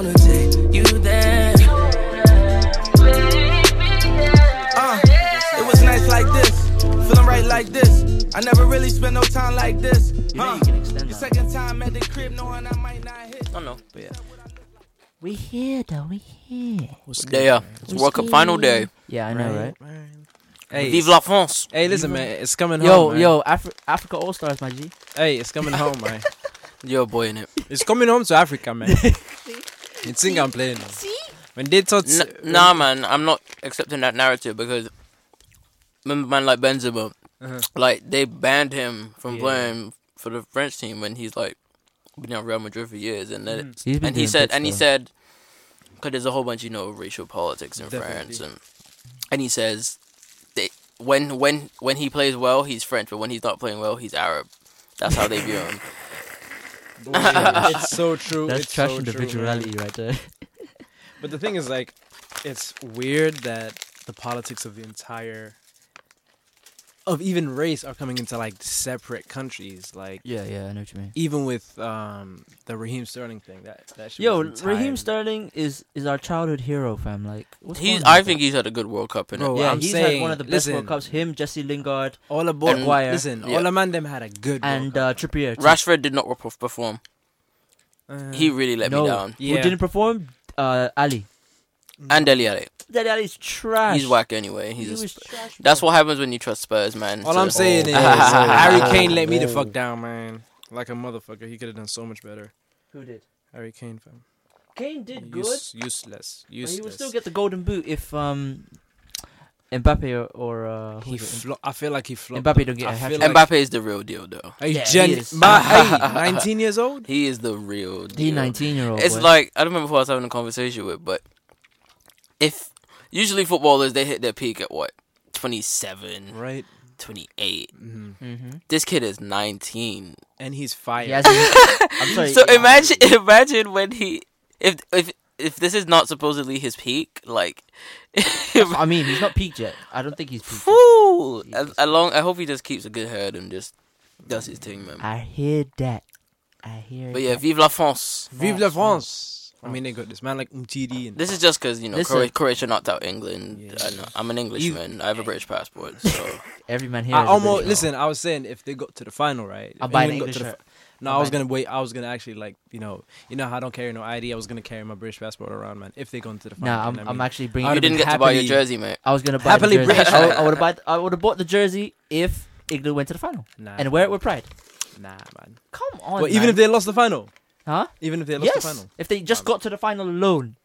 Uh, really spend no time like this. You know Huh? you can extend Your that. second time at the crib, knowing I might not hit. I know, but yeah. We here though. We here. Yeah, it's World Cup final day. Yeah, I know, right? Hey, Vive la France. hey, listen, man, it's coming Yo, home. man. yo, Afri- Africa All Stars, my G. Hey, it's coming home, man. Yo, boy, in it. It's coming home to Africa, man. you think I'm playing? man. When they thought, N- nah, man, I'm not accepting that narrative because remember, man, like Benzema, Uh-huh. like they banned him from Yeah. playing for the French team when he's like been at Real Madrid for years, and Mm-hmm. then He's been and he doing said, bits, and he though. said, because there's a whole bunch, you know, of racial politics in Definitely. France, and and he says, they when when when he plays well, he's French, but when he's not playing well, he's Arab. That's how they view him. it's so true. "Oh, That's it's trash so true, man. individuality right there. But the thing is, like, it's weird that the politics of the entire of even race are coming into like separate countries. Like, yeah, yeah, I know what you mean. even with um the Raheem Sterling thing, that that shit Yo, was Raheem entirely- Sterling is is our childhood hero, fam. Like, what's He's, going on I with think that? he's had a good World Cup in Bro, it. yeah, I'm he's had saying, one of the best listen. World Cups. Him, Jesse Lingard, All aboard. Maguire. Listen, Yeah. all of man them had a good and World uh, Trippier. too. Rashford did not rep- perform. Cup. Uh, He really let no, me down. Yeah. Who didn't perform? Uh, Ali. And Deli Alli. That Ali's trash. He's whack anyway. He's He a was sp- trash. that's bro. what happens when you trust Spurs, man. All So- I'm saying is uh, Oh. Harry Kane let me the fuck down, man. Like a motherfucker, he could have done so much better. Who did? Harry Kane, fam. Kane did good, Use- useless. but Useless. he would still get the golden boot if um, Mbappe or, or uh, who He was it? flo- I feel like he flopped. Mbappe don't get a I hat feel trick. like- Mbappe is the real deal, though. Are you Yeah, he gen- is. Ma- hey, 19 years old? He is the real deal. the nineteen-year-old. It's like I don't remember who I was having a conversation with, but if usually footballers they hit their peak at what 27, Right. 28. hmm hmm This kid is 19. And he's fired. He hasn't. I'm sorry. So imagine imagine when he if if if this is not supposedly his peak, like I mean, he's not peaked yet. I don't think he's peaked. yet. Whew. He As, is. along, I hope he just keeps a good head and just does his thing, man. I hear that. I hear. But yeah, that. vive la France. Vive la France. I mean, they got this man like Umtiti and This is just because you know Cro- Listen. Croatia knocked out England. Yeah. I know. I'm an Englishman. I have a British passport, so every man here. I is a almost British man. listen. I was saying if they got to the final, right? I'll if buy an England English got to the shirt. fi- no, I'll I was buy an- gonna wait. I was gonna actually like you know, you know how I don't carry no ID. I was gonna carry my British passport around, man. If they go into the final, Nah, I'm, you know what I I'm mean? actually bringing. I'd you didn't have been get to buy your happily- jersey, mate. I was gonna buy Happily the jersey. British. I, would have bought. I would have bought the jersey if England went to the final nah, and wear it with pride. nah, man. Come on. Well, even man. if they lost the final, huh? even if they lost Yes. the final, If they just Um, got to the final alone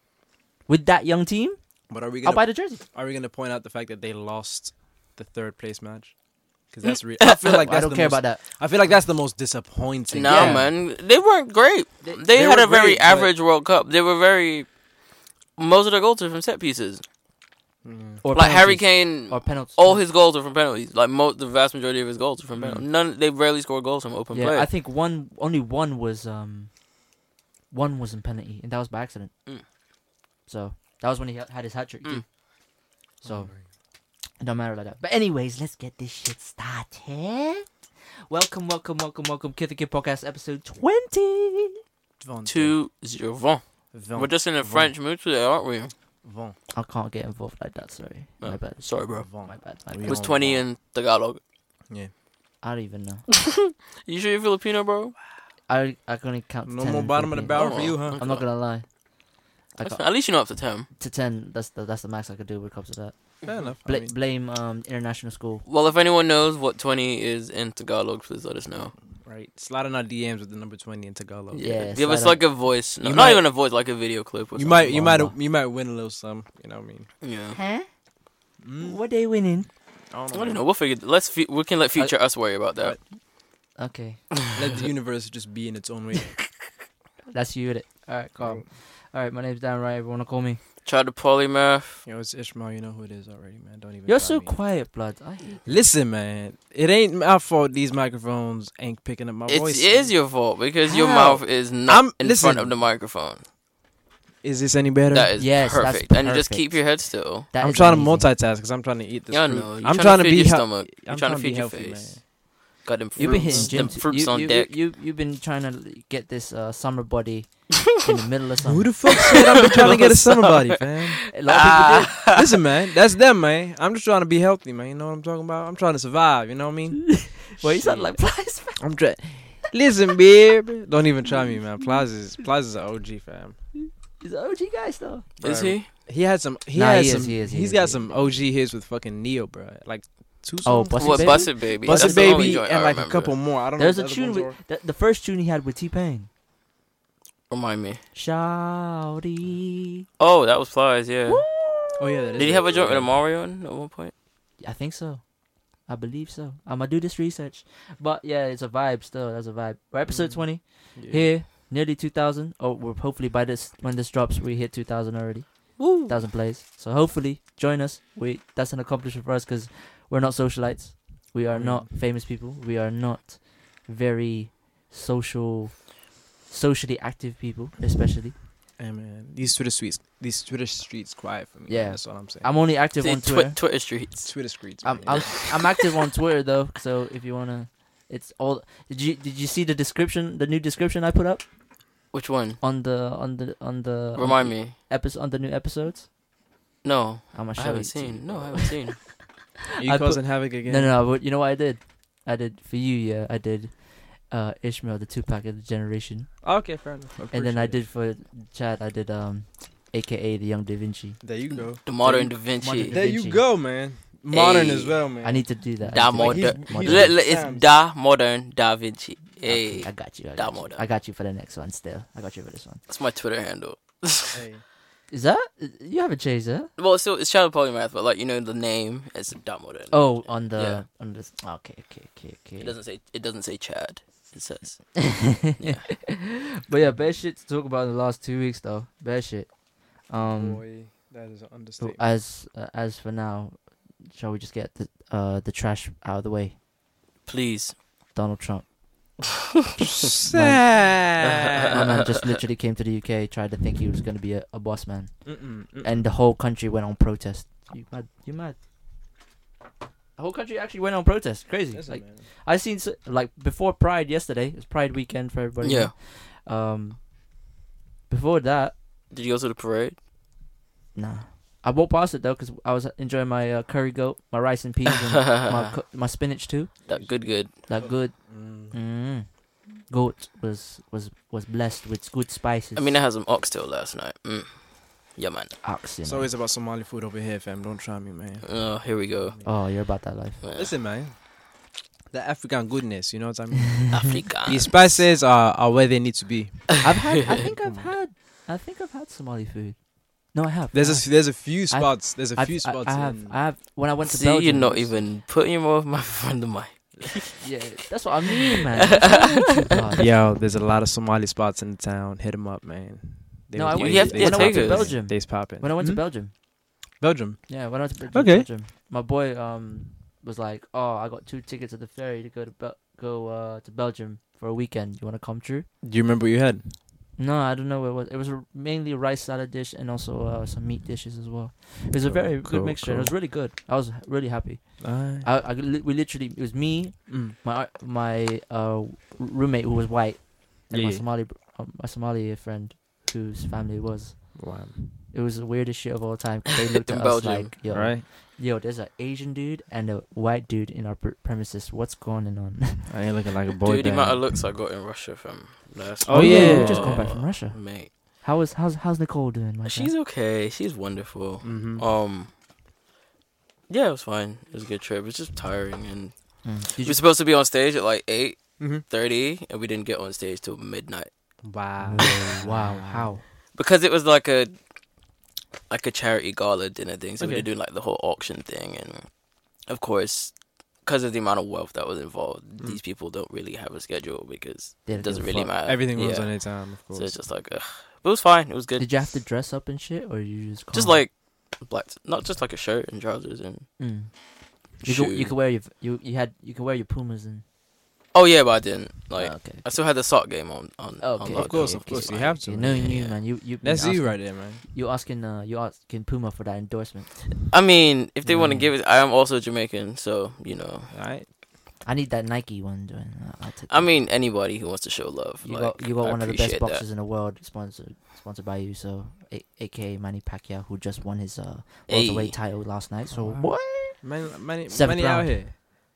with that young team, but are we I'll gonna buy the jersey. are we gonna point out the fact that they lost the third place match? Because that's re- I feel like that's Mm. I don't the care most, about that. I feel like that's the most disappointing. No, thing. man, they weren't great. They, they had were a very great, but- average World Cup. They were very most of their goals are from set pieces. Mm. Or Like Harry Kane, penalties. or penalties. Mm. all his goals are from penalties. Like most, the vast majority of his goals are from penalties. None, they rarely score goals from open yeah, play. I think one, only one was um, one was in penalty, and that was by accident. Mm. So that was when he ha- had his hat trick. too. Mm. So it don't matter like that. But anyways, let's get this shit started. Welcome, welcome, welcome, welcome, Kid the Kid Podcast, episode twenty. Vente. Two zero one. Vente. We're just in a Vente. French mood today, aren't we? Vente. I can't get involved like that. Sorry, No. my bad. Oh, Sorry, bro. My Vente. bad. My Oh. We bad. What's don't twenty in Tagalog? I don't even know. You sure you're Filipino, bro? I I can only count. To No 10 more in bottom of the Philippines. barrel Oh, for you, huh? I'm not gonna lie. I That's got fine. At least you know up to ten. to ten. That's the that's the max I could do when it comes to that. Fair enough. I Bla- mean, blame um international school. Well, if anyone knows what 20 is in Tagalog, please let us know. right. Slide in our DMs with the number twenty in Tagalog. Yeah, give us slide like a voice. No, You not might- even a voice, like a video clip. Or You something. might, you might, Obama. you might win a little sum. You know what I mean? Yeah. Huh? Mm. What they winning? I I don't know. We'll figure. Let's. Fe- we can let future us worry about that. Okay, Let the universe just be in its own way. that's you with it. All right, calm. All right, my name's Dan Wright. Everyone wanna call me. Try the polymath. Yo, it's Ishmael. You know who it is already, man. Don't even. You're try so me. quiet, blood. I hate Listen, man. It ain't my fault. These microphones ain't picking up my It's, voice. it is your fault because your How? mouth is not I'm- in listen. front of the microphone. Is this any better? That is Yes, that's perfect. And you just perfect. keep your head still. that. I'm is trying amazing. to multitask because I'm trying to eat this. Yeah, I fruit. know. You're I'm trying to feed your hel- stomach. You're I'm trying to be feed your healthy, face. man. Got them fruits. You've been hitting them gym. too. fruits you, on you, deck. You, you, have been trying to get this uh, summer body in the middle of summer. Who the fuck said I've been trying to get a summer body, man? A lot of Ah. people did. Listen, man, that's them, man. I'm just trying to be healthy, man. You know what I'm talking about? I'm trying to survive. You know what I mean? Well, you sound like Plies. I'm trying. Listen, babe. Don't even try me, man. Plaza's Plaza's an OG fam. He's an OG guy still. Is Bro, he? He had some. He Nah, had he is, some. he is, he is, has got he is. some OG hits with fucking Neo, bro. Like two songs. Oh, Busted What Baby? Busted Baby? Busted That's the only Baby joint I and like a remember. couple more. I don't There's know. a what the tune other ones with the, the first tune he had with T Pain. Remind me. Shouty. Oh, that was Plies. Yeah. were. Oh yeah, that is Did he have a it. joint with Mario at one point? I think so. I believe so. I'm gonna do this research. But yeah, it's a vibe still. That's a vibe. We're episode Mm. 20 Yeah. here, nearly 2,000. Oh, we're hopefully by this when this drops, we hit 2,000 already. Woo. 1,000 plays. So hopefully, join us. We that's an accomplishment for us because we're not socialites. We are Mm. not famous people. We are not very social, socially active people, especially. Hey man, these Twitter streets, these Twitter streets, quiet for me. Yeah. Yeah, that's all I'm saying. I'm only active See, on Twitter. Twi- Twitter streets. Twitter streets. I'm, man. I'm I'm active on Twitter though, so if you wanna, it's all. Did you did you see the description? The new description I put up Which one? on the on the on the Remind me. episode on the new episodes. No, I'm gonna I show haven't it to you, seen. No, bro. I haven't seen. you I put- causing havoc again? No, no, no. But you know what I did? I did for you. Yeah, I did. Uh, Ishmael, the Tupac of the generation, okay, fair enough. and then I Appreciate did for Chad. I did um, AKA the Young Da Vinci. it. There you go. The modern you- Da Vinci. modern Da There you Vinci. go, man. Modern Hey. as well, man. I need to do that. I Da need to Like, do he's- that. modern. he's Le- with le- it's Sam's. da modern Da Vinci. Okay, Hey, I got you. I Da got you. moda. I got you for the next one. Still, I got you for this one. that's my Twitter handle. Hey. Is that you haven't changed that? Well, so it's Shadow Polymath, but like you know the name is da modern. Oh, on the Yeah. on this. Okay, okay, okay, okay. It doesn't say. It doesn't say Chad. It says. But yeah, bad shit to talk about in the last two weeks though. Bad shit. Um, Boy, that is an so understatement. as uh, as for now, shall we just get the uh the trash out of the way? Please. Donald Trump. My Sad. man just literally came to the UK, tried to think he was gonna be a, a boss man, Mm-mm, mm-mm. and the whole country went on protest. You mad? You mad? The whole country actually went on protest. Crazy. Listen, like man. I seen s like before Pride yesterday. It was Pride weekend for everybody. Yeah. Um. Before that, Did you go to the parade? Nah. I walked past it though because I was enjoying my uh, curry goat, my rice and peas, and my co- my spinach too. That good, good. That good Mm. mm. goat was was was blessed with good spices. I mean, I had some oxtail last night. Mm. Yeah, man. ox in It's it. always about Somali food over here, fam. Don't try me, man. Oh, here we go. Oh, you're about that life. Yeah. Listen, man. The African goodness, you know what I mean? Africa. These spices are, are where they need to be. I've had. I think I've had. I think I've had Somali food. No, I have. I There's a there's a few I've- spots. There's a I've- few I- spots. I, have. in- I have. When I went to See, Belgium, you're not even putting your mouth my friend of mine. Yeah, that's what I mean, man. What's wrong with you, God? Yo, there's a lot of Somali spots in the town. Hit 'em up, man. They No, I was went- crazy. You have- They when I went to poppin'. Belgium- They's popping. When I went to Hmm? Belgium, Belgium, Yeah, when I was to Okay. Belgium, my boy um was like, "Oh, I got two tickets at the ferry to go to Bel- go uh, to Belgium for a weekend. You want to come through?" do you remember what you had? No, I don't know what it was. It was a, mainly a rice salad dish and also uh, some meat dishes as well. It was a Cool, very good Oh, cool, mixture. and It was cool. really good. I was really happy. Uh, I, I li- we literally it was me, mm. my my uh roommate who was white, and my Yeah. Somali br- uh, my Somali friend whose family was. Wow. It was the weirdest shit of all time. 'cause They looked In at us Belgium, like, "Yo, Right? Yo, there's an Asian dude and a white dude in our pr- premises. What's going on? I ain't looking like a boy. Dude, the band. amount of looks I got in Russia from. Last Oh, yeah. you just come back from Russia. mate. How is how's how's Nicole doing? My She's okay. She's wonderful. Mhm. Um, yeah, it was fine. It was a good trip. It was just tiring, and guy? we Mm. Did were you- supposed to be on stage at like eight Mhm. thirty, and we didn't get on stage till midnight Wow. Whoa, wow, how? because it was like a like a charity gala dinner thing. So we Okay. were doing like the whole auction thing, and of course, because of the amount of wealth that was involved, Mm. these people don't really have a schedule because They don't it doesn't give a really fuck. matter. Everything runs Yeah. on its time, of course. So it's just like, ugh. but it was fine. It was good. Did you have to dress up and shit, or you just just calm? like black, not just like a shirt and trousers and Mm. you shoe. could, you could wear your you you had you could wear your Pumas and oh yeah, but I didn't. Like Oh, okay. Oh, I still had the sock game on. on Okay, on okay, Of course, lockdown. of course, you have to. You know, Yeah, you yeah. man, you you. been That's you asking- right there, man. You asking uh you asking Puma for that endorsement? I mean, if they want to Mm. give it, I am also Jamaican, so you know. All right. I need that Nike one. Doing. I'll take I that. mean, anybody who wants to show love, You like, got you got I one of the best appreciate that. boxers in the world sponsored sponsored by you. So, A- aka Manny Pacquiao, who just won his uh Hey. welterweight title last night. So Wow. what? Money, money, Seventh money out round. here.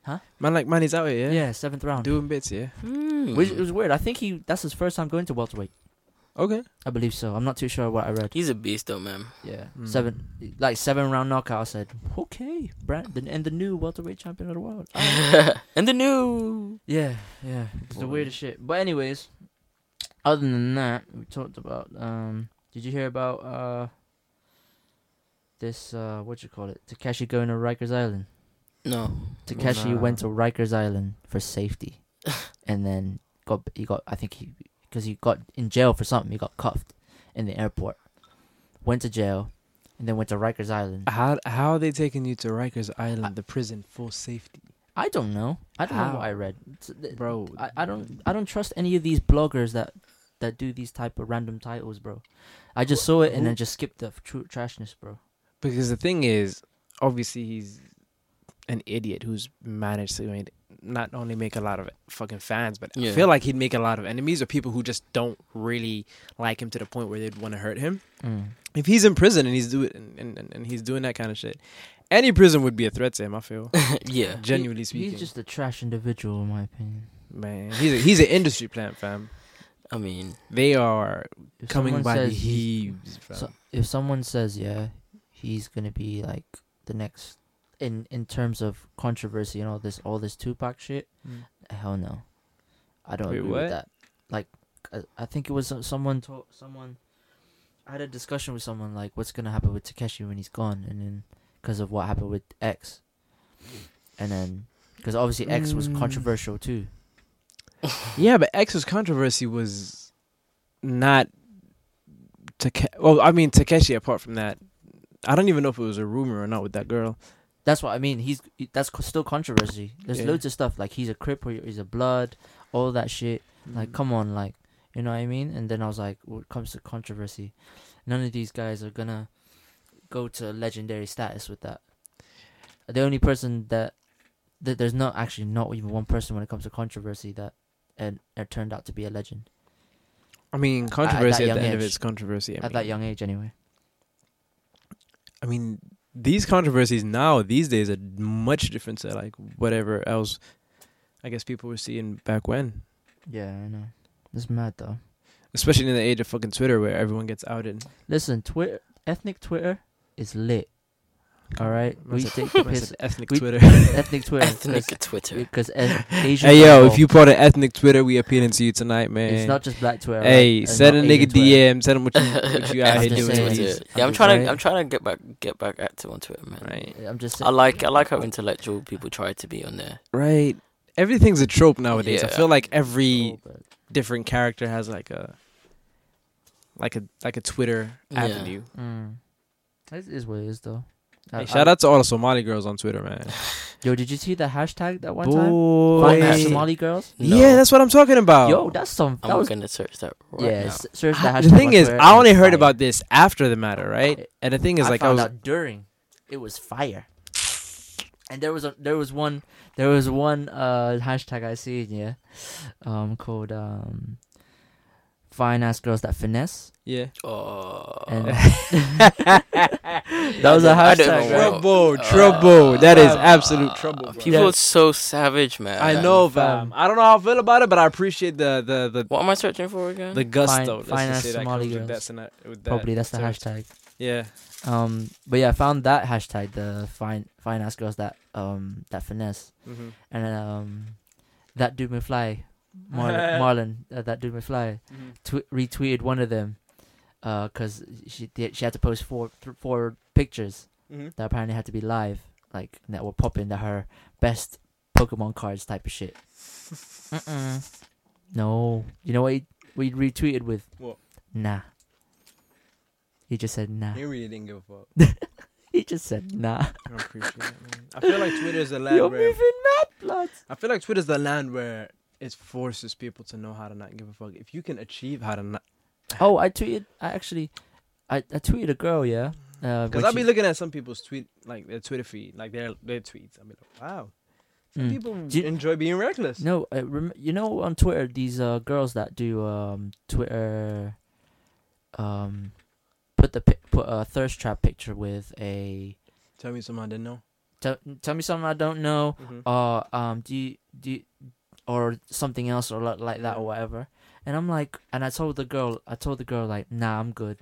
Huh? Man, like man, he's out here. Yeah, Yeah, seventh round. doing bits. Yeah. Hmm. Which it was weird. I think he that's his first time going to welterweight. Okay. I believe so. I'm not too sure what I read. He's a beast though, man. Yeah, Mm. seven like seven round knockout. I said okay, Brandon, and the new welterweight champion of the world. Ah. Oh. and the new. Yeah, yeah. It's the Boy. weirdest shit. But anyways, other than that, we talked about um did you hear about uh this uh what you call it? Takeshi going to Rikers Island. No. Takeshi Nah. went to Rikers Island for safety. and then got he got I think he cuz he got in jail for something. He got cuffed in the airport. Went to jail and then went to Rikers Island. How how are they taking you to Rikers Island, the prison, for safety, I don't know. I don't know How? what I read. It's- th- bro? I, I don't I don't trust any of these bloggers that that do these type of random titles, bro. I just saw it and then who- just skipped the true trashness, bro. Because the thing is, obviously he's an idiot who's managed to made, not only make a lot of fucking fans, but Yeah. I feel like he'd make a lot of enemies or people who just don't really like him to the point where they'd want to hurt him. If he's in prison and he's doing and, and, and he's doing that kind of shit, any prison would be a threat to him. I feel yeah. genuinely He- speaking, he's just a trash individual, in my opinion. man, he's a, he's an industry plant, fam. I mean, They are If coming someone by the says he's- heaves, fam. so- if someone says yeah, he's gonna be like the next in in terms of controversy and all this all this Tupac shit. Mm. Hell no, I don't Wait, agree what? with that. Like, I, I think it was so- someone told someone. I had a discussion with someone like, what's gonna happen with Takeshi when he's gone, and then because of what happened with X, and then because obviously X was Mm. controversial too. Yeah, but X's controversy was not Take. Well, I mean Takeshi. Apart from that, I don't even know if it was a rumor or not with that girl. That's what I mean. He's he- that's co- still controversy. There's Yeah. loads of stuff like he's a crip or he's a blood, all that shit. Like, come on, like, you know what I mean? And then I was like, when it comes to controversy, none of these guys are gonna go to legendary status with that. The only person that, that there's not actually not even one person when it comes to controversy that and it turned out to be a legend I mean, controversy at, young the end of age. it's controversy. I at that mean. young age, anyway. I mean, these controversies now these days are much different to like whatever else. I guess people were seeing back when, Yeah, I know. It's mad though. especially in the age of fucking Twitter, where everyone gets outed. Listen, Twitter, ethnic Twitter is lit. All right, Man we said- take the man said piss. ethnic we- Twitter. ethnic Twitter, ethnic Twitter. because Asian. Hey yo, if people- you part of ethnic Twitter, we appealing to you tonight, man. It's not just black Twitter. Hey, right? It's send a not nigga Asian Twitter. DM. Tell him what you, what you out I'm here just doing. saying. these- Yeah, I'm these- trying right? to. I'm trying to get back. Get back active on Twitter, man. Right, I'm just I saying. like. I like how intellectual people try to be on there. right. Everything's a trope nowadays. I Yeah. feel like Oh, every but- different character has like a, like a like a Twitter Yeah. avenue. Mm. It is what it is, though. I- Hey, I- shout out to all the Somali girls on Twitter, man. Yo, did you see the hashtag that one time? Find the Boy. Somali girls. No, Yeah, that's what I'm talking about. Yo, that's some. That I'm was. gonna search that right yeah, now. s- search the Ah, hashtag. the thing on is, Twitter, I it only was heard fire. about this after the matter, I- right? And the thing is, I like, I found was out during. It was fire. And there was a there was one there was one uh hashtag I seen yeah, um called um, fine ass girls that finesse. yeah. Oh, And that was a I don't hashtag, even right? uh, know. Uh, Trouble, Oh, trouble. That is absolute trouble. bro. People are so savage, man. I know, fam. um, I don't know how I feel about it, but I appreciate the the What am I searching for again? the, the gusto. Fine- Let's fine just ass say that Somali comes with girls. that syna- with that probably that's the syna- hashtag. Yeah, Um, but yeah, I found that hashtag, the fine fine ass girls that um that finesse, Mhm. and then, um, that dude McFly, Marlon, Marlon uh, that dude McFly, Mm-hmm. tw- retweeted one of them, uh, cause she did, she had to post four th- four pictures Mhm. that apparently had to be live, like that were popping to her best Pokemon cards type of shit. Mm-mm. No, you know what he, what he retweeted with? What? Nah. He just said nah. He really didn't give a fuck. He just said nah. I don't appreciate it, man. I feel like Twitter's the You're land where moving mad, blood. I feel like Twitter's the land where it forces people to know how to not give a fuck. If you can achieve how to not, Oh, I tweeted. I actually, I, I tweeted a girl. Yeah. Uh, because when I'll she- be looking at some people's tweet, like their Twitter feed, like their their tweets. I'll be like, wow, some Mm. people Do you- enjoy being reckless. no, uh, rem- you know on Twitter these uh, girls that do um Twitter, um, put the pic- put a thirst trap picture with a Tell me something I didn't know. Tell, tell me something I don't know, Mhm. or um, do you, do you, or something else, or like, like that, or whatever. And I'm like, and I told the girl, I told the girl like, nah, I'm good.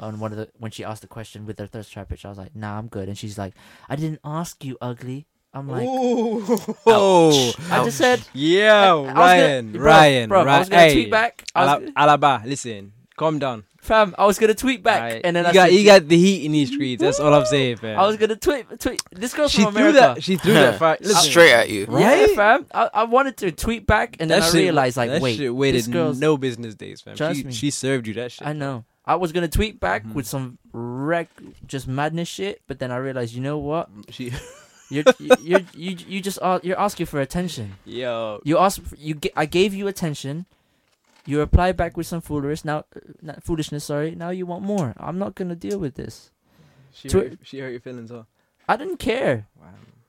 On one of the when she asked the question with her thirst trap bitch, I was like, nah, I'm good. And she's like, I didn't ask you, ugly. I'm like, Ooh. I just said, Yeah, I- I was gonna- Oh, Ryan, bro, Ryan, bro, Ryan. I was gonna hey, tweet back. I was, Ala- Alaba, listen, calm down. fam, I was gonna tweet back, Alright. and then you I got said, you got the heat in these streets. That's all I'm saying, fam. I was gonna tweet, tweet. This girl's she from threw America. that. She threw that. Fire. Listen, Straight at you. Right? Yeah, fam. I, I wanted to tweet back, and then that I shit- realized, like, that wait, shit this waited girl's. no business days, fam. Trust She, me. she served you that shit. I know. I was gonna tweet back Mhm. with some wreck, just madness shit, but then I realized, you know what? She, You're you you you just are, you're asking for attention. yo, You ask you g- I gave you attention. You reply back with some foolishness. Now, uh, not foolishness. Sorry. Now you want more. I'm not gonna deal with this. she, Twi- hurt, she hurt your feelings, huh? I didn't care. Wow,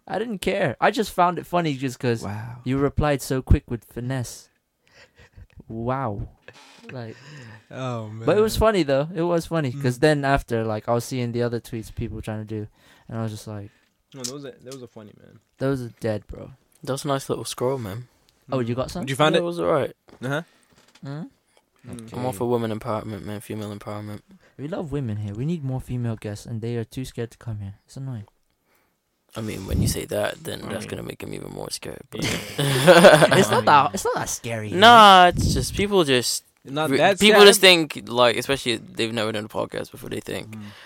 I didn't care. I just found it funny just because wow. you replied so quick with finesse. Wow. Like, Oh man, but it was funny though. It was funny because then after, like, I was seeing the other tweets people were trying to do, and I was just like, No, that was a, that was a funny man. "Those are dead, bro." That was a nice little scroll, man. Oh, you got some? Did you find yeah, it? was alright. Uh huh. Mm? Mm-hmm. I'm all for women empowerment, man. Female empowerment. We love women here. We need more female guests, and they are too scared to come here. It's annoying. I mean, when you say that, then I that's mean- gonna make him even more scared. But it's I not that. It's not that scary. here. nah, it's just people just Not re- that people sad. just think like, especially if they've never done a podcast before. They think, Mm-hmm.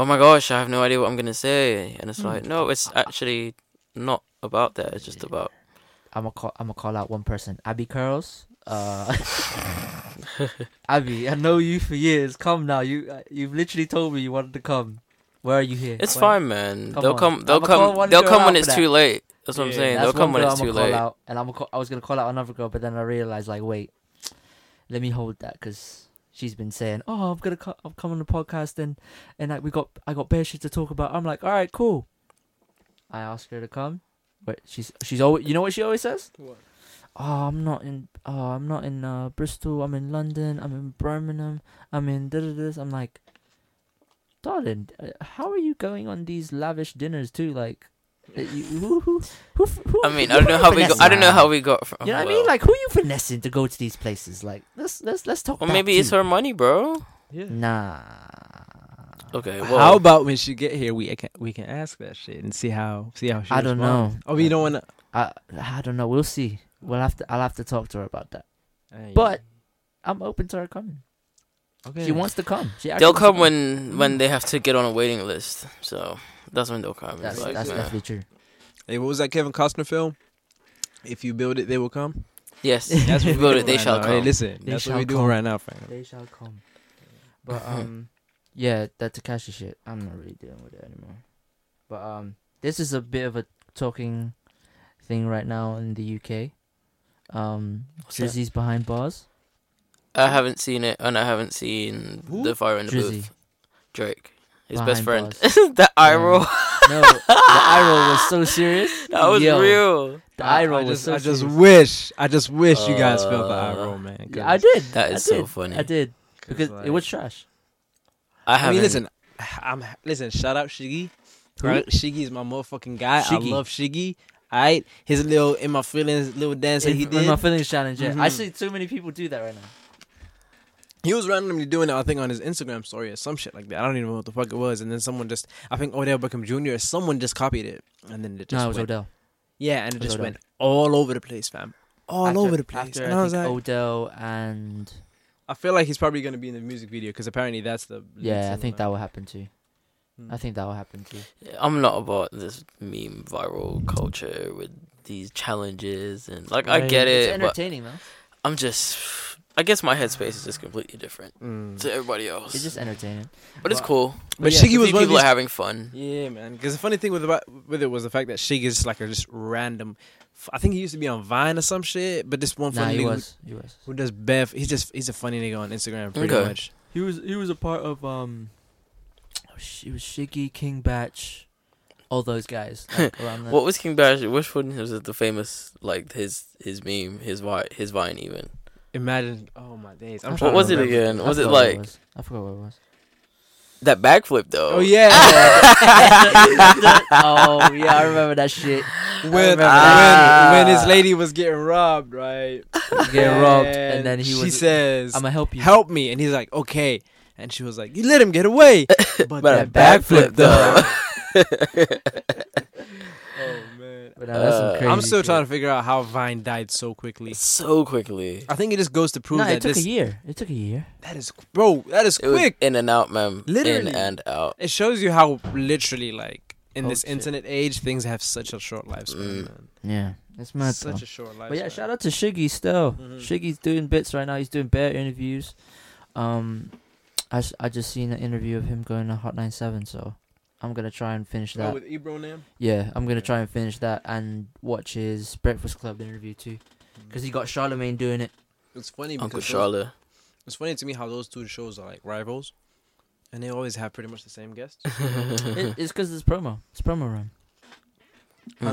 oh my gosh, I have no idea what I'm gonna say, and it's Hmm. like, no, it's actually not about that. It's just about I'm gonna call. I'm gonna call out one person. Abby Curls. Uh, Abby, I know you for years. Come now. You uh, you've literally told me you wanted to come. Where are you here? It's Why- fine, man. Come they'll on. come. They'll I'ma call come. one They'll girl come out when for it's that. too late. That's what I'm Yeah, saying. That's They'll come one when girl it's I'ma too call late. Out, and I'm I was gonna call out another girl, but then I realized like, wait, let me hold that because she's been saying, oh, I'm gonna co- I'm coming on the podcast and and like we got I got bare shit to talk about. I'm like, all right, cool. I asked her to come, but she's she's always you know what she always says? What? Oh, I'm not in. Oh, I'm not in uh, Bristol. I'm in London. I'm in Birmingham. I'm in da da this. I'm like, darling, uh, how are you going on these lavish dinners too? Like, uh, you, who, who, who, who, I mean, you I don't know how we. Go, finessing? I don't know how we got. From, You know what I mean? Like, who you finessing to go to these places? Like, let's let's let's talk. Well, that maybe it's too. her money, bro. Yeah. Nah. Okay. Well, How about when she get here, we can we can ask that shit and see how see how she. I don't responds. know. Oh, you don't wanna. I I don't know. We'll see. We'll have to. I'll have to talk to her about that. But I'm open to her coming. okay. She wants to come. She actually they'll wants to come when Hmm. when they have to get on a waiting list. So that's when they'll come. It's That's like, that's man. definitely true. Hey, what was that Kevin Costner film? If you build it, they will come. Yes. That's we what build we it. They doing right shall now. come. Hey, listen, They that's shall what we're doing come. right now, Frank. They shall come. But um, yeah, that Takashi shit. I'm not really dealing with it anymore. But um, this is a bit of a talking thing right now in the UK. Um, What's that? Drizzy's behind bars. I haven't seen it, and I haven't seen Who? the fire in the Drizzy. booth. Drake, his best friend. Behind that eye Yeah. roll. No, the eye roll was so serious. That was Yo, real. The eye roll I was just, so I just serious. wish, I just wish you guys felt the eye Uh, roll, man. Yeah, I did. That I is so did, funny. I did because like- it was trash. I I haven't. mean, listen, I'm listen. Shout out Shiggy. Who? Right? Shiggy is my motherfucking guy. Shiggy. I love Shiggy. All right, his little in my feelings little dance that he It- my did. feelings challenge. Yeah, I Mm-hmm. Mhm. see too many people do that right now. He was randomly doing it, I think, on his Instagram story or some shit like that. I don't even know what the fuck it was. And then someone just, I think Odell Beckham Jr. or someone just copied it, and then it just no, it was went- Odell. Yeah, and it was just Odell. went all over the place, fam. All After- over the place. After and I, I was think like, Odell and I feel like he's probably gonna be in the music video because apparently that's the. lead yeah, I single think that now. will happen too. I think that will happen too. I'm not about this meme viral culture with these challenges and like I Right. get It's it, but entertaining though. I'm just. I guess my headspace is just completely different Mm. to everybody else. It's just entertaining. but it's Well, cool. But yeah, Shiggy to was see one of people are these- having fun. Yeah, man. Because the funny thing with about with it was the fact that Shig is like a just random. f- I think he used to be on Vine or some shit, but this one Nah, funny he nigga was. He was. who, who does Bev, he's just he's a funny nigga on Instagram pretty Okay. much. He was. He was a part of um. Oh, It was Shiggy, King Batch, all those guys. Like, around the, What was King Bash? Which one was it? The famous like his his meme, his vine, his vine even. Imagine, oh my days! I'm What trying What to was it remember. again? I Was it forgot what like was. I forgot what it was. that backflip though. Oh yeah, oh yeah, I remember that shit. when remember when, that. when his lady was getting robbed, right? Get robbed, and then he she was. says, "I'ma help you." help me," and he's like, "Okay." And she was like, "You let him get away," but, But that that backflip backflip, though. oh man, But now that's some Uh, crazy I'm still shit. trying to figure out how Vine died so quickly. so quickly. I think it just goes to prove No, it that took a this year. It took a year. that is bro, that is It was quick. in and out, man. Literally. in and out. It shows you how literally like in Oh, this shit. internet age things have such a short lifespan. Mm. Man. Yeah, that's mad. though. Such a short lifespan. But yeah, shout out to Shiggy still. Mhm. Shiggy's doing bits right now. He's doing bear interviews. Um, I, s- I just seen an interview of him going to Hot 97, so I'm gonna try and finish Oh, that. with Ebro now. yeah, I'm gonna try and finish that and watch his Breakfast Club interview too, Mm. because he got Charlemagne doing it. It's funny because Uncle those- Charlotte. it's funny to me how those two shows are like rivals, and they always have pretty much the same guests. it it's because it's promo. It's promo run. I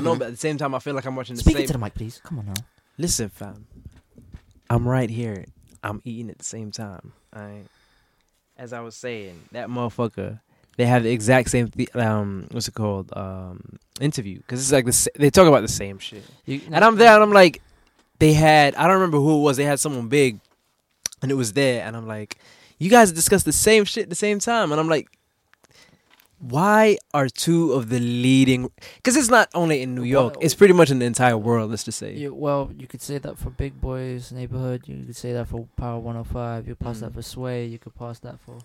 know, but at the same time, I feel like I'm watching the Speak same. into the mic, please. Come on now. Listen, fam, I'm right here. I'm eating at the same time. I, as I was saying, that motherfucker. They have the exact same th- um, what's it called um, interview because it's like the sa- they talk about the same shit. You, And I'm there and I'm like, they had, I don't remember who it was, they had someone big and it was there. And I'm like, you guys discussed the same shit at the same time. And I'm like, why are two of the leading, because it's not only in New York, Well- it's pretty much in the entire world, let's just say. You, well, you could say that for Big Boys Neighborhood. You could say that for Power 105. You could pass that Mm. for Sway. You could pass that for,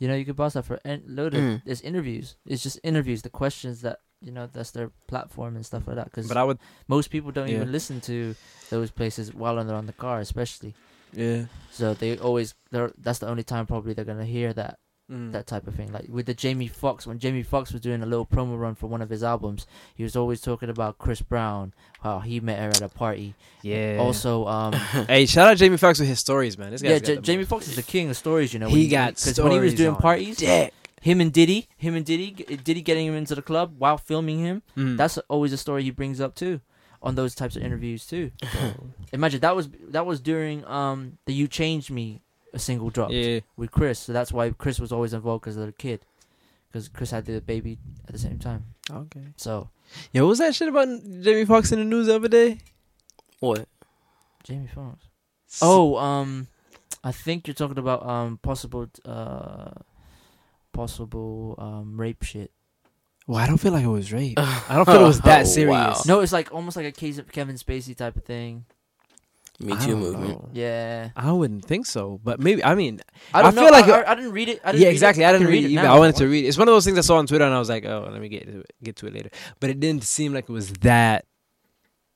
you know, you could pass that for en- load of. Mm. There's interviews. It's just interviews. The questions that you know that's their platform and stuff like that. Because But I would, most people don't Yeah. even listen to those places while they're on the car, especially. yeah. So they always they're that's the only time probably they're gonna hear that Mm. that type of thing. Like with the Jamie Foxx, when Jamie Foxx was doing a little promo run for one of his albums, he was always talking about Chris Brown, how he met her at a party. yeah. Also, um, hey, shout out Jamie Foxx with his stories, man. This guy's yeah, got J- the Jamie Foxx is the king of stories, you know. He when got when he was stories doing on parties, dick. him and Diddy, him and Diddy, g- Diddy getting him into the club while filming him. Mm. That's always a story he brings up too, on those types of interviews too. Imagine that was that was during um the You Changed Me a single dropped yeah. with Chris, so that's why Chris was always involved because of the kid, because Chris had the baby at the same time. Okay. So Yo, what was that shit about Jamie Foxx in the news the other day? what? Jamie Foxx. Oh, um, I think you're talking about um possible uh possible um rape shit. Well, I don't feel like it was rape. I don't feel it was that serious. Oh, wow. No, it's like almost like a case of Kevin Spacey type of thing. Me I Too don't movement. know. Yeah, I wouldn't think so, but maybe I mean, I, don't I know. feel like- I, I, I didn't read it. I didn't yeah, read exactly. It. I didn't can read it either. now I if wanted to want. read. it. It's one of those things I saw on Twitter, and I was like, oh, let me get to it, get to it later. But it didn't seem like it was that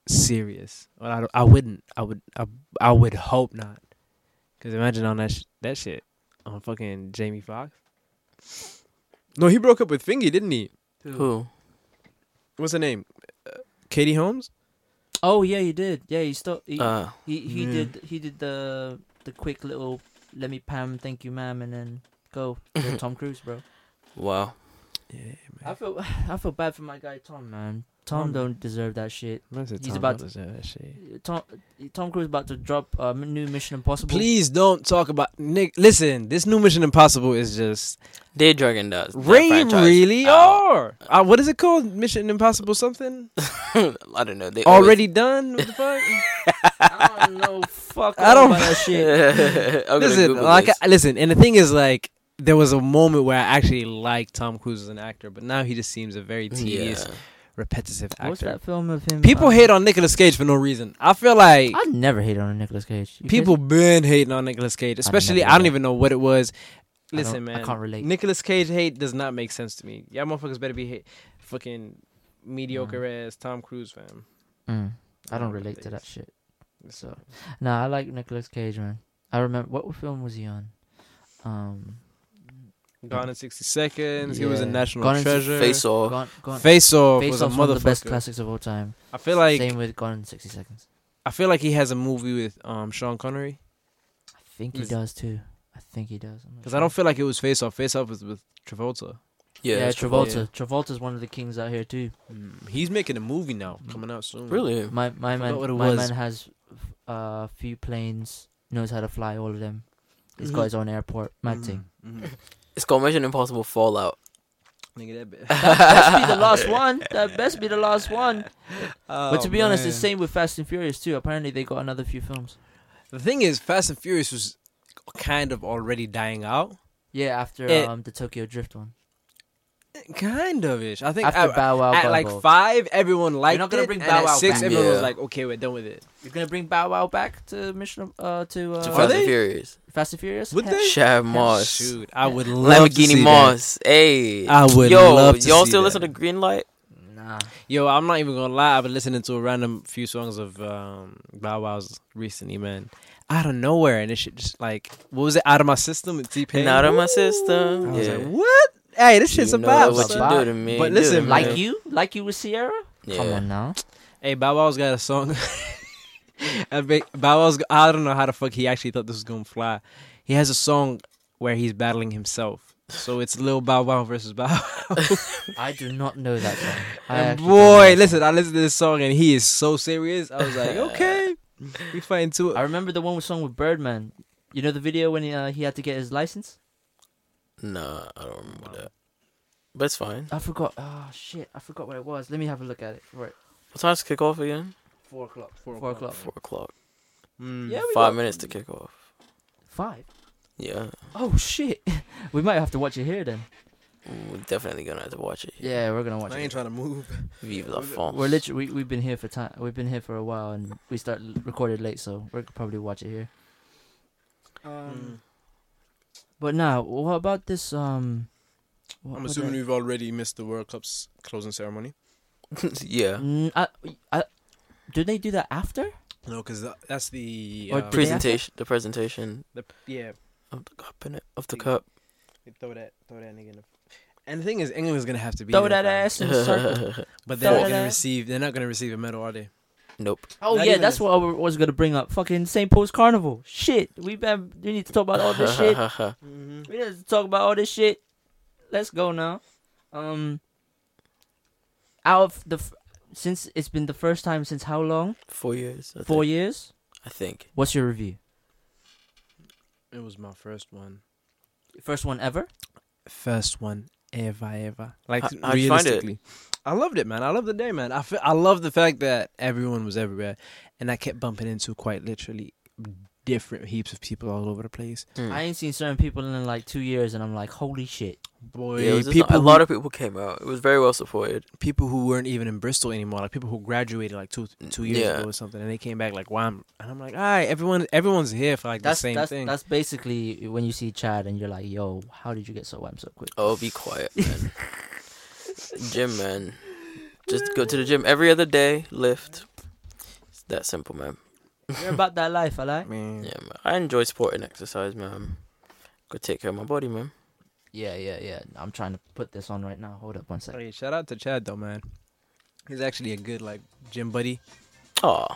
serious. Well, I, don't- I wouldn't. I would. I, I would hope not. Because imagine on that sh- that shit on fucking Jamie Foxx. No, he broke up with Fingy, didn't he? Who? What's her name? Uh, Katie Holmes. Oh yeah, you did. Yeah, he still he Uh, he, he yeah. did he did the the quick little let me Pam thank you ma'am and then go Little Tom Cruise bro. wow. Yeah, I feel I feel bad for my guy Tom man. Tom Tom. don't deserve that shit. man. He's about to- that shit. Tom Tom Cruise about to drop a m- new Mission Impossible. Please don't talk about Nick. Listen, this new Mission Impossible is just They dragging that. that They franchise really out. are. Uh, what is it called? Mission Impossible something? I don't know. They Oh. Already done? What the fuck? I don't know. Fuck. I all don't- about that shit. I'm gonna listen, Google like, this. I, listen, and the thing is, like, there was a moment where I actually liked Tom Cruise as an actor, but now he just seems a very tedious, yeah. repetitive What's actor. that film of him? People uh, hate on Nicolas Cage for no reason. I feel like I never hate on a Nicolas Cage. You people been hating on Nicolas Cage, especially never I don't did. even know what it was. I don't- Listen, I man, can't relate. Nicolas Cage hate does not make sense to me. Y'all motherfuckers better be hate, fucking mediocre as Tom Cruise, fam. kidding? Mm, I don't relate to that shit. So, nah, I like Nicolas Cage, man. I remember what film was he on? Um, Gone in 60 Seconds. He was in Yeah. National Gone in Treasure. Face off. Gone, Gone. Oh, Face Off Face was a Off's one of motherfucker. the best classics of all time. I feel like Same with Gone in sixty seconds. I feel like he has a movie with um Sean Connery I think he Is- does too. I think he does. I'm not because sure. I don't feel like it was Face Off. Face Off was with Travolta. Yeah, yeah, it's Travolta. Travolta's one of the kings out here too. Mm, He's making a movie now, coming out soon. Really? My my man, forgot what it my was. man has a uh, few planes, knows how to fly all of them. He's Mhm. Mm. got his own airport, mad thing. Mhm. It's called Mission Impossible Fallout. Nigga, that bit. That best be the last one. That best be the last one. Oh, but to be honest, it's same. same with Fast and Furious too. Apparently, they got another few films. The thing is, Fast and Furious was kind of already dying out. Yeah, after It- um the Tokyo Drift one. Kind of ish. I think After at, Bow Wow at got like involved. five, everyone liked not gonna it, bring and Bow at Wow six, back. everyone was Yeah. like, "Okay, we're done with it." You're gonna bring Bow Wow back to Mission uh to, uh, To Are Fast they? and Furious. Fast and Furious. Would Hell- they? Sharon Moss. Shoot, I would love to see Lamborghini Moss. Hey. That. I would Yo, love to y'all see still that. listen to Greenlight? Nah. Yo, I'm not even gonna lie. I've been listening to a random few songs of um, Bow Wow's recently, man. Out of nowhere, and it shit just like what was it? Out of my system, with T Pain. Not I on my was system. yeah. like, what? Hey, this shit's you a know bop. What son. Bob. you do to me. But you do to listen, me. Like you, like you with Sierra. Yeah. Come on now. Hey, Bow Wow's got a song. I think Bow Wow's, I don't know how the fuck he actually thought this was gonna fly. He has a song where he's battling himself. So it's Lil Bow Wow versus Bow Wow. I do not know that song. I And actually don't know boy, that listen, I listened to this song and he is so serious. I was like, okay, we fighting to song. it. I remember the one with song with Birdman. You know the video when he, uh, he had to get his license. Nah, I don't remember that. But it's fine. I forgot. Oh shit! I forgot what it was. Let me have a look at it. Right. What time's kick off again? Four o'clock. Four, Four o'clock. Four o'clock. Mm. Yeah, we Five got minutes to kick off. Five. Yeah. Oh shit! we might have to watch it here then. We're definitely gonna have to watch it. Yeah, we're gonna watch I it. ain't trying to move. Vive la France. We're literally we, we've been here for time. We've been here for a while, and we start l- recorded late, so we're gonna probably watch it here. Um, Mm. But now, what about this? Um, what- I'm what assuming the- we've already missed the World Cup's closing ceremony. yeah. Mm, I, I, do they do that after? No, because that's the Or do uh, they have- Presentation. The presentation the- yeah. of the cup in it. Of the Yeah. cup. They throw that, throw that nigga in the. And the thing is, England was gonna have to be Throw there, that fam. ass in the circle. But they're Throw not that gonna ass. receive. They're not gonna receive a medal, are they? nope. Oh Not yeah, even that's a- what I wa- was gonna bring up. Fucking St. Paul's Carnival. Shit, we been we need to talk about all this shit. We need to talk about all this shit. Let's go now. Um, out of the f- since it's been the first time since how long? Four years. I Four think. years. I think. What's your review? It was my first one. First one ever. First one ever, ever. Like How- how'd you find it? realistically, I loved it, man. I loved the day, man. I fe- I love the fact that everyone was everywhere, and I kept bumping into quite literally different heaps of people all over the place. Mm. I ain't seen certain people in like two years, and I'm like, holy shit. Boy, yeah, it was just people a lot who, of people came out. It was very well supported. people who weren't even in Bristol anymore, like people who graduated like two two years Yeah. ago or something, and they came back like, "Wow," I'm-" and I'm like, "All right, everyone, everyone's here for like That's the same that's thing." that's basically when you see Chad and you're like, yo, how did you get so wham so quick? Oh, be quiet, man. gym, man. Just go to the gym every other day. Lift. It's that simple, man. You're about that life, I like. man. Yeah, man. I enjoy sport and exercise, man. Go take care of my body, man. Yeah, yeah, yeah. I'm trying to put this on right now. Hold up one second. Hey, Oh, shout out to Chad though, man. He's actually a good like gym buddy. Oh,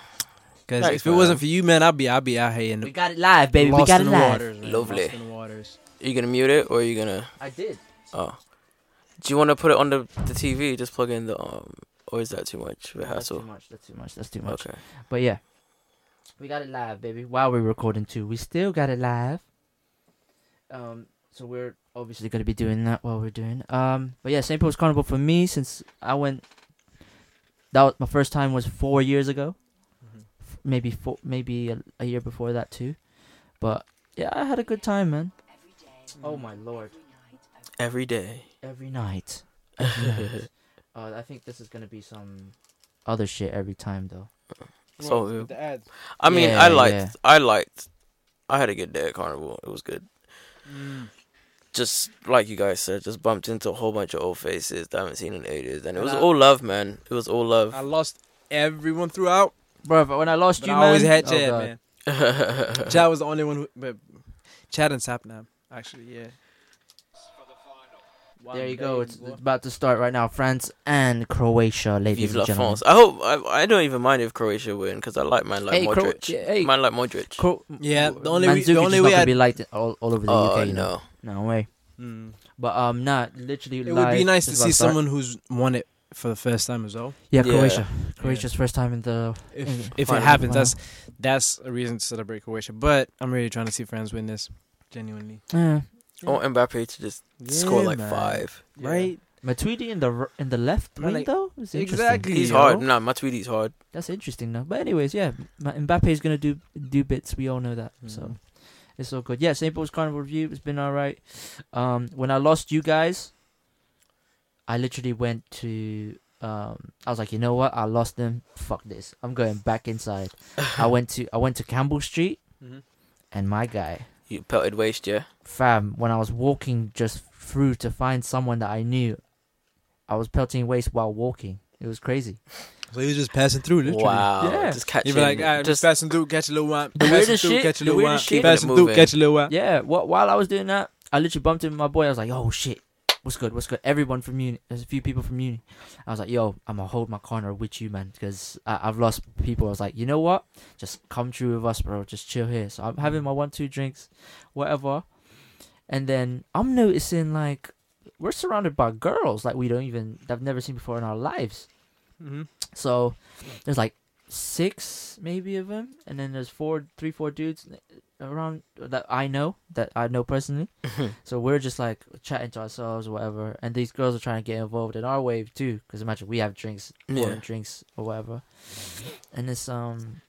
Because Thanks, if it man. wasn't for you, man, I'd be I'd be out here in the We got it live, baby. we lost got it in the live. waters, man. Lovely. Lost in the waters. are you gonna mute it or are you gonna? I did. Oh, do you want to put it on the the TV? Just plug in the um, or is that too much of a That's too hassle? much. That's too much. That's too much. Okay. But yeah, we got it live, baby. While we're recording too, we still got it live. Um, so we're obviously gonna be doing that while we're doing. Um, but yeah, St. Paul's Carnival for me since I went. That was my first time was four years ago, Mm-hmm. F- maybe four, maybe a, a year before that too, but yeah, I had a good time, man. Oh my lord! Every day. Every night, every night. Uh, I think this is gonna be some other shit every time though. So, Well, with the ads. I mean, Yeah, I liked. yeah. I liked. I had a good day at carnival. It was good. Mm. Just like you guys said, just bumped into a whole bunch of old faces that I haven't seen in ages, and it And was I- all love, man. It was all love. I lost everyone throughout. Bro, when I lost But you, I always man- had Oh, Chad, God. man. Chad was the only one who but Chad and Sapnam, actually, yeah. There you go. It's about to start right now. France and Croatia, ladies Vive la and gentlemen. France! I hope I, I don't even mind if Croatia win because I like man like Hey, Cro- Modric. yeah, hey. Man like Modric. Cro- Yeah, the only Mandzukic re- the only is not way gonna I'd- be liked all, all over the oh UK. you know? no! no way. Mm. But um, not literally. It would be live nice to is about see start. someone who's won it for the first time as well. Yeah, Yeah. Croatia. Croatia's first time in the. If Mm. if Fine. Mm-hmm. it happens, Wow. that's that's a reason to celebrate Croatia. But I'm really trying to see France win this, genuinely. eh, Yeah. I want Mbappe to just score like five. Yeah. right? Matuidi in the r- in the left Right, wing like, though. It's interesting. Exactly. He's yo. hard. Nah, Matuidi's hard. That's interesting though. But anyways, yeah, M- Mbappe is gonna do do bits. We all know that. So Mhm. it's all good. Yeah, St. Paul's Carnival review. It's been all right. Um, when I lost you guys, I literally went to. Um, I was like, you know what? I lost them. Fuck this. I'm going back inside. I went to I went to Campbell Street, Mhm. and my guy, You pelted waste, yeah. fam, when I was walking just through to find someone that I knew, I was pelting waste while walking. It was crazy. So he was just passing through, literally. Wow. Yeah. Just catching. He'd be like, uh, "Alright, just just passing through, catch a little one. The Passing weirdest through, shit- catch a the little one. weirdest shit- Passing Keeping it through, moving. catch a little one. Yeah, wh- while I was doing that, I literally bumped into my boy. I was like, "Yo, shit, what's good? What's good?" Everyone from uni. There's a few people from uni. I was like, "Yo, I'm gonna hold my corner with you, man, because I've lost people." I was like, "You know what? Just come through with us, bro. Just chill here." So I'm having my one, two drinks, whatever, and then I'm noticing like we're surrounded by girls like we don't even that I've never seen before in our lives. Mm-hmm. So there's like six maybe of them, and then there's four, three, four dudes around that I know that I know personally. so we're just like chatting to ourselves or whatever, and these girls are trying to get involved in our wave too. Because imagine we have drinks, Yeah. yeah. drinks or whatever, and this um,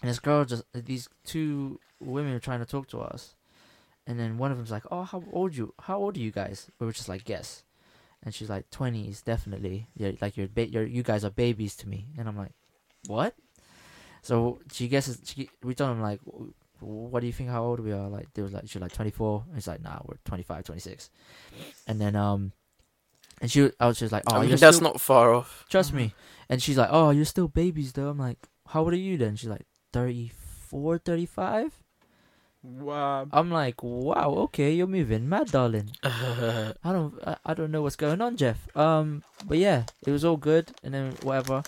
and this girl just these two women are trying to talk to us, and then one of them's like, "Oh, how old you? How old are you guys?" We were just like, "Guess." And she's like, twenties, definitely. You're, like you're, ba- you're, you guys are babies to me. And I'm like, what? So she guesses. She, we told him like, "W- what do you think? How old we are? Like, they was like, she's like 24. And he's like, nah, we're 25, 26. And then um, and she, I was just like, oh, I mean, you're that's still, not far off. trust me. And she's like, oh, you're still babies though. I'm like, how old are you then? She's like, 34, 35. Wow. I'm like, wow, okay, you're moving mad, darling. I don't, I, I don't know what's going on, Jeff. Um, but yeah, it was all good, and then whatever,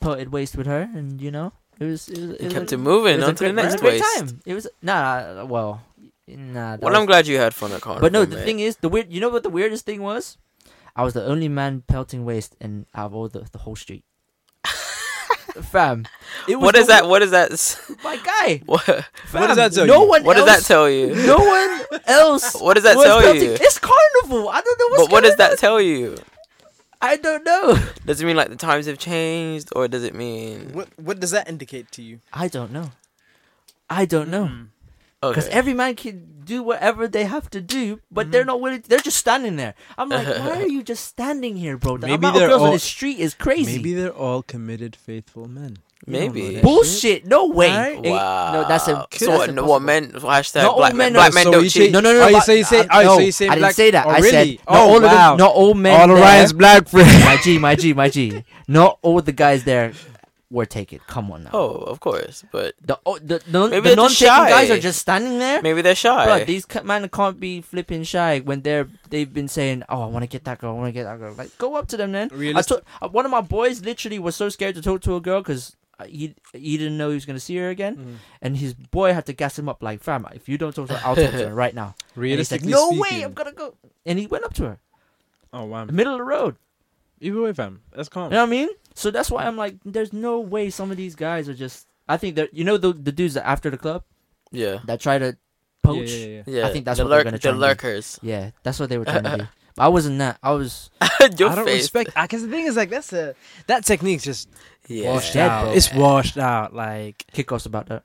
potted waste with her, and you know, it was, it was, it You was kept a, it moving was a on to the great- next it was a great waste. time. It was nah, well, nah. that Well, was- I'm glad you had fun at Carnival. but no, the mate. thing is, the weird. You know what the weirdest thing was? I was the only man pelting waste in out of all the the whole street. Fam, it was What the is that? What is that? w- My guy. What, Fam, does that tell no you? one. what does else, that tell you? No one else. What does that was tell pelting- you? It's carnival. I don't know what's But what does going that tell you? on. I don't know. Does it mean like the times have changed, or does it mean? What What does that indicate to you? I don't know. I don't know. Because Hmm. Okay. Hmm. every man can do whatever they have to do, but they're not willing. They're just standing there. I'm like, why are you just standing here, bro? The Maybe amount of they're girls on all- the street is crazy. Maybe they're all committed, faithful men. Maybe. Bullshit. No way. Right? Eh, Wow. No, that's a. so what, that's what impossible. men hashtag Not all black men, men are- black men so don't you cheat. say- No, no, no. Oh, you but- say- you say- I, oh, so no, you say I didn't black- say that. oh, I really? said not Oh, all wow. of them. Not all men. All there, Orion's black friend. My G, my G, my G. Not all the guys there were taken. Come on now. Oh, of course, but The oh, the, the, Maybe the they're just non-taken guys shy. are just standing there. maybe they're shy. Bro, these ca- man can't be flipping shy when they're they've been saying, "Oh, I want to get that girl, I want to get that girl." Like, go up to them, then. I Realist- took uh, one of my boys. Literally, was so scared to talk to a girl because he he didn't know he was gonna see her again, Mm-hmm. and his boy had to gas him up like, "Fam, if you don't talk to her, I'll talk to her right now." And he's like, Realistically "No speaking. way, I'm gonna go." And he went up to her, Oh wow. the middle of the road. Either way, fam. That's calm. You know what I mean? So that's why I'm like, there's no way some of these guys are just. I think that you know the the dudes that after the club yeah, that try to Yeah, poach. yeah, yeah. yeah. think that's the what lurk- they're gonna the try and do. lurkers. Yeah, that's what they were trying to do. But I wasn't that. I was. Your I don't face. respect. Because the thing is, like, that's a that technique's just yeah. Washed washed dead, out. bro. It's washed out. Like, Kickoffs about that.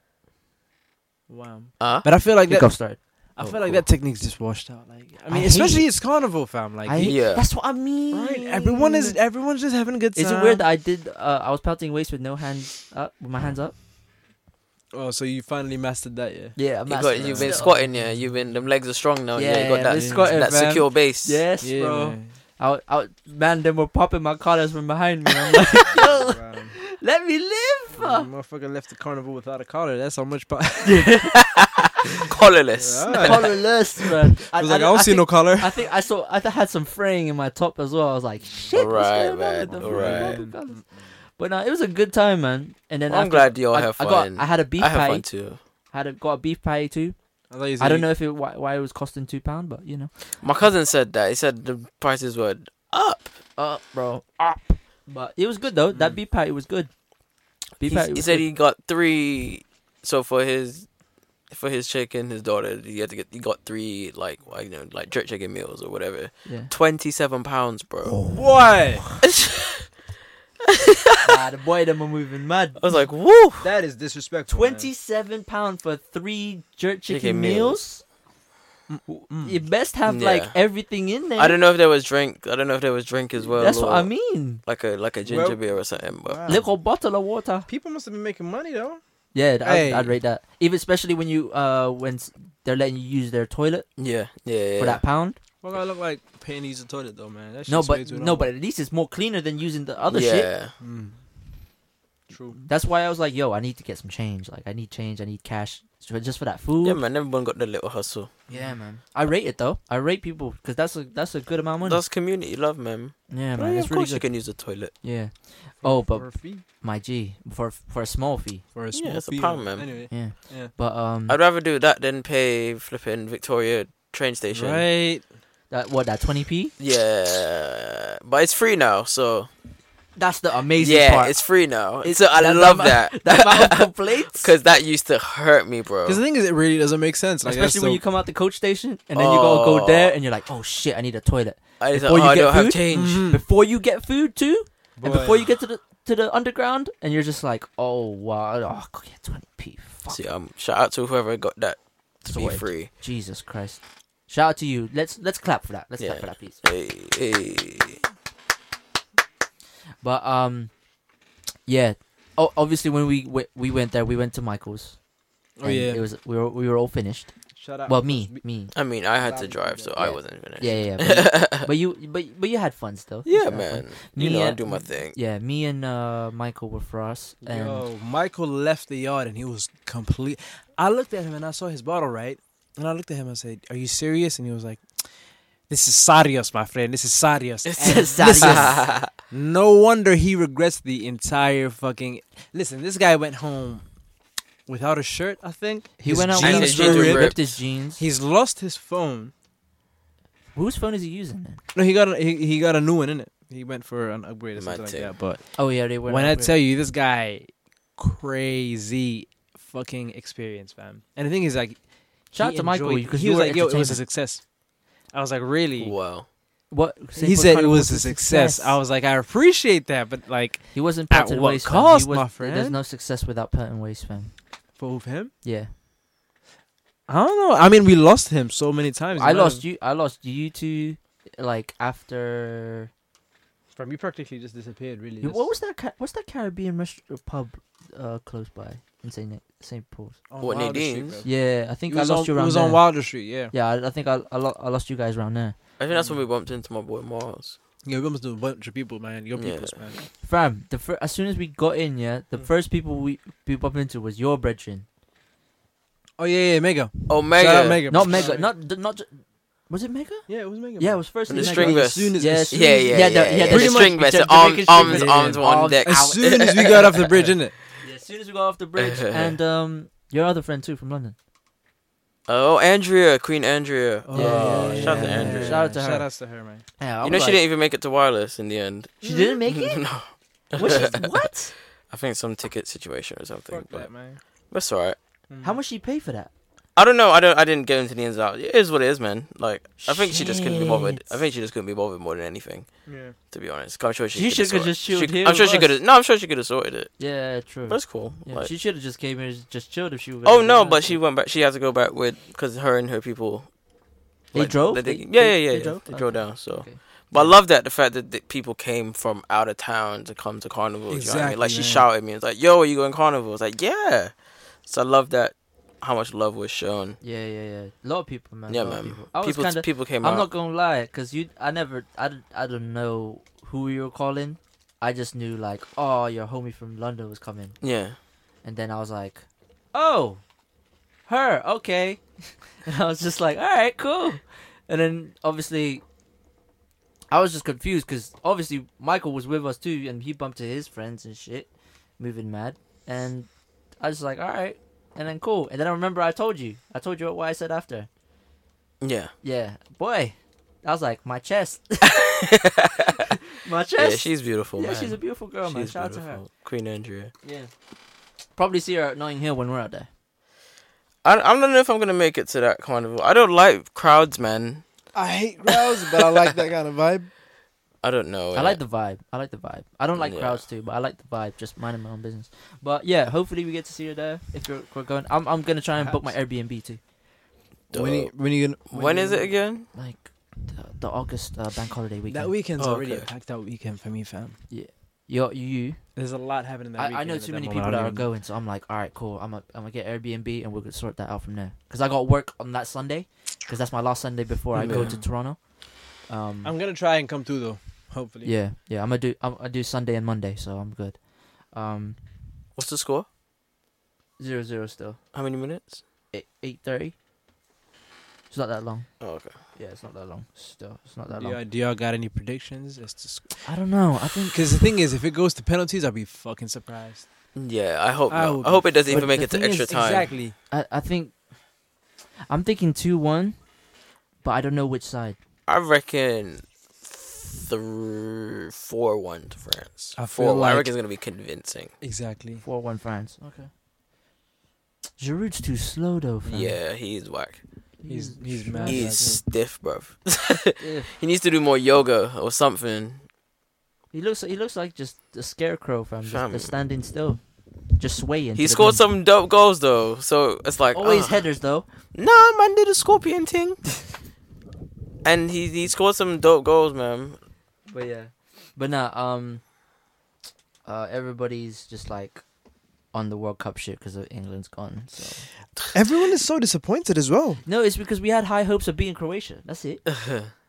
wow. Huh? But I feel like that. Kickoff started. I Oh, feel like cool. that technique's just washed out. Like, I I mean, hate especially it. it's carnival, fam. Like, I, Yeah. That's what I mean. right? Everyone is everyone's just having a good time. Is it weird that I did? Uh, I was pelting waste with no hands up, with my hands up. Oh, so you finally mastered that, yeah? Yeah, You got, you've been squatting, yeah. You've been them legs are strong now. Yeah, Yeah, you got yeah, that been squatting, that fam. secure base. Yes, yeah, bro. man. I, I, man, them were popping my collars from behind me. I'm like, yo, Wow. let me live. Motherfucker left the carnival without a collar. That's how much. Po- I collarless. Yeah. Collarless, man. I, was like, I don't see think, no collar. I think I saw. I th- had some fraying in my top as well. I was like, shit. what's Right, going man, On with the fucking right. popping collars? But no, it was a good time, man. And then Well, I'm after- glad you all I, have I fun. got. I had a beef I have patty. fun too. had a, got a beef patty too. I, thought you said I don't you- know if it why, why it was costing two pound, but you know. My cousin said that. He said the prices were up. Uh, bro, Mm. up. But it was good though. That beef patty was good. Beef He, patty. he was said good. he got three. So for his for his chick and his daughter, he had to get he got three like like, you know like jerk chicken meals or whatever. Yeah. Twenty seven pounds, Oh. bro. What? ah, the boy them are moving mad. I was like, woo. That is disrespectful. Twenty-seven pound for three jerk chicken, Chicken meals. Mm, You best have like Yeah. everything in there. I don't know if there was drink. I don't know if there was drink as well. That's what or I mean. Like a like a ginger Well- beer or something, but Wow. Little bottle of water. People must have been making money though. Yeah, I'd, Hey. I'd rate that. Even especially when you uh when s- they're letting you use their toilet yeah, yeah, yeah. for that pound. Well, I look like panties and toilet though, man. That No, shit's way but too no, long. but at least it's more cleaner than using the other yeah. shit. Mm. True. That's why I was like, yo, I need to get some change. Like, I need change. I need cash So just for that food. Yeah, man. Everyone got the little hustle. Yeah, man. I rate it though. I rate people because that's a that's a good amount of money. That's community love, man. yeah, Oh, man. yeah, It's of really course you good. can use the toilet. Yeah, Oh, but- for a fee, my G for for a small fee. for a Yeah, small it's a fee, pound, though. man. Anyway, Yeah, yeah. but um, I'd rather do that than pay flipping Victoria train station. Right. that what that twenty p? Yeah, but it's free now, so That's the amazing yeah, part. it's free now. It's- so I that- that love ma- that that amount of complaints. because that used to hurt me, bro. Because the thing is, it really doesn't make sense. Like, Especially that's when so- you come out the coach station and then you gotta go Oh. there and you're like, oh shit, I need a toilet. I just before like, oh, you I get don't have food, change. Mhm. Before you get food too, and Boy. before you get to the to the underground, and you're just like, oh wow, oh, go get twenty p. Fuck, See, um, shout out to whoever got that to be Sorted. free. Jesus Christ. Shout out to you. Let's let's clap for that. Let's Yeah. clap for that, please. Hey, hey. But um, yeah. Oh, obviously when we we, we went there, we went to Michael's. oh and yeah, It was we were we were all finished. shout out. Well, me me. I mean, I had to Allowed drive, to so go. I Yeah. wasn't finished. Yeah, yeah. yeah, But, but you but but you had fun still. You Yeah, had fun. man. You Me know, I and- do my thing. Yeah, me and uh Michael were for us, and Yo, Michael left the yard and he was complete. I looked at him and I saw his bottle, right? And I looked at him and I said, "Are you serious?" And he was like, "This is Sarios, my friend. This is Sarios." It's And Sarios. listen, no wonder he regrets the entire fucking. Listen, this guy went home without a shirt. I think he His went out jeans with jeans his were jeans, were ripped. ripped. ripped his jeans. He's lost his phone. Whose phone is he using? Then? No, he got a, he, he got a new one in it. He went for an upgrade or My something like tip. that. But Oh yeah, they were. when I tell you this guy, crazy fucking experience, fam. And the thing is, like, shout out he to Michael enjoyed- because he you was were like, "Yo, it was a entertainment. success." I was like, "Really?" Wow. what He said it was a success. I was like, "I appreciate that," but like, He wasn't At put in what waste. fam. cost, he was, my There's friend? no success without put in waste, fam. for him, Yeah, I don't know. I mean, we lost him so many times. I lost you. I lost you two. Like after From you practically just disappeared. Really. what was that? Ca- what's that Caribbean rest- uh, pub uh, close by in Saint Nic- Saint Paul's? What, Nadine's? Yeah, I think It I was, lost on, you it around was there. on Wilder Street, yeah. yeah, I, I think I I, lo- I lost you guys around there. I think that's when we bumped into my boy Miles. Yeah, we almost do a bunch of people, man. Your Yeah. peoples, man. Fam, the fir- as soon as we got in, yeah, the Mm. first people we we bumped into was your brethren. Oh yeah, yeah, Mega. Oh, Shout out Mega. Mega. Not Mega, not the- not. ju- Was it Mega? yeah, it was Mega. Yeah, it man. was first. And the Mega. string vest. soon as- Yeah, as soon Yeah, as- yeah, yeah, yeah. the- yeah, yeah, the string the string- vest, the- the the arms, biggest string arms, vest. arms, one Arms deck. As out. soon as we got off the bridge, innit? Yeah, as soon as we got off the bridge, and um, your other friend too from London. Oh, Andrea, Queen Andrea. Oh, Yeah, yeah, shout out to yeah. Andrea. Shout out to her. Shout outs to her, man. Yeah, I You was know she like- didn't even make it to wireless in the end. She didn't make it. no, Was she- what? I think some ticket situation or something. Fuck but that, man. Mm. that's alright. How much she pay for that? I don't know. I don't. I didn't get into the ins and outs. It is what it is, man. Like I think she just couldn't be bothered. Shit. I think she just couldn't be bothered more than anything. Yeah. To be honest, I'm sure she. She could've should have sorted- just she- chilled here. I'm sure she with could us. have. No, I'm sure she could have sorted it. Yeah, true. That's cool. Yeah, like, she should have just came here, just chilled if she. was oh no, but she went back. She had to go back with because her and her people. They like, drove? they- They- yeah, yeah, they- yeah. yeah. they They drove? drove, Okay. down. So, Okay. but I love that the fact that, that people came from out of town to come to carnival. do you know what I mean? Exactly, Like she man. shouted at me, "It's like, yo, are you going carnival?" I was like, "Yeah." So I love that how much love was shown. Yeah, yeah, yeah. A lot of people, man. yeah, a lot of man. People. I People, was people, kind of. came I'm out. not gonna lie, cause you. I never. I. d- I don't know who you were calling. I just knew like, oh, your homie from London was coming, yeah. and then I was like, oh, her. Okay. and I was just like, all right, cool. And then obviously, I was just confused because obviously Michael was with us too, and he bumped to his friends and shit, moving mad. And I was like, all right. And then cool. And then I remember I told you. I told you what I said after. Yeah, Yeah, boy, I was like my chest, my yeah, chest. she's beautiful. Yeah, man. she's a beautiful girl, man. She's Shout out to her. beautiful. Queen Andrea. Yeah, probably see her at Notting Hill when we're out there. I I don't know if I'm gonna make it to that carnival. I don't like crowds, man. I hate crowds, but I like that kind of vibe. I don't know. I like the vibe. I like the vibe. I don't like Yeah. crowds too, but I like the vibe. Just minding my own business. But yeah, hopefully we get to see you there. If you're we're going, I'm I'm gonna try and book my Airbnb too. Dope. When you, when you gonna? when is it again? Like the, the August uh, bank holiday weekend. That weekend's Oh, already a okay. packed out weekend for me, fam. You're, you you. There's a lot happening that I, I weekend know at too that many moment. people I that don't are even- going, so I'm like, all right, cool. I'm gonna I'm gonna get Airbnb and we're gonna sort that out from there. Cause I got work on that Sunday, cause that's my last Sunday before I go Yeah. to Toronto. Um, Mm. I'm gonna try and come through though. Hopefully. yeah, yeah. I'm gonna do I'm, I do Sunday and Monday, so I'm good. Um, What's the score? zero zero still. How many minutes? Eight eight thirty. It's not that long. Oh, okay. Yeah, it's not that long. Still, it's not that Do long. y'all, do y'all got any predictions? I don't know. I think Because the thing is, if it goes to penalties, I'll be fucking surprised. Yeah, I hope. I not. would I hope it doesn't but even make the it to thing is, extra time. Exactly. I, I think I'm thinking two one, but I don't know which side. I reckon three, four, one to France. I feel four, I like- reckon it's gonna be convincing. Exactly. Four one France. Okay. Giroud's too slow though. Fam. Yeah, he's whack. He's- he's mad. He's that's it. stiff, bruv. Yeah. He needs to do more yoga or something. He looks. He looks like just a scarecrow fam. Just, Fam. just standing still, just swaying. He to the scored wind. some dope goals though, so it's like Always uh, headers though. Nah, man did a scorpion thing, and he he scored some dope goals, man. But yeah. But nah. Um. Uh, everybody's just like on the World Cup shit because England's gone. So Everyone is so disappointed as well. no, it's because we had high hopes of beating Croatia. That's it.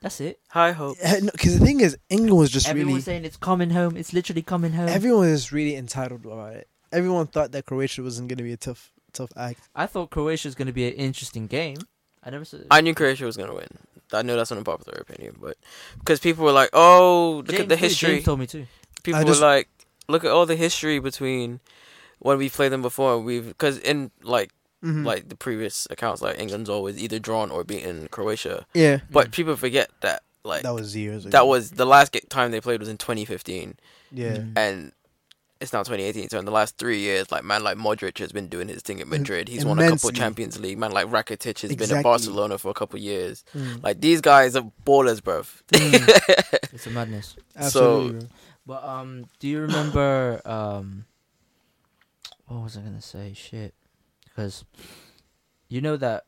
That's it. High hope. Because Eh, the thing is, England was just Everyone's really, saying it's coming home. It's literally coming home. everyone is really entitled about it. Everyone thought that Croatia wasn't going to be a tough, tough act. I thought Croatia was going to be an interesting game. I never said. I knew Croatia was gonna win. I know that's an unpopular opinion, but because people were like, "Oh, look at the history." James told me too. people I just- were like, look at all the history between when we played them before. and We've because in like Mhm. like the previous accounts, like England's always either drawn or beaten Croatia, yeah, Mm. but people forget that like Hmm. that was years. Ago. that was the last ga- time they played was in 2015, yeah. Mm. and. It's now 2018, so in the last three years, like man, like Modric has been doing his thing at Madrid. He's won a couple immensely. Champions League. Man, like Rakitic has been Exactly. at Barcelona for a couple years. Mm. Like these guys are ballers, bruv. It's a madness. Absolutely. But um, do you remember um, what was I gonna say? Shit, because you know that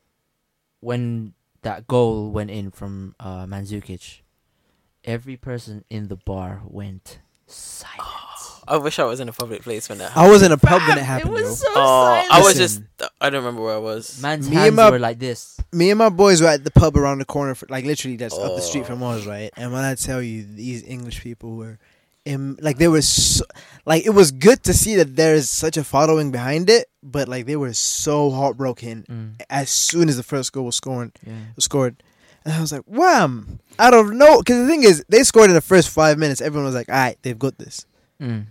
when that goal went in from uh, Mandzukic, every person in the bar went silent. I wish I was in a public place when that happened. I was in a pub when it happened. yo. so Oh, I was just Listen. I don't remember where I was. Man's Me and hands my- were like this. Me and my boys were at the pub around the corner, for, like literally that's up the Oh. street from ours, right? And when I tell you, these English people were, Im- like they were, so, like it was good to see that there is such a following behind it, but like they were so heartbroken Mm, as soon as the first goal was scored. yeah. Scored, and I was like, "Wham!" Out of no, because the thing is, they scored in the first five minutes. Everyone was like, "All right, they've got this." Mm.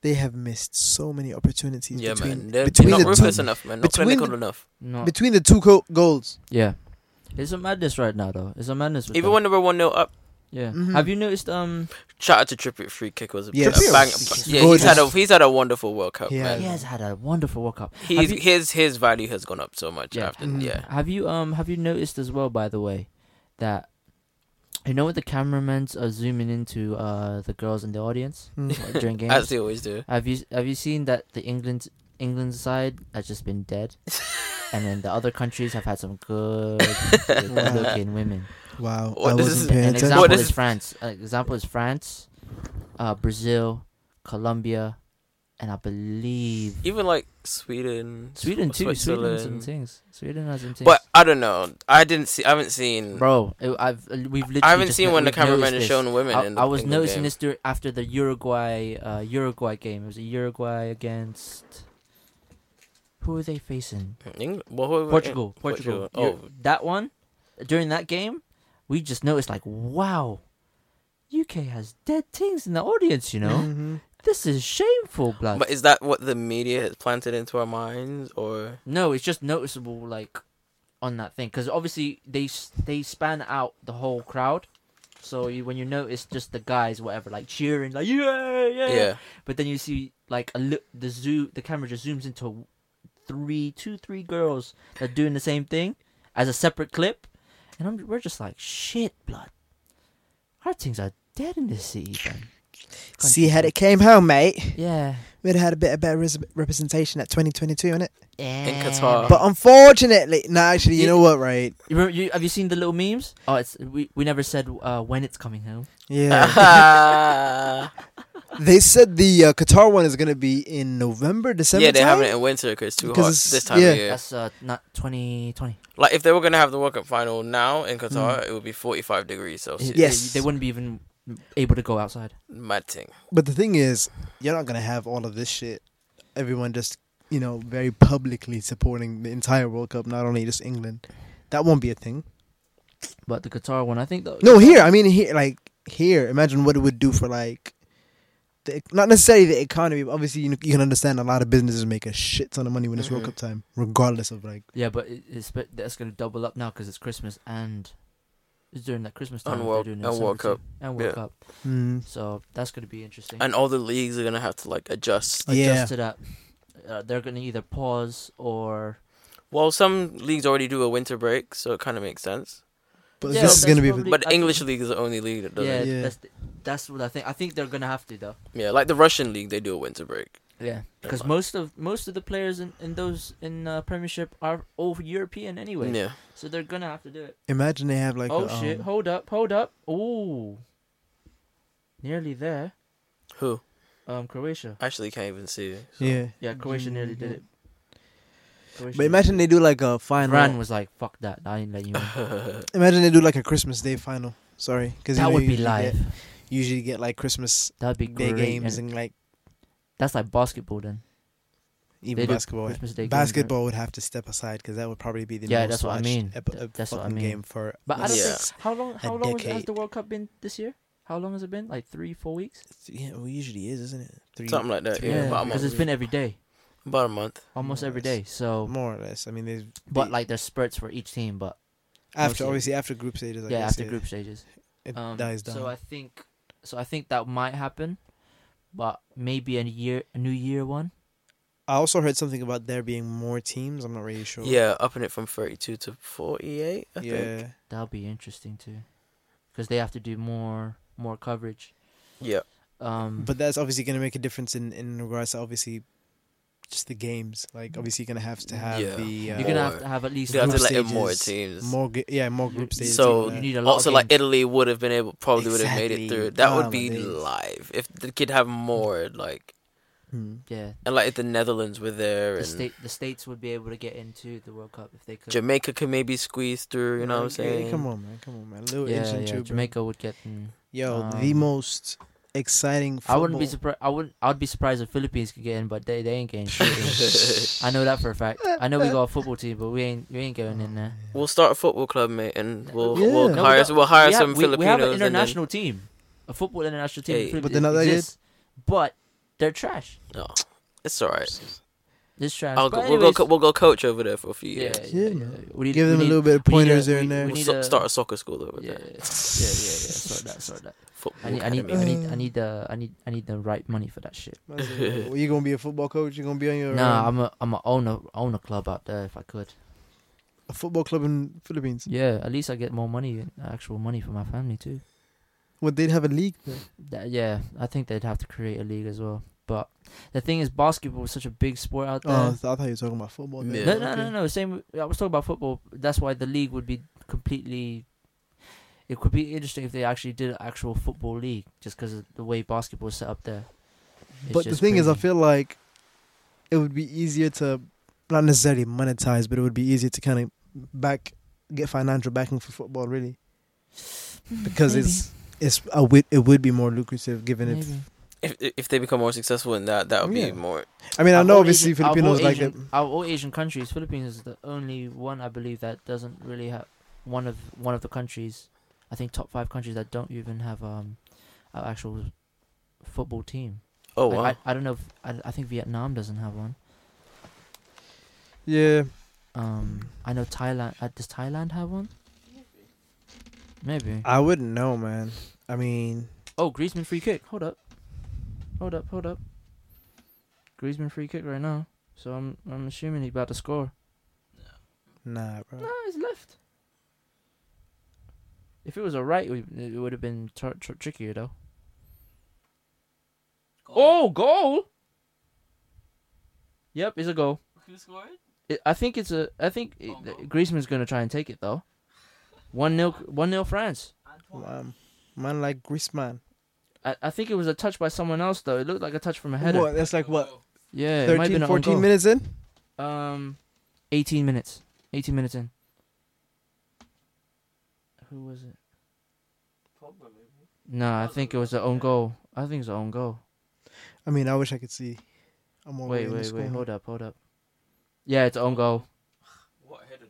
They have missed so many opportunities yeah, between man. They're, between they're not the ruthless two, enough, man. Not between clinical the- enough. No. between the two co- goals. yeah. It's a madness right now, though. It's a madness. With Even them. when they were one 0 up, yeah. Mhm. Have you noticed? Um, shout out to Trippier free kick was a, Yeah, a Trippier bang. was Yeah, he's had a gorgeous. he's had a wonderful World Cup, Yeah. man. he has had a wonderful World Cup. He's, Have you- his his value has gone up so much Yeah. after Mhm. yeah. Have you um have you noticed as well by the way that you know what the cameramans are zooming into uh the girls in the audience Mm. like, during games? As they always do. have you have you seen that the England England side has just been dead, and then the other countries have had some good looking women. Wow, What, I this wasn't is- paying An attention. example What is, is- France. An example is France, uh, Brazil, Colombia, and I believe Even like Sweden, Sweden Sw- too. Sweden has some Switzerland. things. Sweden has some things. But I don't know. I didn't see. I haven't seen. Bro, it- I've uh, we've literally. I haven't just seen no- when the we've noticed cameraman is this. showing women. I, in the I was England noticing game. this dur- after the Uruguay uh, Uruguay game. It was a Uruguay against who were they facing? England, well, who- Portugal. Portugal. Oh, Ur- that one during that game, we just noticed like, wow, UK has dead things in the audience. You know, Mhm. this is shameful, blood. but is that what the media has planted into our minds, or No, it's just noticeable, like on that thing, because obviously they s- they span out the whole crowd. So you, when you notice just the guys, whatever, like cheering, like yeah, yeah, yeah. yeah? But then you see like a look, the zoo, the camera just zooms into three, two, three girls that doing the same thing as a separate clip, and I'm, we're just like, shit, blood. Our things are dead in this city, fam. See how it came home, mate. Yeah. We'd have had a bit of better res- representation at 2022, innit? Yeah. Qatar. But unfortunately, no, actually, you Yeah. know what, right? You, remember, you have you seen the little memes? Oh, it's we, we never said uh, when it's coming home. Yeah. Uh, they said the uh, Qatar one is going to be in November, December. yeah, they time? have it in winter because it's too Because hot it's- this time yeah. of year. That's uh, not 2020. Like if they were gonna have the World Cup final now in Qatar, it would be 45 degrees Celsius. It- Mm. Yes. they, wouldn't be even able to go outside. Mad thing. But the thing is, you're not going to have all of this shit. Everyone just, you know, very publicly supporting the entire World Cup, not only just England. That won't be a thing. But the Qatar one, I think though. No, here. I mean, here, like here. Imagine what it would do for like, the, e, not necessarily the economy. But obviously, you, you can understand a lot of businesses make a shit ton of money when it's World Mhm. Mm-hmm. Cup time, regardless of like. Yeah, but it, it's but that's gonna double up now because it's Christmas and it's during that Christmas time. And they're World- doing it and in World December too. and World Yeah. Cup. Mm. So that's gonna be interesting. And all the leagues are gonna have to like adjust. Adjust Yeah. to that. Uh, they're gonna either pause or Well, some leagues already do a winter break, so it kind of makes sense. But Yeah, this is that's gonna be. probably- But I think- English league is the only league that yeah, doesn't. Yeah. That's the, that's what I think. I think they're gonna have to though. Yeah. like the Russian league, they do a winter break. Yeah, because fine. most of most of the players in, in those in uh, Premiership are all European anyway, Yeah, so they're gonna have to do it. Imagine they have like. oh a, shit! um, Hold up! Hold up! Ooh, nearly there. who? Um, Croatia. Actually, can't even see. it, so- Yeah. Yeah, Croatia nearly did it. Croatia But nearly imagine did they do like a it. final. Iran was like, "Fuck that! I ain't letting you." In. Imagine they do like a Christmas Day final. Sorry, because that would be live. live. usually get like Christmas That would be Day great. games and and like that's like basketball then. even do basketball. Christmas Day games, right? basketball would have to step aside because that would probably be the Yeah, most that's what I watched mean. ep- Th- ep- that's what I fucking mean. game for. But I don't Yeah. think how long how A long was- has decade. the World Cup been this year? How long has it been? Like three, four weeks? yeah, well, usually is, isn't it? Three, Something like that. Yeah, Yeah, about a because it's month. been every day, about a month. almost every day. So, more or less. I mean, there's but the- like there's spurts for each team, but after mostly- obviously after group stages, I yeah, guess after it, group stages. it Um, dies down. So I think, so I think that might happen, but maybe a year, a new year one. I also heard something about there being more teams. I'm not really sure. Yeah, upping it from 32 to 48. I think. yeah. That'll be interesting too, because they have to do more more coverage. Yeah. Um, But that's obviously going to make a difference in in regards to obviously just the games. Like obviously you're going to have to have Yeah. the uh, you're gonna have more- to have at least They have to group let in more stages, teams. more ga- yeah more group stages. So, and all you that. need a lot. also, of like games. Italy would have been able, probably would have made it Exactly. through. That Oh, would be my days. live if the kid have more like, Hmm. yeah, and like if the Netherlands were there the and state the states would be able to get into the World Cup if they could. Jamaica could maybe squeeze through. You know what I'm Like, hey, saying? Come on, man. Come on, man. Little inch yeah, and yeah, tube, bro. Jamaica would get. in. Yo, the Um, most exciting. I Football. wouldn't be surprised. I wouldn't. I'd be surprised if Philippines could get in, but they they ain't getting shit. in. I know that for a fact. I know we got a football team, but we ain't we ain't going in there. We'll start a football club, mate, and we'll Yeah. we'll No, hire we we'll hire we some have, we- Filipinos. We have an and then- international team, a football international team. in Hey. Philippines But they're not that good. exists, But they're trash. No, it's all right. It's trash. I'll go, But we'll go. anyways, co- We'll go coach over there for a few yeah, years. Yeah, yeah, yeah. man. We need- Give we them a need- little bit of we need a- pointers here and we- there. we We'll need so- a- start a soccer school over Yeah, yeah, yeah, there. yeah. Sort that, sort that. I Football need, I need, I academy. need, I need the, I need, I need the right money for that shit. Well, you gonna be a football coach? You gonna be on your Nah, um, I'm a, I'm a owner, own a club out there if I could. a football club in Philippines. Yeah, at least I get more money, actual money for my family too. Well, they'd have a league. There. That, yeah, I think they'd have to create a league as well. But the thing is, basketball is such a big sport out there. Oh, I thought you were talking about football. there. Yeah. Uh, No, no, no, Okay. no. Same. I was talking about football. That's why the league would be completely. It could be interesting if they actually did an actual football league, just because of the way basketball is set up there. It's But the just thing is, I crazy. feel like it would be easier to not necessarily monetize, but it would be easier to kind of back get financial backing for football, really, because Maybe. it's it's a wi- it would be more lucrative given if Maybe. If if they become more successful in that, that would be Yeah. more. I mean I Of know all obviously Asian- of all Filipinos like Asian, it. Out of all Asian countries, Philippines is the only one I believe that doesn't really have one of one of the countries. I think top five countries that don't even have um, an actual football team. Oh Like, wow! I, I don't know. If, I, I think Vietnam doesn't have one. Yeah, Um, I know Thailand. Uh, does Thailand have one? Maybe. I wouldn't know, man. I mean, Oh, Griezmann free kick. Hold up. Hold up. Hold up. Griezmann free kick right now. So I'm I'm assuming he's about to score. Nah, bro. No, he's left. If it was a right, we- it would have been tr- tr- trickier though. Oh, goal! Yep, it's a goal. Who scored? It, I think it's a. I think it, Oh, goal. Griezmann's gonna try and take it though. One 0 one 0 France. Man, man like Griezmann. I, I think it was a touch by someone else though. It looked like a touch from a header. What? That's like what? Yeah, it might have been an 13, own 14 goal. minutes in. Um, eighteen minutes. Eighteen minutes in. Who was it? No, I think it was the own goal. I think it's the own goal. I mean, I wish I could see. I'm all Wait, in wait, the wait. score. Hold up, hold up. Yeah, it's own goal. What header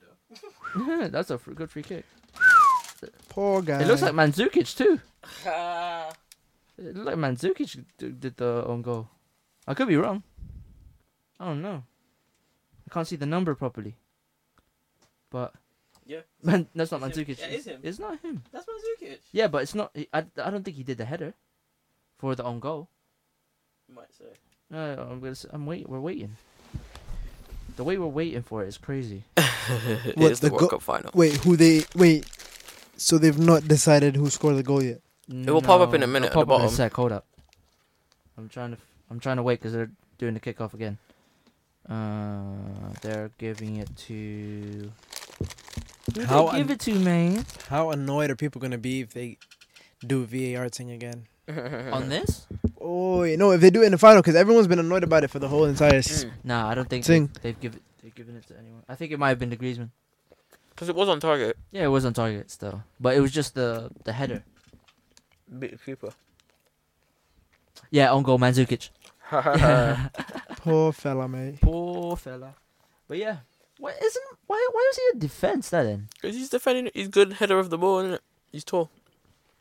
though? That's a fr- good free kick. Poor guy. It looks like Mandzukic too. Ah, It looked like Mandzukic d- did the own goal. I could be wrong. I don't know. I can't see the number properly. But Yeah. Man, that's not It's him. Mandzukic. Yeah, it is him. It's not him. that's Mandzukic. Yeah, but it's not. I, I don't think he did the header for the own goal. You might say. No, I'm gonna. s- I'm wait. We're waiting. The way we're waiting for it is crazy. What, it's the, the World go- Cup final. Wait, who they? Wait, so they've not decided who scored the goal yet? It will pop up in a minute at the Pop up in a bottom. sec. Hold up. I'm trying to. f- I'm trying to wait because they're doing the kickoff again. Uh, they're giving it to. Who How they give un- it to, man? How annoyed are people gonna be if they do VAR thing again? Uh, On this? Oh yeah, no, if they do it in the final, because everyone's been annoyed about it for the whole entire. s- Hmm. Nah, I don't think Ting. they've, they've given. They've given it to anyone. I think it might have been the Griezmann. Because it was on target. Yeah, it was on target still, but it was just the the header. Beat the keeper. Yeah, on goal, Mandzukic. Mm. Poor fella, mate. Uh-huh. Poor fella. But yeah, why isn't why why was he a defense that then? Because he's defending. He's good header of the ball, is He's tall.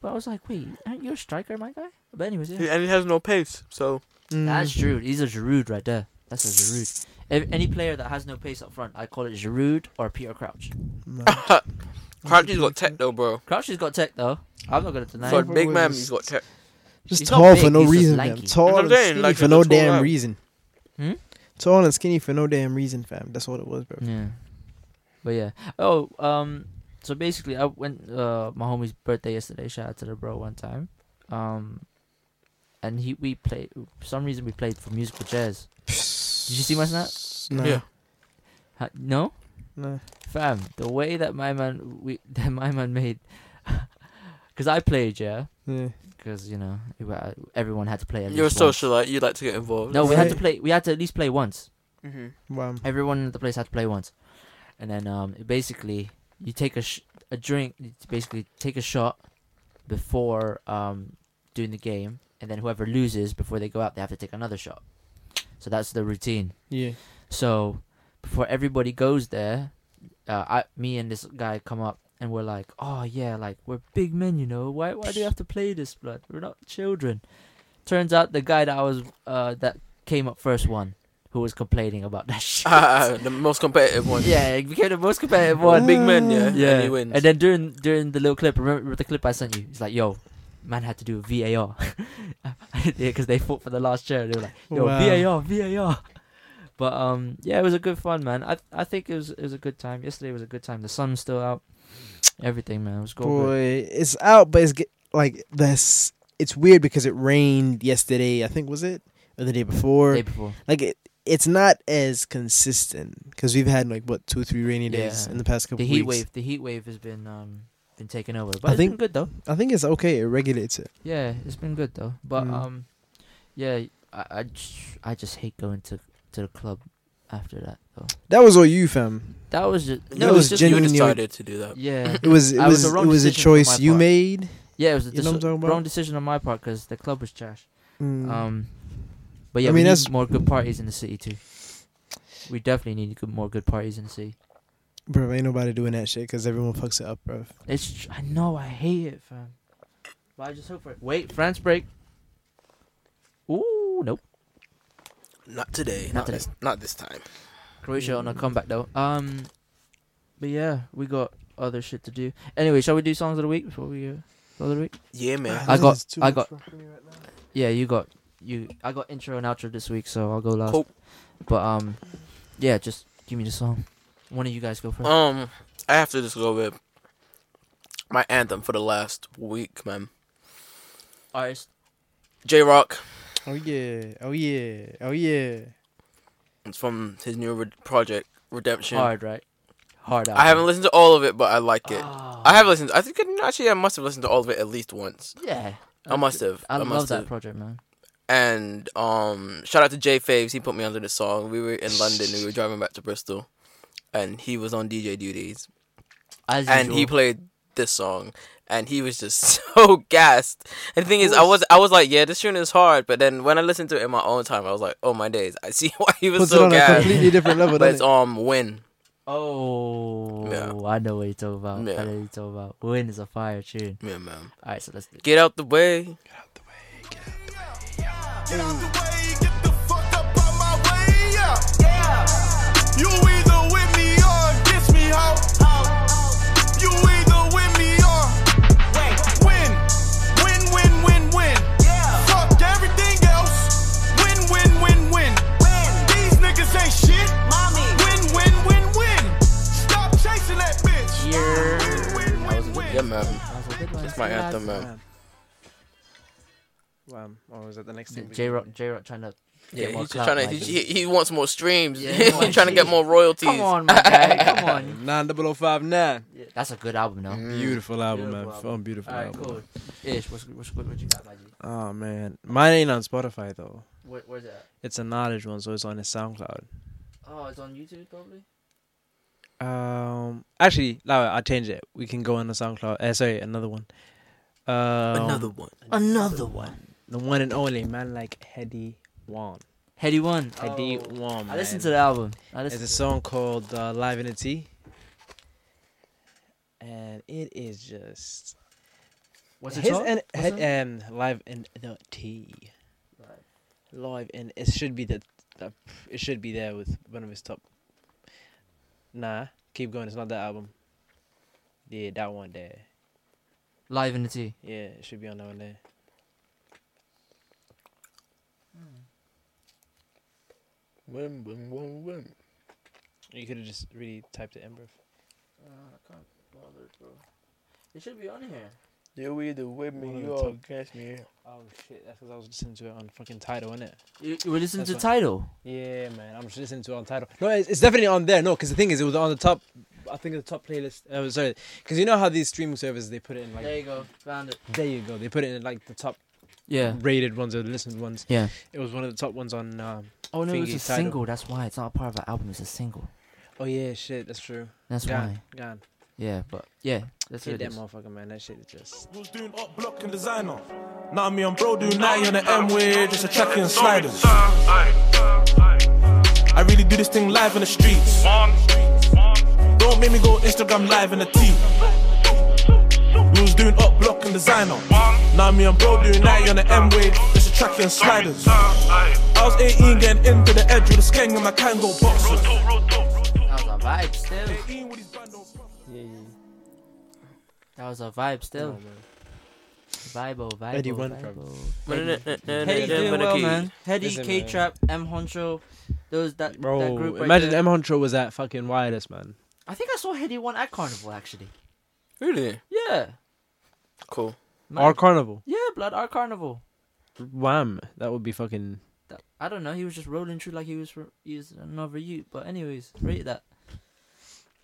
But I was like, wait, aren't you a striker, my guy? But anyways, yeah. And he has no pace, so. Mm. That's Giroud. He's a Giroud right there. That's a Giroud. If, any player that has no pace up front, I call it Giroud or Peter Crouch. No. Crouchy's got tech though, bro. Crouch has got tech though. I'm not gonna deny. For Sorry. it. Over big with man, his- he's got tech. Just He's not tall for big, no he's just reason, fam. lanky. Tall I'm and saying, skinny like, for he's no a tall damn lad. reason. Hmm? Tall and skinny for no damn reason, fam. That's all it was, bro. Yeah. But yeah. Oh, um. So basically, I went uh my homie's birthday yesterday. Shout out to the bro one time. Um, and he we played. For some reason, we played for musical chairs. Did you see my snap? Nah, Yeah. Ha- no. nah. Fam, the way that my man we that my man made, because I played, yeah, Yeah. because you know it wa- everyone had to play. At You're a least once. socialite. You like to get involved. No, we had to Right. play. We had to at least play once. Mm-hmm. Wow. Everyone in the place had to play once, and then um, it basically you take a sh- a drink, you t- basically take a shot before um doing the game, and then whoever loses before they go out, they have to take another shot. So that's the routine. Yeah. So before everybody goes there, uh, I, me and this guy come up and we're like, "Oh yeah, like we're big men, you know. Why why do you have to play this blood? We're not children." Turns out the guy that I was uh, that came up first one, who was complaining about that shit. Ah, the most competitive one. yeah, it became the most competitive One one. big man, yeah. Yeah, And he wins. and then during during the little clip, remember the clip I sent you? It's like, yo, man had to do a VAR because they fought for the last chair. They were like, yo, VAR, Wow. VAR. But um, yeah, it was a good fun, man. I I think it was it was a good time. Yesterday was a good time. The sun's still out. Everything, man. It was cool. Boy, it's out, but it's get, like this. It's weird because it rained yesterday. I think was it or the day before. Day before. like it, it's not as consistent because we've had like what two, three rainy days Yeah. in the past couple The heat weeks. wave. The heat wave has been um been taken over. But I it's think- been good though. I think it's okay. It regulates it. Yeah, it's been good though. But Mm. um, yeah, I I just, I just hate going to to the club after that though. That was all you, fam. That was just You no, it it were- was was just you were genuinely- decided to do that. yeah, It was it That was was, the wrong it was a decision for my choice you part. made. yeah. It was a You know what I'm dis- talking about? wrong decision on my part because the club was trash. Mm. Um, but yeah, I we mean, need that's- more good parties in the city too. We definitely need good, more good parties in the city. bro, ain't nobody doing that shit because everyone fucks it up, bro. It's tr- I know I hate it, fam. But I just hope for it. Wait, France break. Ooh, nope. Not today. Not Not, today. this. Not this time. Croatia on a comeback though. Um, but yeah, we got other shit to do. Anyway, shall we do songs of the week before we go? Songs of the week. Yeah, man. I got- I got- Yeah, you got you I got intro and outro this week, so I'll go last. Cool. But um, yeah, just give me the song. One of you guys go first. Um, I have to just go with my anthem for the last week, man. Artist. J Rock. Oh yeah. Oh yeah. Oh yeah. It's from his new re- project, Redemption. Hard, right? Hard. I haven't listened to all of it, but I like it. Oh. I have listened. I think actually I must have listened to all of it at least once. Yeah. I must have. I, I, love must that have. project, man. And um, shout out to Jay Faves. He put me onto the song. We were in London. We were driving back to Bristol, and he was on DJ duties. As and usual. he played this song and he was just so gassed and the thing is i was i was like yeah this tune is hard but then when i listened to it in my own time i was like oh my days i see why he was Puts it so on a gassed completely different level. but it's doesn't it? um win Oh, Yeah. I know what you're talking about. Yeah. I know what you're talking about. Win is a fire tune. yeah man All right, so let's. get out the way Get out the way, get the fuck up out my way, yeah. You either with me or against me, ho. You either with me or win, win, win, win, win. Fuck everything else. Win, win, win, win. These niggas ain't shit. Win, win, win, win. Stop chasing that bitch. Win, win, that was a win, good win. yeah man That's a good one. that's my anthem man Wow. Oh, was that the next thing? we- J Rock, J Rock trying to. yeah Get more he's just clout, trying to Mike. he, he wants more streams Yeah, he's come on, trying to get G. more royalties Come on, my guy. Come on. Nine double oh five nine. That's a good album, though. Mm-hmm. Mm. Beautiful album, man. Beautiful Fun, beautiful All right, album. cool. Ish, what's what's good? What you got, Maggie? Oh man, mine ain't on Spotify though. Where, where's that? It's a knowledge one, so it's on his SoundCloud. Oh, it's on YouTube probably. Um, actually, no, I'll change it. We can go on the SoundCloud. Uh, sorry, another one. Um, another one Another one. the one and only man like Hedy Wan. Heady one. Hedy Oh. Wan. I listened man. to the album. I It's listened. a song called uh, "Live in a Tea," and it is just What's it his called? and What's he- um live in the tea. Live in it should be the, the it should be there with one of his top. Nah, keep going. It's not that album. Yeah, that one there. Live in the T. Yeah, it should be on that one there. Hmm. win win win win You could have just really typed it Ember. It should be on here. you either with me One of the or top- against me Oh shit, that's because I was listening to it on fucking title, innit? You, you were listening That's to what- title. Yeah, man. I'm just listening to it on title. No, it's, it's definitely on there. No, because the thing is, it was on the top. I think the top playlist. Uh, sorry, because you know how these streaming services they put it in like. you go. Found it. There you go. They put it in like the top Yeah. rated ones or the listened ones. Yeah. It was one of the top ones on. Um, Oh no, it's Thingy a title. single. That's why it's not a part of an album. It's a single. oh yeah, shit. That's true. That's Gone, why. gone. Yeah, but yeah, that's Hit what that it is. motherfucker, man. That shit is just. Was doing up block and designer. Now me and bro do 90 on the M with just a tracking and sliders. I really do this thing live in the streets. Don't make me go Instagram live in the T. We was doing up block and designer. Now me and bro do 90 on the M with just a tracking and sliders. I was 18 getting into the edge with a skeng and my Kango boxes. That was a vibe still. 18 with his bando props. Yeah, yeah. That was a vibe still. man. Vibo, vibo, Eddie one vibo. Hey, you doing well, man? yeah Heady, Listen, K man. Trap, M Honcho, those that that Bro, group. Right imagine there. M Honcho was at fucking Wireless, man. I think I saw Heady one at Carnival actually. really Yeah. cool Man. Or Carnival. Yeah, blood. Our Carnival. Wham! That would be fucking. That- I don't know. He was just rolling through like he was fro- he was another youth. But anyways, rate that.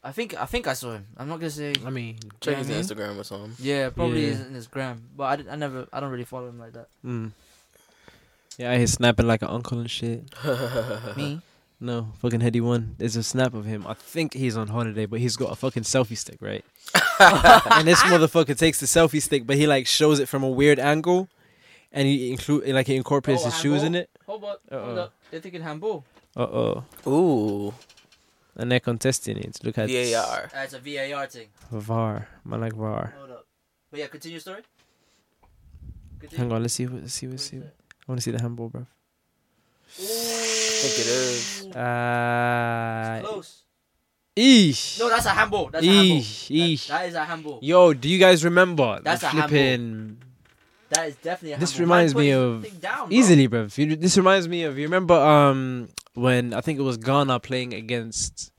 I think I think I saw him. I'm not gonna say. I mean, check Yeah, his I mean- instagram or something Yeah, probably Yeah. is in his gram. But I, did, I never. I don't really follow him like that. mm. yeah, he's snapping like an uncle and shit. Me. No, fucking heady one. There's a snap of him. I think he's on holiday, but he's got a fucking selfie stick, right? and this motherfucker takes the selfie stick, but he like shows it from a weird angle, and he include like he incorporates Oh, his shoes in handball? it. Hold up. hold Uh-oh. up. They're thinking handball. Uh oh, ooh and they're contesting it. Look at var Uh, it's a VAR thing. VAR. Man, like VAR. Hold up. But yeah, continue story. Hang on, let's see. What, let's see. Let's see. Ooh. I want to see the handball, bro. think it is. Uh, Close. eesh. No, that's a handball. That's a handball. eesh. Eesh. That, that is a handball. Yo, do you guys remember That's a the handball. flipping That is definitely. A This humble- reminds Man me put of thing down, bro. Easily, bro. This reminds me of you remember um when I think it was Ghana playing against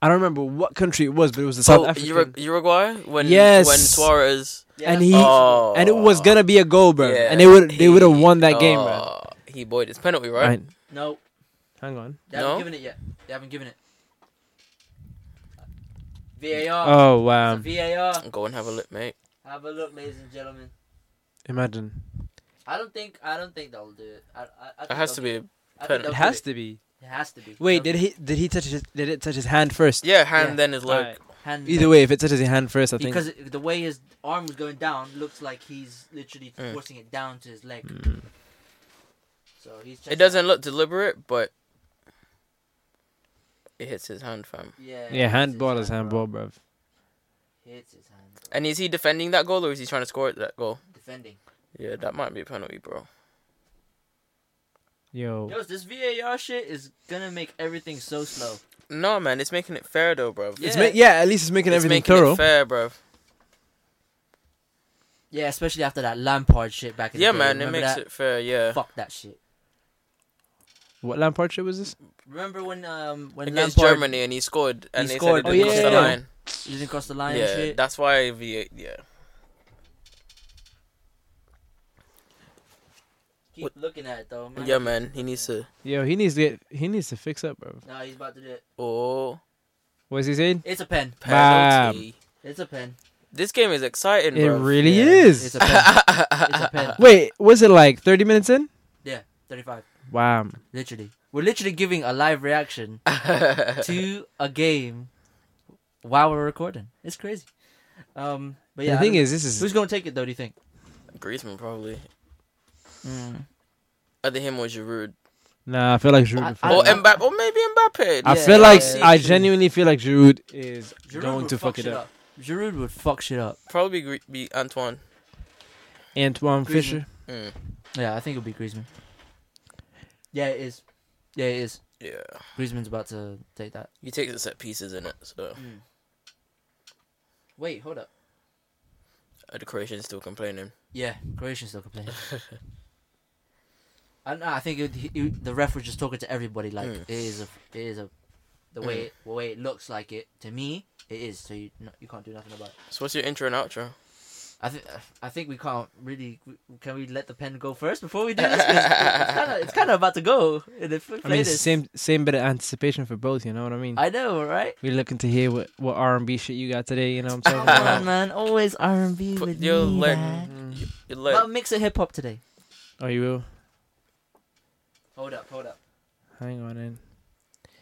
I don't remember what country it was, but it was the South oh, African. Ura- Uruguay when Yes. when Suarez Yeah, and that's- he Oh. and it was gonna be a goal, bro. Yeah, and they would they he- would have won that game, bro. oh, He boyed his penalty, right? Right. No, Hang on. they haven't No? given it yet. They haven't given it. Uh, VAR. Oh It's wow! a VAR. Go and have a look, mate. Have a look, ladies and gentlemen. Imagine I don't think. I don't think they'll do it. I, I, I It has to be. it has to be. It has to be. Wait, did he did he touch his did it touch his hand first? Yeah, hand Yeah. then is like Alright. hand Either way, if it touches his hand first, I think. because it- the way his arm was going down looks like he's literally Mm. forcing it down to his leg. Mm. So he's. it doesn't look deliberate, but it hits his hand, fam. Yeah. yeah, hits handball his is hand, handball, bro. bro. Hits his hand. bro. And is he defending that goal or is he trying to score that goal? Defending. Yeah, that might be a penalty, bro. Yo, Yo, this VAR shit is gonna make everything so slow. No, man, it's making it fair though, bro. it's yeah. ma- yeah. At least it's making it's everything making thorough. it fair, bro. Yeah, especially after that Lampard shit back in Yeah, the day. man, it Remember makes that? it fair. Yeah, Fuck that shit. What Lampard shit was this? Remember when um when against Lampard Germany, and he scored, and He they scored, said it didn't oh, cross the yeah. line. didn't cross the line and yeah, shit? that's why V8. Yeah, Keep looking at it though, man. yeah, man, he needs to. Yo, he needs to get he needs to fix up, bro. No, he's about to do it. Oh, What's he saying? It's a pen. Bam. penalty! It's a pen. This game is exciting, It bro. really Yeah, is. It's a pen. it's a pen. Wait, was it like thirty minutes in? Thirty-five. Wow. Literally, we're literally giving a live reaction to a game while we're recording. It's crazy. Um, but yeah, the I thing don't- is, this is who's gonna take it though? Do you think? Griezmann probably. Mm. Either him or Giroud, nah. I feel like Giroud. I- I- would fuck or it don't up. know. Mbappe, or maybe Mbappe. I Yeah, feel like yeah, I yeah. genuinely feel like Giroud is Giroud going would to fuck it up. Giroud would fuck shit up. Probably Gre- be Antoine. Antoine Griezmann. Fisher. Mm, Yeah, I think it'll be Griezmann. Yeah, it is. Yeah, it is. yeah, Griezmann's about to take that. he takes the set pieces in it. So Wait, hold up. uh, the Croatian's still complaining. Yeah, Croatian's still complaining. I don't know. uh, I think it, he, he- the ref was just talking to everybody. Like Mm. it is a, it is a, the way it, the way it looks like it to me. It is. So you no, you can't do nothing about it. So what's your intro and outro? I think I think we can't really. Can we let the pen go first before we do this? 'Cause it's kind of it's kind of about to go. And if we I play mean, it's the this, same same bit of anticipation for both. You know what I mean? I know, right? We're looking to hear what what R and B shit you got today. You know what I'm Come talking about? on, man. Always R and B Put with your me, leg- man. Mm. Your leg. But mix of hip hop today. Oh, you will. Hold up, hold up. Hang on in.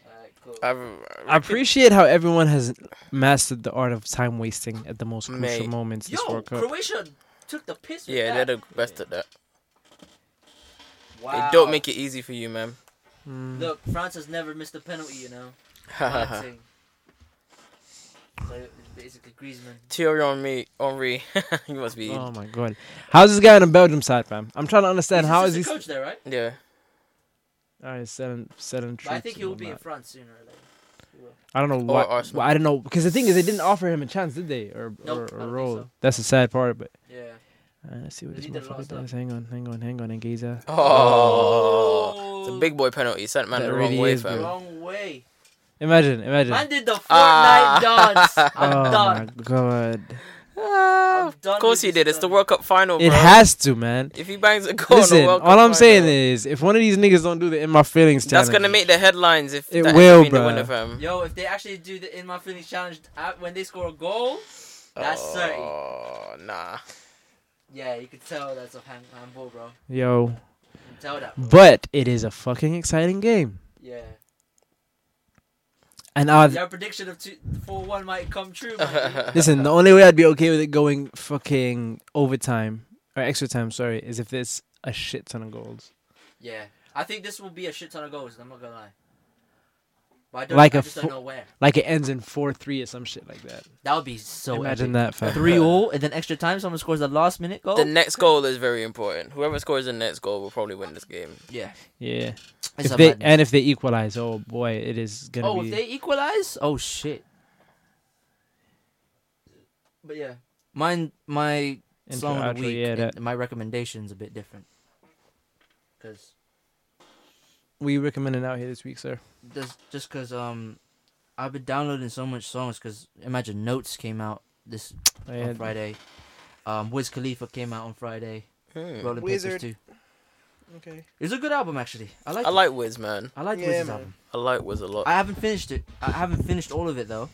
Alright, cool. I've, I appreciate how everyone has mastered the art of time wasting at the most crucial Mate. moments this Yo, World Cup. Croatia took the piss. With Yeah, that. they're the best at that. Wow. They don't make it easy for you, man. Mm. Look, France has never missed a penalty, you know. Thierry Fighting. so it's basically Griezmann. E Henry, Henry, you must be. Oh my god, how's this guy on the Belgium side, fam? I'm trying to understand He's how is he. assistant coach there, right? Yeah, All right, selling selling But I treats think and he will be in whatnot. France sooner or later. He will. I don't know Oh, why. Arsenal. why- I don't know because the thing is, they didn't offer him a chance, did they? Or Nope, I or, don't or think role. so. That's the sad part. But Yeah. uh, let's see what They this did a lot motherfucker of does. Hang on, hang on, hang on, Engeza. Oh, it's a big boy penalty. Sent man That the wrong really way, is, fam. bro. Wrong way. Imagine, imagine. Man did the Fortnite Ah. dance. I'm oh done. my god, Ah, I'm done of course he with this did. It's the done. World Cup final, bro. it has to, man. If he bangs a goal, in Listen, the World all Cup I'm saying final, is, if one of these niggas don't do the in my feelings challenge, that's gonna make the headlines. If It that ends up will, being the bro. winner, fam. Yo, if they actually do the in my feelings challenge uh, when they score a goal, that's certain. Oh, nah. Yeah, you could tell that's a hand- handball, bro. yo. You can tell that. Bro. But it is a fucking exciting game, Yeah. and I Your prediction of two, 4-1 might come true, man. Listen, the only way I'd be okay with it going fucking overtime or extra time, sorry, is if there's a shit ton of goals. yeah. I think this will be a shit ton of goals. I'm not gonna lie. But I don't, Like I a just fo- don't know where. Like it ends in 4 3 or some shit like that. That would be so. Imagine epic. that, fam. Three all, and then extra time. Someone scores the last minute goal. The next goal is very important. Whoever scores the next goal will probably win this game. yeah. Yeah. It's If a they, madness. and if they equalize, oh boy, it is going to Oh, be. if they equalize, oh shit. But yeah, mine my Intro, song of the outro, week. yeah, and that- my recommendation's a bit different. Cause We recommend it out here this week, sir. this, just cause um, I've been downloading so much songs. Cause imagine Notes came out this I on had- Friday. Um, Wiz Khalifa came out on Friday. Hmm. Rolling Papers Wizard. too. Okay. It's a good album actually. I like. I it. like Wiz, man. I like Yeah, Wiz's man. album. I like Wiz a lot. I haven't finished it. I haven't finished all of it though.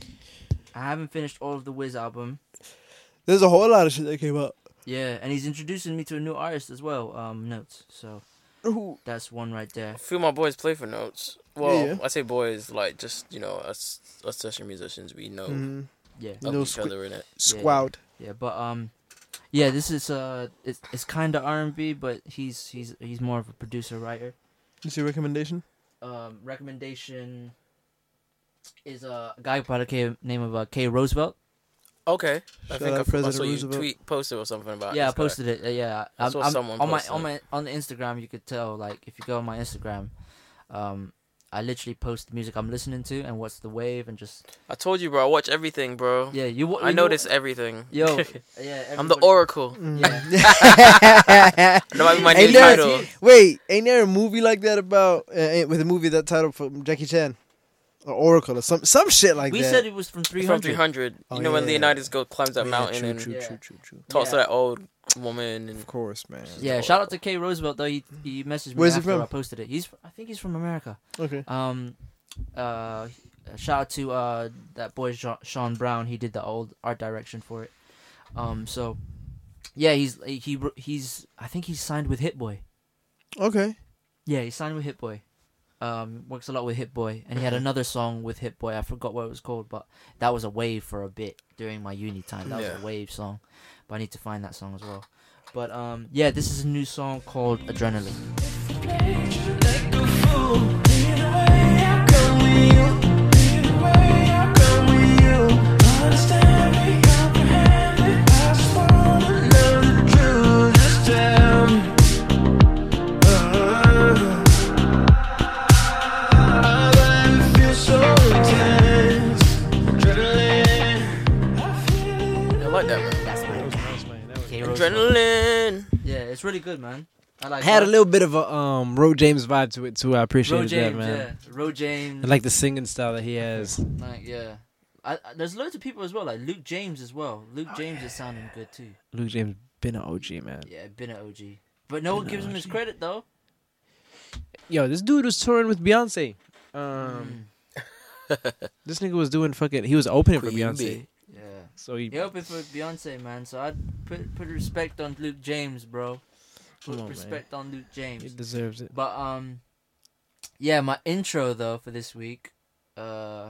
I haven't finished all of the Wiz album. There's a whole lot of shit that came up. Yeah, and he's introducing me to a new artist as well. Um, Notes. So Ooh. that's one right there. a few of my boys play for notes. Well, Yeah. I say boys, like just you know, us, us session musicians, we know Mm-hmm. Mm. Yeah. of Little each squi- other in it. Squad. Yeah, but um, yeah, this is uh, it's it's kind of R and B, but he's he's he's more of a producer writer. Is your recommendation? Um, recommendation is uh, a guy by the K, name of uh, K Roosevelt. Okay, I Shout think out I, I President saw you Roosevelt. tweet posted or something about. yeah, I this guy. posted it. uh, Yeah, I saw someone on my post on my on the Instagram, you could tell. Like, if you go on my Instagram, um, I literally post the music I'm listening to and what's the wave and just I told you, bro. I watch everything, bro. yeah. You wa- I you- notice everything. Yo, yeah, I'm the everybody- oracle. Yeah. that That might be my Hey, new Derek, title. Wait, ain't there a movie like that about uh, eh, ain't- with a movie that title from Jackie Chan or Oracle or some some shit like we that? said it was from It's 300. From 300, Oh, you know when yeah. Leonidas go climbs that Yeah, mountain true, and true, Yeah. true, true, true. talks to Yeah. that old woman and Of course, man. Yeah, shout out to K Roosevelt though. He he messaged me Where's he after from? I posted it. He's I think he's from America. Okay. Um, uh, shout out to uh that boy Jean- Sean Brown. He did the old art direction for it. Um, so yeah, he's he he's I think he's signed with Hit Boy. Okay. Yeah, he signed with Hit Boy. Um, works a lot with Hit Boy, and he had another song with Hit Boy. I forgot what it was called, but that was a wave for a bit during my uni time. That was Yeah. a wave song, but I need to find that song as well. But um, yeah, this is a new song called Adrenaline. I like that. Man. That's what it That's mine, that was- is. Adrenaline. Yeah, it's really good, man. I like. had a it. little bit of a um Ro James vibe to it too. I appreciated Ro James, that, man. yeah. Ro James, I like the singing style that he has. like, yeah. I, I- there's loads of people as well, like Luke James as well. Luke James is sounding good too. Luke James been an OG, man. Yeah, been an OG, but no one gives him his credit though. Yo, this dude was touring with Beyonce. Um, Mm. this nigga was doing fucking. He was opening for Queen Beyonce. bee. Yeah. So he, He opened for Beyonce, man. So I'd put put respect on Luke James, bro. Put Come on, man. respect on Luke he James. deserves it. But um, yeah, my intro though for this week, uh,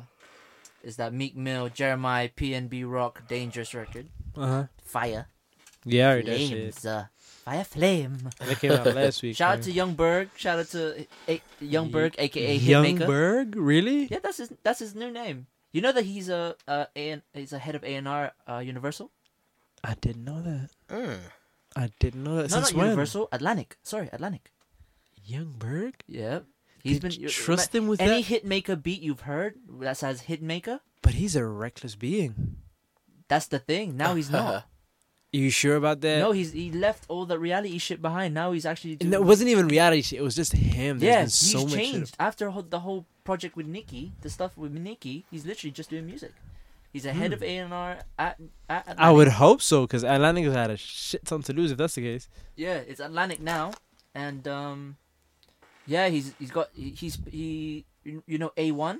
is that Meek Mill, Jeremiah, PNB Rock, Dangerous record, Uh Uh-huh. huh. Fire Yeah, I heard that shit. Flames, uh, Fire Flame. That came out last week. Shout out man. to Youngberg. Shout out to A- Youngberg, aka Hitmaker. Youngberg, really? Yeah, that's his that's his new name. You know that he's a uh, a he's a head of A and R uh, Universal. I didn't know that. Mm. I didn't know that. No, Since not when? Universal. Atlantic. Sorry, Atlantic. Youngberg. Yeah. he's Did been you you- trust ma- him with any that? hitmaker beat you've heard that says hitmaker. But he's a reckless being. That's the thing. Now he's not. You sure about that? no, he's he left all the reality shit behind. Now he's actually doing. And that wasn't even reality shit. It was just him. There's yeah, been so he's much shit changed after ho- the whole project with Nicki. The stuff with Nicki, he's literally just doing music. He's a head of A and R at at. Atlantic. Hmm. I would hope so, because Atlantic has had a shit ton to lose if that's the case. Yeah, it's Atlantic now, and um, yeah, he's he's got he- he's he you you know A one.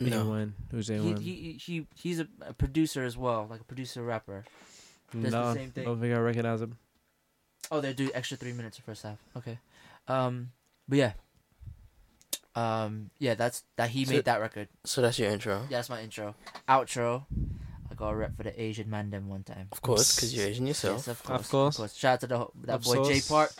No. A1. Who's he, A1? he, he he's a, a producer as well, like a producer rapper. no, does the same thing. don't think I recognize him. Oh, they do extra three minutes of first half. Okay, um, but yeah, um, yeah, that's that he So- made that record. So that's your intro, Yeah, that's my intro, outro. I got a rep for the Asian man them one time. of course, because you're Asian yourself. Yes, of course, of course. course. Shout out to the, ho- that Of boy J course. Part.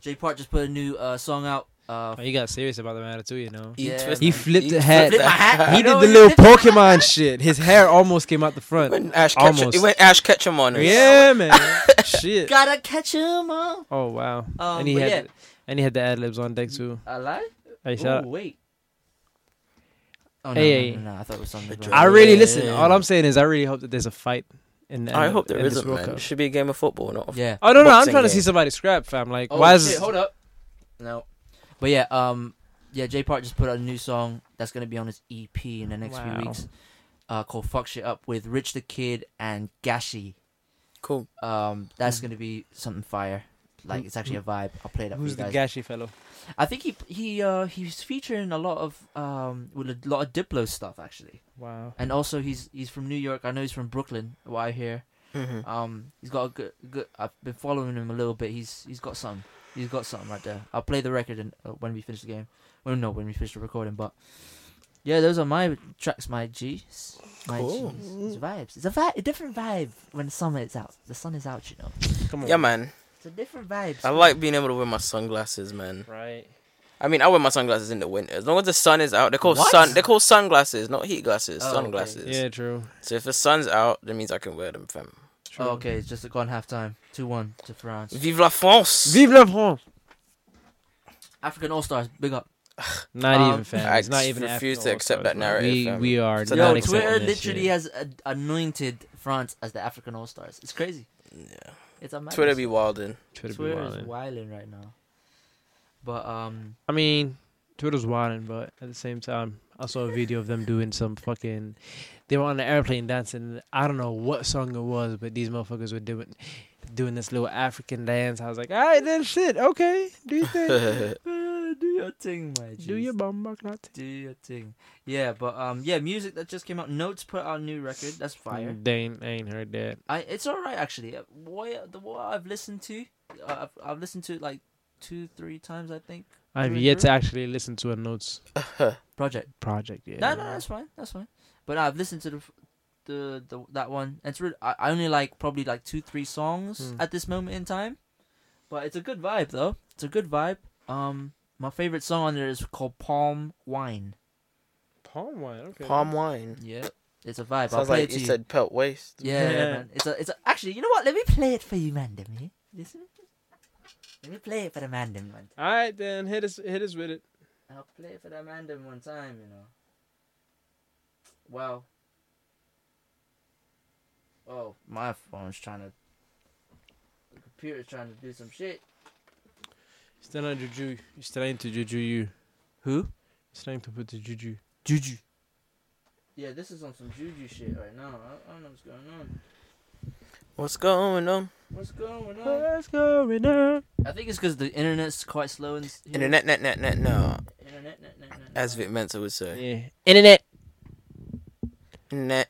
J Part just put a new uh, song out. Uh, Oh, you got serious about the matter too, you know. You Yeah. twist- He flipped the hat. Flip my hat. He You did know the what little did? Pokemon shit. His hair almost came out the front. When Ash Ketchum, Almost. it went Ash Ketchum on us. Yeah, man. shit. Gotta catch him all. Oh wow. Um, and he but had yeah. the- and he had the ad libs on deck too. I lie. Hey, Ooh, shout out. wait. Oh, no, no, Hey, hey. no, no, I thought it was something. But about- I really Yeah. listen. All I'm saying is I really hope that there's a fight In the, I hope there in this isn't, World man. Cup. It should be a game of football, not. Of, Yeah. Oh, Oh no, no, I'm Boxing trying to see game. somebody scrap, fam. Like, why is shit, hold up. No. But yeah, um yeah, J Park just put out a new song that's gonna be on his EP in the next Wow. few weeks. Uh called Fuck Shit Up with Rich the Kid and Gashi. Cool. Um Mm. that's gonna be something fire. Like it's actually a vibe. I'll play that who's for the you guys. gashy fellow? I think he he uh he's featuring a lot of um with a lot of Diplo stuff actually. Wow. And also he's he's from New York. I know he's from Brooklyn, what I hear. hmm Um, he's got a good, good. I've been following him a little bit. He's he's got something. He's got something right there. I'll play the record and uh, when we finish the game. Well, no, when we finish the recording. But yeah, those are my tracks, my G's. My Cool. G's. It's vibes. It's a vibe, a different vibe when the sun is out. The sun is out, you know. Come on. Yeah, man. It's a different vibe. I like being able to wear my sunglasses, man. Right. I mean, I wear my sunglasses in the winter. As long as the sun is out, they're called What? sun. They're called sunglasses, not heat glasses. Oh, okay. sunglasses. Yeah, true. So if the sun's out, that means I can wear them, fam. true. Oh, okay, it's just gone half time. Two one to France. Vive la France! Vive la France. African All Stars, big up. Not Um, even fam. I It's not even. refuse African to accept All-Stars, that man. narrative, We fam. we are So not Yo, accepting Twitter this literally shit. has a, anointed France as the African All Stars. It's crazy. Yeah. It's a madness. Twitter be wildin'. Twitter be Twitter is wildin'. wilding right now. But um, I mean, Twitter's wilding, but at the same time, I saw a video of them doing some fucking. They were on an airplane dancing. I don't know what song it was, but these motherfuckers were doing doing this little African dance. I was like, all right, then shit, okay, do your thing, Uh, do your thing, my G. do your bumba do your thing. Yeah, but um, yeah, music that just came out. Notes put out a new record. That's fire. They ain't, I ain't heard that. I it's all right actually. Uh, What the what I've listened to, uh, I've I've listened to it like two three times I think. I've Through yet and to actually listen to a notes Project. project yet. No, no, that's fine. That's fine. But I've listened to the, f- the, the that one. It's really, I, I only like probably like two, three songs Hmm. at this moment in time. But it's a good vibe though. It's a good vibe. Um, my favorite song on there is called Palm Wine. palm wine. Okay, Palm wine. Yeah, it's a vibe. I'll Sounds play like it to you you. said pelt waste. yeah, Yeah. man. It's a, it's a, actually, you know what? Let me play it for you, Mandem. Listen. Let me play it for the Mandem one. All right, then hit us, hit us with it. I'll play it for the Mandem one time, you know. Wow. Oh, my phone's trying to. The computer's trying to do some shit. Still not juju. You still ain't to juju. You Who? still ain't to put the juju. Juju. Yeah, this is on some juju shit right now. I, I don't know what's going on. What's going on? What's going on? What's going on? I think it's because the internet's quite slow. In s- here. Internet, net, net, net, no. Internet. Net, net, net, As net. Vic Mensa would say. Yeah, internet. Net.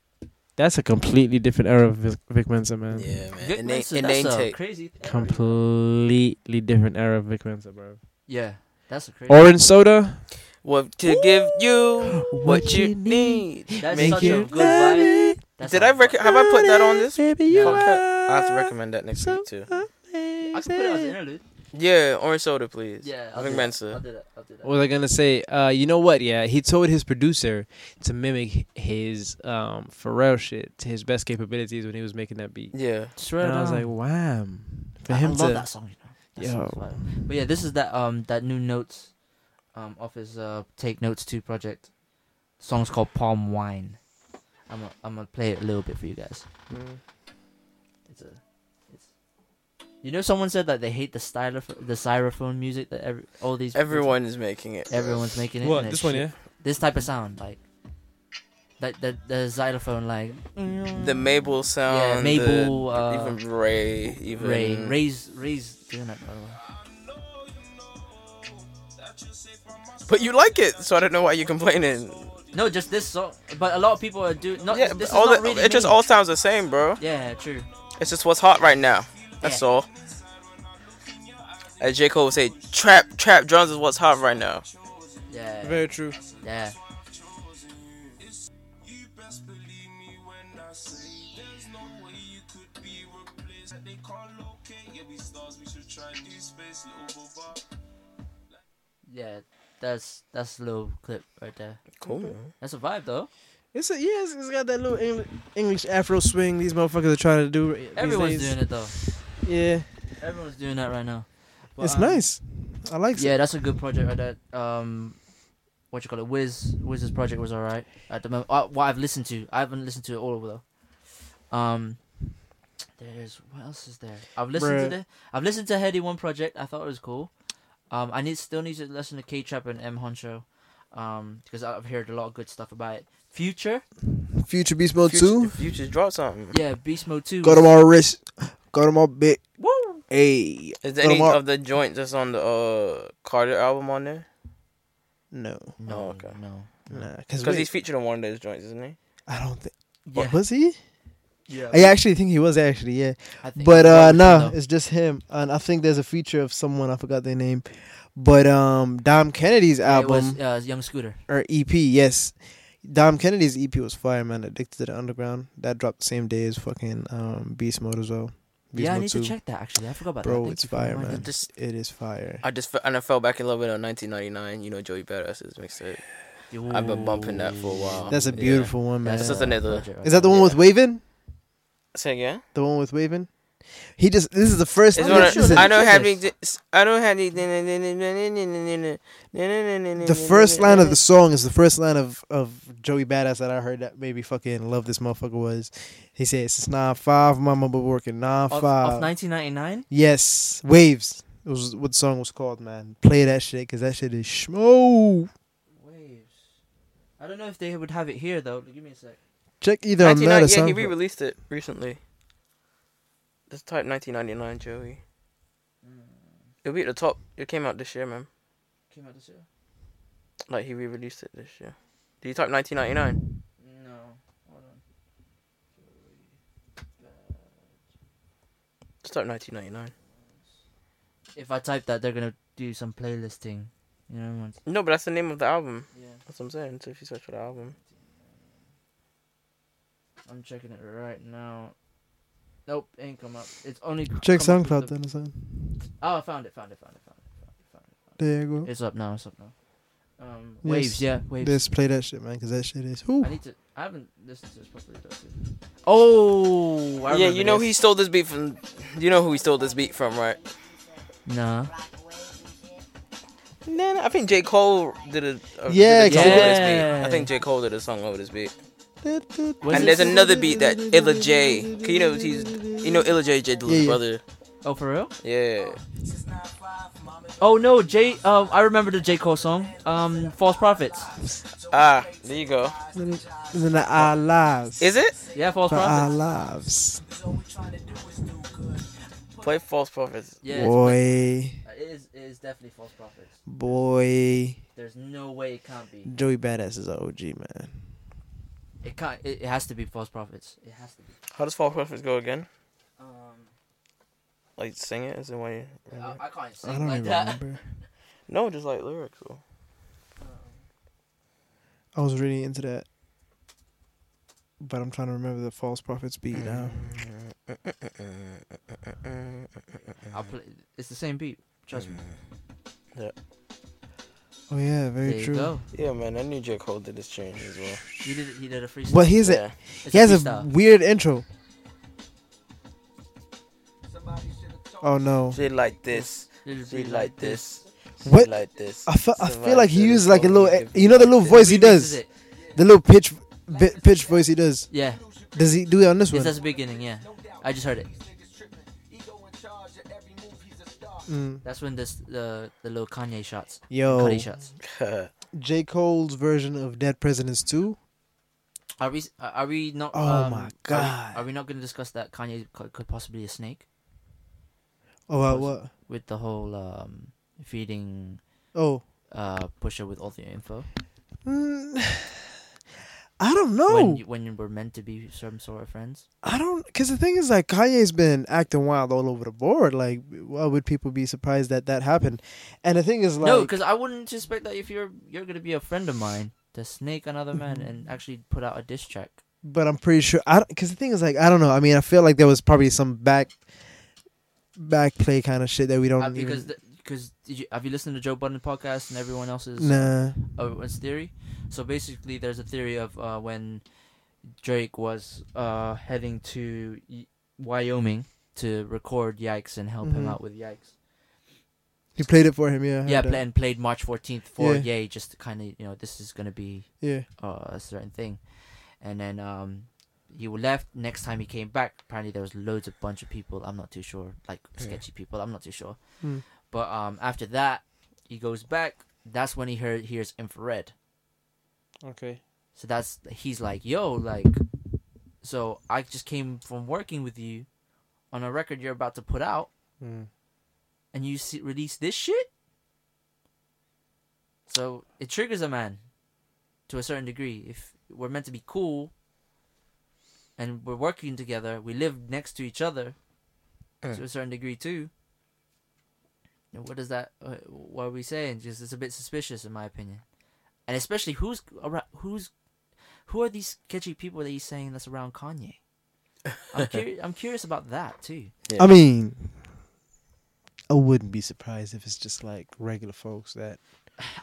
That's a completely different era of Vic, Vic Mensa, man. Yeah, man. Vic It ain't- Mensa, it that's ain't a take. crazy. Thing. Completely different era of Vic Mensa, bro. Yeah, that's a crazy. Orange soda. What to give you what you need. That's Make such you a good vibe. That's Did a- I rec- have I put that on this? Baby, you podcast? I have to recommend that next week too. I can put it as an interlude. Yeah, orange soda, please. Yeah, I'll Vic do that. I'll Mensa. do that. I'll do that. What was I gonna say? Uh, you know what? Yeah, he told his producer to mimic his um Pharrell shit to his best capabilities when he was making that beat. Yeah. Swear And I was down. like, wham! For I, him I to love that song. You know? That song's Yo. fire. But yeah, this is that um that new notes, um off his uh Take Notes Two project. The song's called Palm Wine. I'm gonna, I'm gonna play it a little bit for you guys. It's a, it's. You know, someone said that they hate the stylof- the xylophone music that every all these Everyone is making it. everyone's making it. what? and it's This one, shit. yeah. This type of sound, like. That the the xylophone like Mm. The Mabel sound. yeah Mabel the- uh, even Ray. Even Ray. Ray's Ray's doing that by the way. But you like it, so I don't know why you're complaining. No, just this song. But a lot of people are doing. Not, yeah, Uh, this but is all not the, really it just me. all sounds the same, bro. Yeah, true. It's just what's hot right now. That's Yeah. all. As J Cole would say, trap trap drums is what's hot right now. Yeah, Very true. yeah. Yeah, that's that's a little clip right there. Cool. That's a vibe though. It's a, yeah, it's, it's got that little Engli- English Afro swing these motherfuckers are trying to do. these Everyone's days. doing it though. Yeah, Everyone's doing that right now. But, it's um, nice. I like it. Yeah, that's a good project right there. Um, what you call it? Wiz Wiz's project was alright at the moment. Uh, what I've listened to, I haven't listened to it all though. Um, There's what else is there? I've listened to Bruh. the I've listened to Heady One Project. I thought it was cool. Um, I need still need to listen to K Trap and M Honcho, um, because I've heard a lot of good stuff about it. Future, Future Beast Mode Future, Oh, Two. Future's dropped something. yeah, Beast Mode Two. Go to my wrist. Go to my bit. Woo! Hey. Is there Put 'em any up. of the joints that's on the uh, Carter album on there? No. No, Oh, okay. no. Nah. Because he's Because featured on one of those joints, isn't he? I don't think. Yeah, Was he? yeah. I actually think he was actually yeah. I think- But I uh don't no, know. it's just him. And I think there's a feature of someone I forgot their name. But um Dom Kennedy's it album was uh, Young Scooter. or EP, yes. Dom Kennedy's EP was fire, man. Addicted to the Underground. That dropped the same day as fucking um Beast Mode as well. Beast yeah, I Mode need 2. to check that actually. I forgot about that. Bro, Thank it's you for fire, reminding man. me. Just- It is fire. I just fe- and I fell back in love with it on 1999. You know, Joey Badass's mixtape. I've been bumping that for a while. That's a yeah. beautiful one, man. That's just another- Is that the one Yeah. with Wavin? Say again. The one with Wavin? He just this is the first It's I'm one not of- sure that I you don't took have this. any. I don't have any. the first line of the song is the first line of, of Joey Badass that I heard that made me fucking love this motherfucker was he says it's nine five mama but working nine Of, five of 1999? yes waves it was what the song was called man play that shit because that shit is schmo Waves. I don't know if they would have it here though. Give me a sec. check either on Actually, that no, or yeah, he something re-released it recently. Just type 1999 Joey. It'll be at the top. It came out this year, man. Came out this year? Like he re-released it this year. Do you type 1999? No. Hold on. Just type 1999. If I type that, they're gonna do some playlist thing. You know, everyone's- No, but that's the name of the album. yeah. That's what I'm saying. So if you search for the album, I'm checking it right now. Nope, ain't come up. It's only check come up SoundCloud with the- then or something Oh, I found it. Found it. Found it. Found it. Found it. Found it. Found there you it. go It's up now. It's up now. Um, Yes. waves. Yeah, waves. just play that shit man because that shit is who I need to. I haven't listened to this properly. Though, too. Oh, I yeah, remember you know he this. stole this beat from. You know who he stole this beat from, right? Nah. Nah, I think J Cole did a. a Yeah, did a song over this yeah. beat. I think J Cole did a song over this beat. Was and it- there's another beat that Illa J. 'cause You know he's, you know Illa J. J. Dilla's Yeah, yeah. brother. Oh, for real? Yeah. Oh no, J. Um, I remember the J Cole song. Um, False Prophets. Ah, there you go. in our lives Is it? Yeah, False for our Prophets. lives Play False Prophets. Yeah, it's- boy it is. It is definitely False Prophets. boy There's no way it can't be. Joey Badass is an OG man It can't. It, it has to be False Prophets. It has to be. How does False Prophets go again? Um, Like sing it as in way. I, I can't sing I don't like even that. remember. No, just like lyrics. Though. I was really into that. But I'm trying to remember the false prophets beat now. Mm. I'll play. It's the same beat. Trust me. Oh yeah, very there true. you go. Yeah, man, I knew J Cole did this change as well. He did. He did a freestyle. But he's a Yeah. It's he has a freestyle. weird intro. Oh no. She like this. It'll She be like this. She What? like this. I feel, I Somebody feel like he said uses it's like a only little e-, if you you know the like little this. voice he Remixes does it. the little pitch bi- pitch voice he does Yeah, does he do it on this it's one? at the beginning. Yeah, I just heard it. Mm. That's when this the the little Kanye shots, Yo, Cuddy shots. J Cole's version of Dead Presidents Two. Are we? Are are we not? Oh um, my are we- Are God. we, not going to discuss that Kanye could, could possibly be a snake Oh uh, what? with the whole um, feeding Oh, uh, Pusher with all the info? mm, I don't know. When you, when you were meant to be some sort of friends. I don't, because the thing is, like, Kanye's been acting wild all over the board. Like, why would people be surprised that that happened? And the thing is, like, no, because I wouldn't suspect that if you're you're going to be a friend of mine to snake another man Mm-hmm. and actually put out a diss track. but I'm pretty sure, I because the thing is, like, I don't know. I mean, I feel like there was probably some back, back play kind of shit that we don't Uh, even. because the, because did you, have you listened to Joe Budden podcast and everyone else's nah, Owen's theory. So basically, there's a theory of uh, when Drake was uh, heading to y- Wyoming to record Yikes and help him Mhm. out with Yikes. he played it for him. Yeah, I yeah, heard that. pla- and played March 14th for Yeah. Yay, just to kind of, you know, this is going to be Yeah, uh, a certain thing. And then um, he left. Next time he came back, apparently there was loads of bunch of people. I'm not too sure, like sketchy people. I'm not too sure. Hmm. But um, after that, he goes back. That's when he heard hears infrared. Okay. So that's he's like, yo, like, so I just came from working with you on a record you're about to put out, Mm. and you see, release this shit. So it triggers a man, to a certain degree. If we're meant to be cool, and we're working together, we live next to each other, to a certain degree too. Now, What is that? uh, What are we saying? Just it's a bit suspicious, in my opinion, and especially who's around, who's who are these sketchy people that he's saying that's around Kanye? I'm curious. I'm curious about that too. I mean, I wouldn't be surprised if it's just like regular folks that.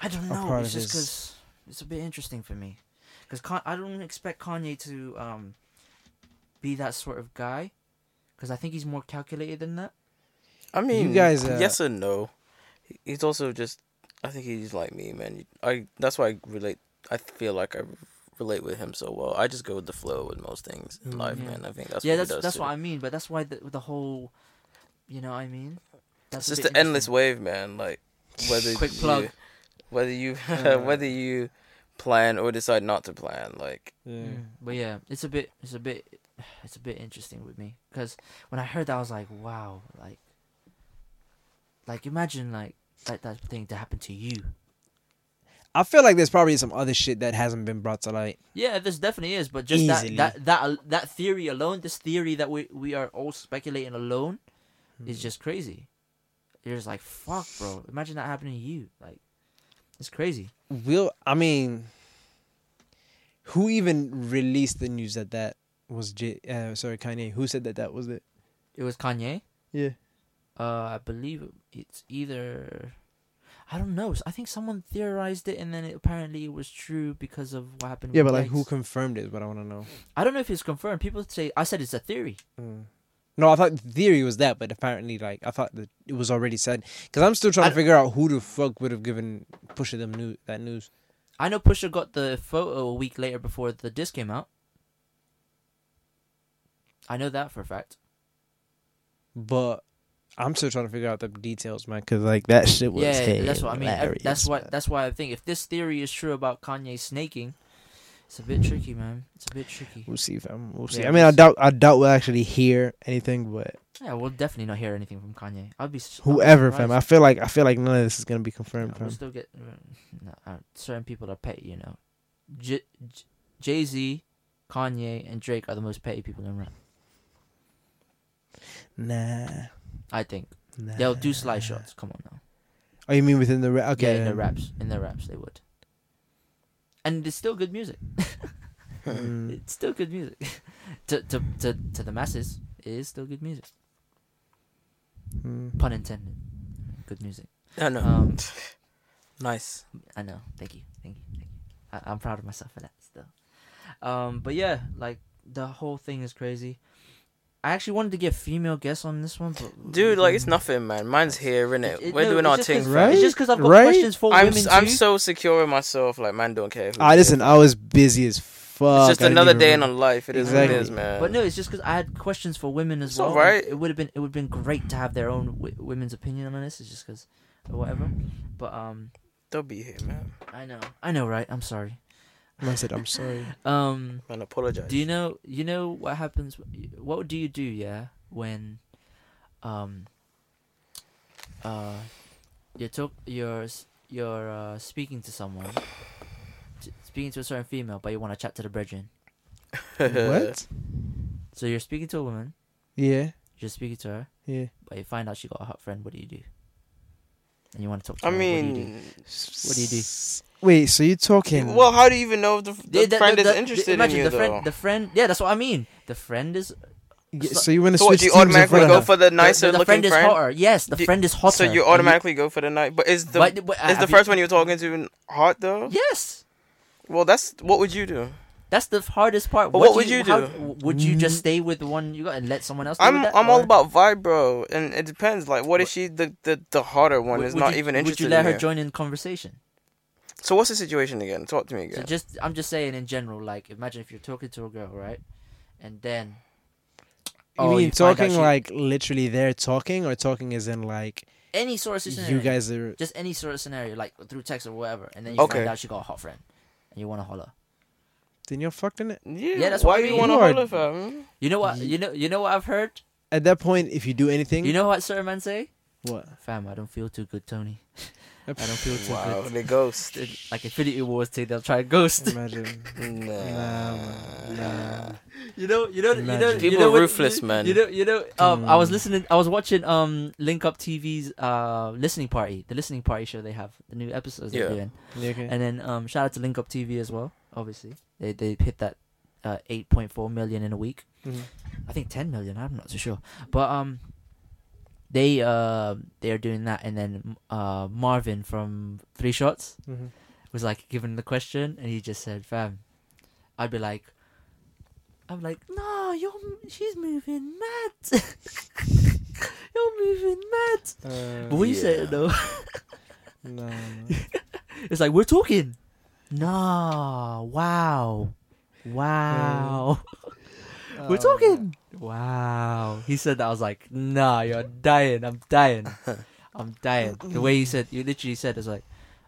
I don't A know. part It's of just his- because it's a bit interesting for me. Because Con- I don't expect Kanye to um, be that sort of guy. Because I think he's more calculated than that. I mean, guys, uh, yes and no. He- He's also just. I think he's like me, man. I that's why I relate. I feel like I relate with him so well. I just go with the flow with most things in life, yeah. man. I think that's Mm-hmm. yeah, what that's he does that's too. what I mean. But that's why the, the whole, you know, what I mean, It's that's a just bit the endless interesting. wave, man. Like whether Quick you, plug. Uh, whether you whether you plan or decide not to plan, like Yeah. Mm, But yeah, it's a bit, it's a bit, it's a bit interesting with me because when I heard that, I was like, wow, like, like imagine like like that thing to happen to you. I feel like there's probably some other shit that hasn't been brought to light. Yeah, this definitely is, but just Easily. that that that that theory alone, this theory that we we are all speculating alone, Hmm. is just crazy. You're just like, fuck, bro. Imagine that happening to you. Like, it's crazy. Will I mean, who even released the news that that was J? Uh, sorry, Kanye. Who said that that was it? It was Kanye. Yeah. Uh, I believe it's either. I don't know. I think someone theorized it, and then it, apparently it was true because of what happened. Yeah, with but like, who Lex. confirmed it? Is what I want to know. I don't know if it's confirmed. People say I said it's a theory. Mm. No, I thought the theory was that, but apparently, like, I thought that it was already said. Because I'm still trying I to don't- figure out who the fuck would have given Pusha them new that news. I know Pusha got the photo a week later before the disc came out. I know that for a fact. But I'm still trying to figure out the details, man. Because like that shit was yeah, that's what I mean. Ev- hilarious, That's why. man. That's why I think if this theory is true about Kanye snaking, it's a bit tricky, man. It's a bit tricky. We'll see, fam. We'll see. Yeah, I mean, I we'll see. doubt, I doubt we'll actually hear anything, but Yeah, we'll definitely not hear anything from Kanye. I'd be s- I'd be whoever, fam. I surprised. feel like, I feel like none of this is gonna be Yeah, confirmed, we'll fam. still get no, uh, certain people are petty, you know. J- J- Jay Z, Kanye, and Drake are the most petty people in rap. Nah, I think nah. they'll do sly shots. Come on now. Oh, you mean within the ra- okay? Yeah, in their raps, in their raps, they would. And it's still good music. Mm. It's still good music. to, to to to the masses, it is still good music. Mm. Pun intended. Good music. I know. Um, nice. I know. Thank you. Thank you. Thank you. I, I'm proud of myself for that still. Um, but yeah, like the whole thing is crazy. I actually wanted to get female guests on this one, but Dude, like it's nothing, man. Mine's here, innit? Mm-hmm. It- it- We're no, doing it's our just thing, 'cause- right? right? It's just because I've got Right? questions for I'm women s- I'm too. so secure in myself, like man, don't care. who's Ah, here. listen, I was busy as fuck. it's I just didn't another even day in remember. our life. It is Exactly. what it is, man. but no, it's just because I had questions for women as It's well. alright. It would have been it would have been great to have their own w- women's opinion on this. It's just because, or whatever. But um, they'll be here, man. I know, I know, right? I'm sorry. I said, I'm sorry. Um, Man, apologize. do you know you know what happens? What do you do? Yeah, when, um, uh, you're talk you're s- you're uh, speaking to someone, t- speaking to a certain female, but you want to chat to the brethren. what? So you're speaking to a woman, Yeah, you're speaking to her, yeah. but you find out she got a hot friend. What do you do? And you want to talk to I her? what do you do? mean, What do you do? Wait, so you're talking? well, how do you even know if the, the Yeah, friend is the- interested in imagine you the though? friend, the friend, yeah, that's what I mean. The friend is Yeah, so you want to so what, switch do you teams in automatically front go of her? for the the- nicer the, the looking friend is friend? hotter. Yes, the Do- friend is hotter. So you automatically go for the night, but is the But- but is have the you- first one you're talking to hot though? yes. Well, that's what would you do? That's the hardest part. But what would you how- do? w- would you Mm. just stay with the one you got and let someone else? deal I'm with that, I'm all or about vibe, bro, and it depends. Like, what if she the the, the hotter one would- is would not you- even interested? Would you let in her you? join in conversation? So what's the situation again? Talk to me again. So just I'm just saying in general, like imagine if you're talking to a girl, right, and then You Oh, mean you find out talking she- like literally they're talking, or talking is in like any sort of scenario, you guys are? just any sort of scenario, like through text or whatever, and then you Okay. find out she got a hot friend, and you want to holler. Then you're fucked in it. Yeah, Yeah, that's why what I do you mean. want to You are- holler, fam? You know what? You know. You know what I've heard. At that point, if you do anything, You know what certain men say? what? Fam, I don't feel too good, Tony. I don't feel too Wow, good. they ghost. Did- Like Infinity Wars, take they'll try and ghost. Imagine. Nah. you know, you know, you know, Imagine. you People know are when- ruthless, you, man. You know, you know. Um, I was listening. I was watching um Link Up TV's uh listening party, the listening party show they have, the new episodes Yeah. they're doing. You okay? And then um, shout out to Link Up TV as well. Obviously, they they hit that uh, 8.4 million in a week. Mhm. I think 10 million. I'm not so sure, but um, they uh they are doing that, and then uh Marvin from Three Shots Mhm. was like given the question, and he just said, "Fam," I'd be like. I'm like, no, you're she's moving mad. you're moving mad. Uh, But when you say Yeah. it though, no, no. It's like we're talking. Nah. Wow. Wow. Oh, we're talking. Wow. He said that. I was like, nah, you're dying. I'm dying. I'm dying. The way you said, you literally said, it's like,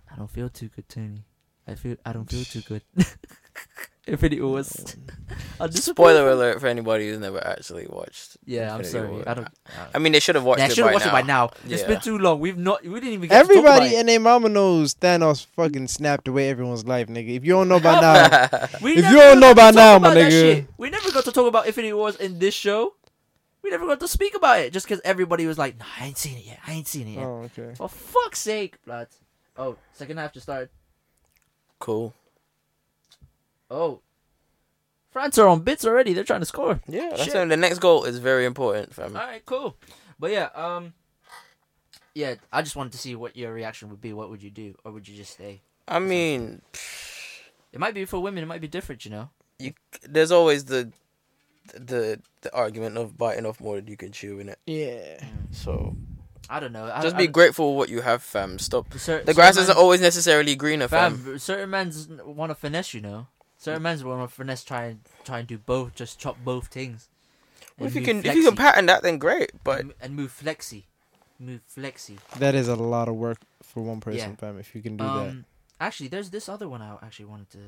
I don't feel too good, Tony. I feel, I don't feel too good. Infinity was. Spoiler alert for anybody who's never actually watched. Yeah, I'm Infinity sorry. War. I don't. I mean, they should have watched Yeah, I it should have by watched now. it by now. It's Yeah. been too long. We've not. We didn't even. Get to talk about Everybody it. and their mama knows Thanos fucking snapped away everyone's life, nigga. If you don't know by now, We If never you got don't know to by talk now, my about that nigga. shit. we never got to talk about Infinity Wars in this show. We never got to speak about it just because everybody was like, "Nah, I ain't seen it yet. I ain't seen it yet." oh okay. For fuck's sake, blood. Oh, second half just started. Cool. Oh, France are on bits already. They're trying to score. Yeah, that's Shit. why the next goal is very important, fam. All right, cool. But yeah, um, yeah, I just wanted to see what your reaction would be. What would you do, or would you just stay? I mean, It might be for women. It might be different, you know. there's always the the the argument of biting off more than you can chew in it. Yeah. So I don't know. I, just I, be grateful for what you have, fam. Stop. Cer- The grass certain isn't men- always necessarily greener, Fam, fam. b- certain men's want to finesse, you know. Certain men's want to finesse, try and try and do both, just chop both things. Well, And if you move can if you can flexy. pattern that, then great. But and, and move flexy, move flexy. That is a lot of work for one person, Yeah. fam. If you can do that, Um, actually, there's this other one I actually wanted to.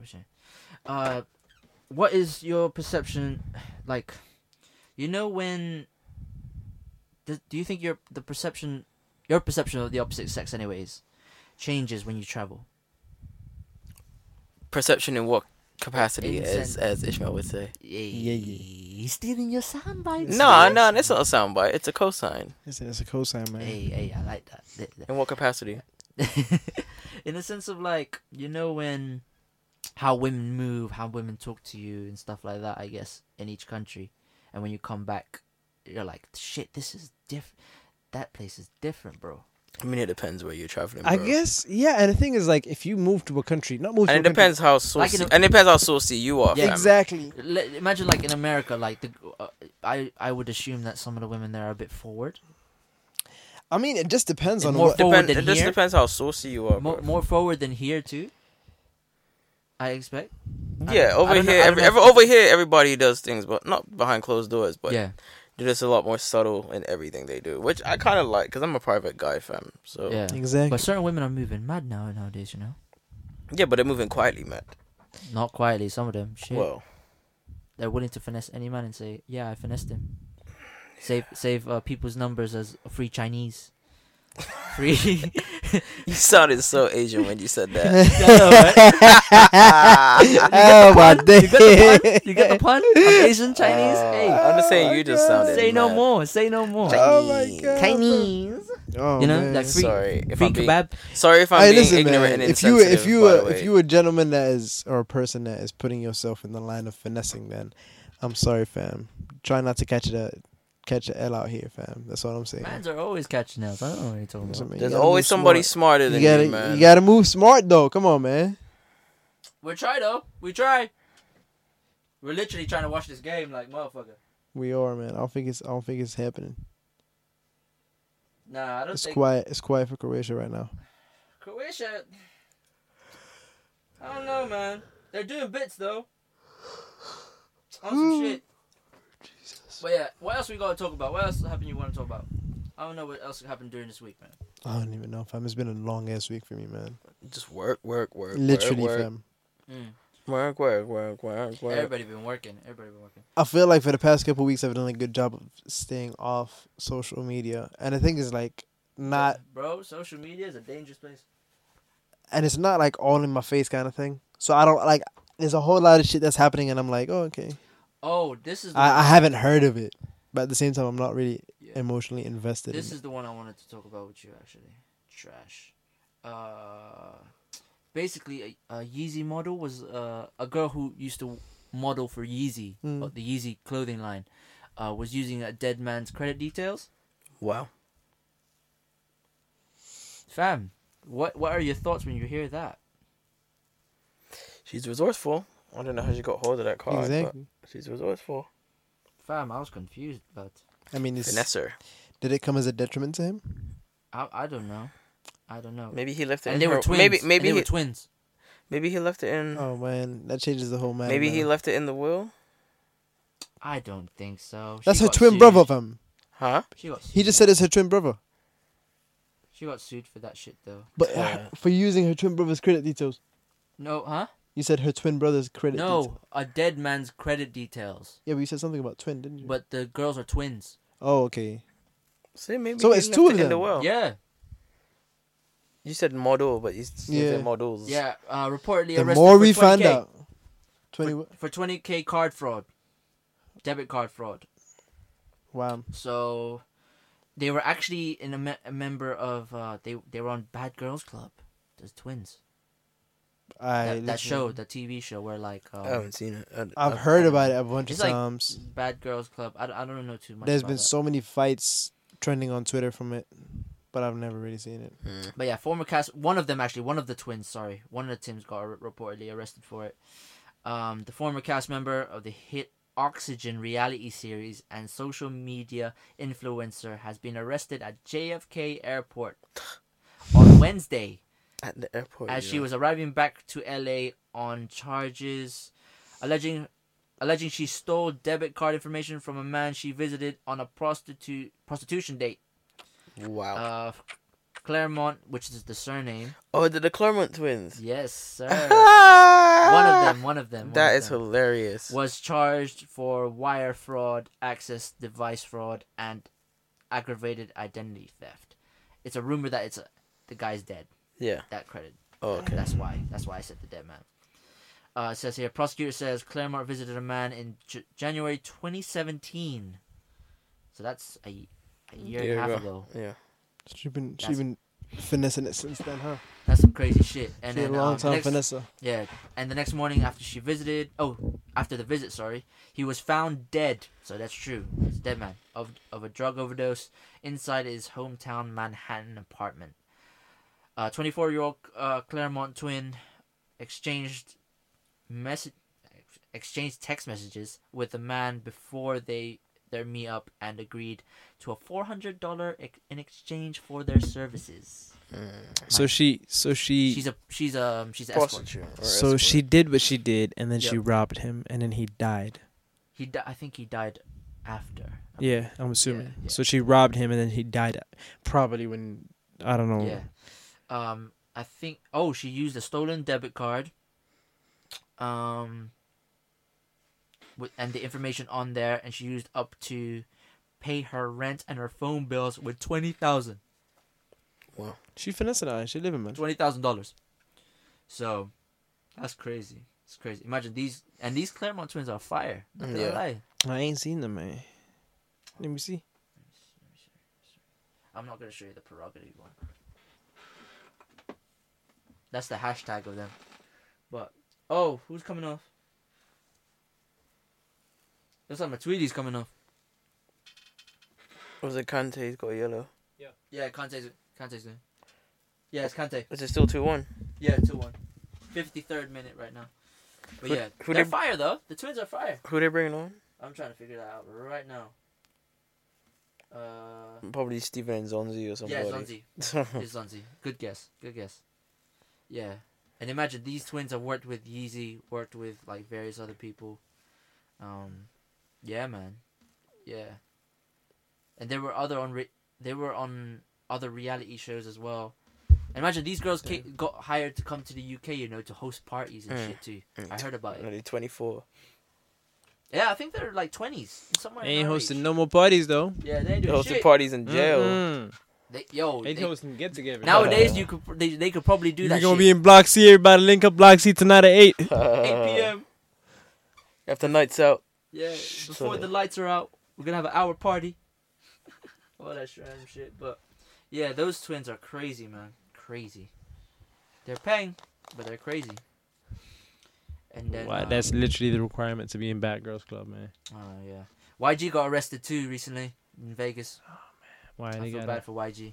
which I- Uh, what is your perception, like, you know when? Do, do you think your the perception, your perception of the opposite sex, anyways, changes when you travel? perception in what capacity, as Innocent. as Ishmael would say. Yeah, yeah. Stealing your soundbites. No, no, that's not a soundbite. It's a cosine. it's, it's a cosign, man. Hey, hey, I like that. Th- th- In what capacity? in the sense of like you know when how women move how women talk to you and stuff like that i guess in each country and when you come back you're like shit this is diff that place is different bro I mean, it depends where you're traveling. I bro. guess, yeah. And the thing is, like, if you move to a country, not move to and a it depends how saucy, in a- and it depends how saucy you are. country, fam. exactly. Le- imagine like in america like the uh, i i would assume that some of the women there are a bit forward I mean, it just depends It on more what. forward Depend, than it just here. depends how saucy you are. more, Bro. more forward than here too i expect I yeah, don't- I over don't know- here, I don't every, know if- every, over here, everybody does things, but not behind closed doors. But yeah they're just a lot more subtle in everything they do, which I kind of like because I'm a private guy, fam. So yeah Exactly. but certain women are moving mad now nowadays you know yeah, but they're moving quietly, man. not quietly some of them shit Well, they're willing to finesse any man and say, "Yeah, I finessed him." Save save uh, people's numbers as free Chinese. Free. you sounded so Asian when you said that. oh my day. you get the pun? I'm Asian Chinese. Uh, hey, I'm just saying you just sounded. say no mad. more. Say no more. Oh my Chinese. god. Chinese. Oh, You know, man. like free, Sorry if free I'm being, kebab. sorry if I'm Hey, being listen, ignorant man, and if you if you by the uh, way. if you a gentleman that is or a person that is putting yourself in the line of finessing, then I'm sorry, fam. Try not to catch a catch a L out here, fam. That's what I'm saying. Mans are always catching nails. I don't know what you're talking That's what I about. mean. You There's gotta always move somebody smart. smarter than You you, gotta man. you gotta move smart though. Come on, man. We try though. We try. We're literally trying to watch this game like motherfucker. We are, man. I don't think it's I don't think it's happening. Nah, I don't It's think quiet. It's quiet for Croatia right now. Croatia. I don't know, man. They're doing bits though. on some shit. But yeah, what else we gotta talk about? What else happened you want to talk about? I don't know what else happened during this week, man. I don't even know, fam. It's been a long ass week for me, man. Just work, work, work. Literally, work, fam. work, work, work, work, work. Everybody been working. Everybody been working. I feel like for the past couple weeks, I've done a good job of staying off social media, and the thing is like not, bro. Social media is a dangerous place. and it's not like all in my face kind of thing. So I don't like. There's a whole lot of shit that's happening, and I'm like, oh okay. Oh, this is the I, I one- haven't heard of it, but at the same time, I'm not really Yeah. emotionally invested. This in is the one I wanted to talk about with you actually. Trash. Uh, basically, a, a Yeezy model was uh, a girl who used to model for Yeezy, Mm. uh, the Yeezy clothing line, uh, was using a dead man's credit details. Wow. Fam, what what are your thoughts when you hear that? She's resourceful. I don't know how she got hold of that it. card, exactly. but she's resourceful. Fam, I was confused, but I mean, it's, Finesser. did it come as a detriment to him? I I don't know, I don't know. Maybe he left it. in and they her, were twins. Maybe and maybe they he, were twins. maybe he left it in. Oh man, that changes the whole man. maybe he now. left it in the will. I don't think so. That's She her got twin sued. brother, fam. Huh? She got He sued. just said it's her twin brother, she got sued for that shit though. but Yeah. for using her twin brother's credit details. No, huh? You said her twin brother's credit. no, details. a dead man's credit details. Yeah, but you said something about twin, didn't you? But the girls are twins. oh, okay. See, maybe So he it's left two it of in the them. will. Yeah, You said model, but you s- you Yeah. said models. yeah. Uh, reportedly The arrested more for we 20K, find out, twenty. for, for 20k card fraud, debit card fraud. Wow. So they were actually in a, me- a member of uh, they they were on Bad Girls Club. Those twins. I That, literally- that show, the TV show, where like um, I haven't seen it. I, Oh. I've heard about it a bunch of It's like- times. Bad Girls Club. I, I don't know too much. There's about been that. so many fights trending on Twitter from it, but I've never really seen it. But yeah, former cast, one of them actually, one of the twins, sorry, one of the twins got ar- reportedly arrested for it. Um, the former cast member of the hit Oxygen reality series and social media influencer has been arrested at JFK Airport on Wednesday at the airport. as you she know. was arriving back to LA on charges alleging alleging she stole debit card information from a man she visited on a prostitute prostitution date. Wow. Uh, Claremont, which is the surname. oh, the, the Claremont twins. Yes, sir. one of them, one of them. one That of is them, hilarious. was charged for wire fraud, access device fraud, and aggravated identity theft. It's a rumor that it's a, the guy's dead. Yeah. That credit. Oh, okay. That's why. That's why I said the dead man. Uh, it says here, prosecutor says Claremont visited a man in J- January 2017. So that's a, a year and a Year half ago. ago. Yeah. She's been That's- she's been finessing it since then, huh? That's some crazy shit. And She a then, long um, time next- finesse. Yeah, and the next morning after she visited, oh, after the visit, sorry, he was found dead. So that's true. It's a dead man of of a drug overdose inside his hometown Manhattan apartment. Uh, 24-year-old uh, Claremont twin exchanged message exchanged text messages with the man before they their meetup and agreed to a $400 ex- in exchange for their services. So she, so she, She's a she's a she's an escort. Prostitute. or so escort. she did what she did, and then she Yep. robbed him, and then he died. He di- I think he died after. Yeah, I'm assuming. yeah. So she robbed him, and then he died. Probably when I don't know. Yeah. Um, I think. Oh, she used a stolen debit card. Um. With, and the information on there, and she used up to pay her rent and her phone bills with twenty thousand, She finessing it. She living man. twenty thousand dollars. So, that's crazy. It's crazy. Imagine these and these Claremont twins are fire. Not gonna Yeah. lie. I ain't seen them, man. Let me see. I'm not gonna show you the prerogative one. That's the hashtag of them. But oh, who's coming off? Looks like Matuidi's coming off. Was it Kante? He's got a yellow. Yeah, Kante's Kante's doing. Yeah, it's Kante. Is it still 2 1? Yeah, two one. Fifty third minute right now. But Who- yeah, who they're did- fire though. The twins are fire. Who they bringing on? I'm trying to figure that out right now. Uh, Probably Steven Zonzi or yeah, somebody. Zonzi. It's Zonzi. Good guess. Good guess. Yeah. And imagine these twins have worked with Yeezy, worked with like various other people. Um, yeah, man, yeah. And there were other on re- they were on other reality shows as well. Imagine these girls ca- got hired to come to the UK, you know, to host parties and Mm. shit too. Mm. I heard about it. Only 24. Yeah, I think they're like twenties somewhere. They in ain't our hosting age. no more parties though. Yeah, they ain't They doing hosted shit. parties in jail. Mm-mm. They, yo, They they- hosting get together. nowadays you could pr- they, they could probably do You're that. gonna shit. be in Block C. Everybody link up Block C tonight at eight. Mm-hmm. eight p.m. After nights out. Yeah, Shh, before sorry. the lights are out, we're gonna have an hour party. All that sh- random shit, but yeah, those twins are crazy, man. Crazy. They're paying, but they're crazy. And then Why, uh, that's literally the requirement to be in Bad Girls Club, man. oh yeah, YG got arrested too recently in Vegas. Why I they feel got bad for YG.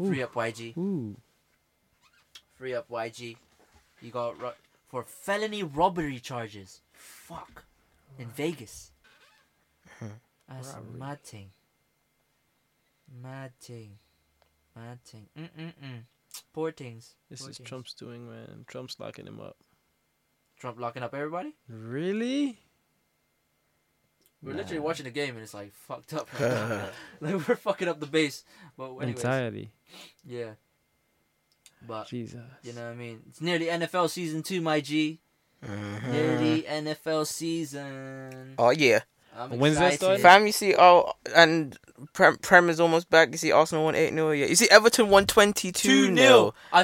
Ooh. Free up YG. Ooh, Free up YG. You got ru- for felony robbery charges. Fuck. In Vegas. That's a mad thing. Mad thing. Mad thing. Mm-mm-mm. Poor things. this Poor is things. Trump's doing, man. Trump's locking him up. Trump locking up everybody? Really? We're Nah. literally watching the game and it's like fucked up. like we're fucking up the base. But anyways, Entirely. yeah. But Jesus. You know what I mean? It's nearly NFL season two, my G. Uh-huh. Nearly NFL season. Oh, yeah. I'm When's that excited. starting? Fam, you see, oh, and Prem, Prem is almost back. You see, Arsenal won 8 0. Yeah. You see, Everton won 22 0. 2-0. I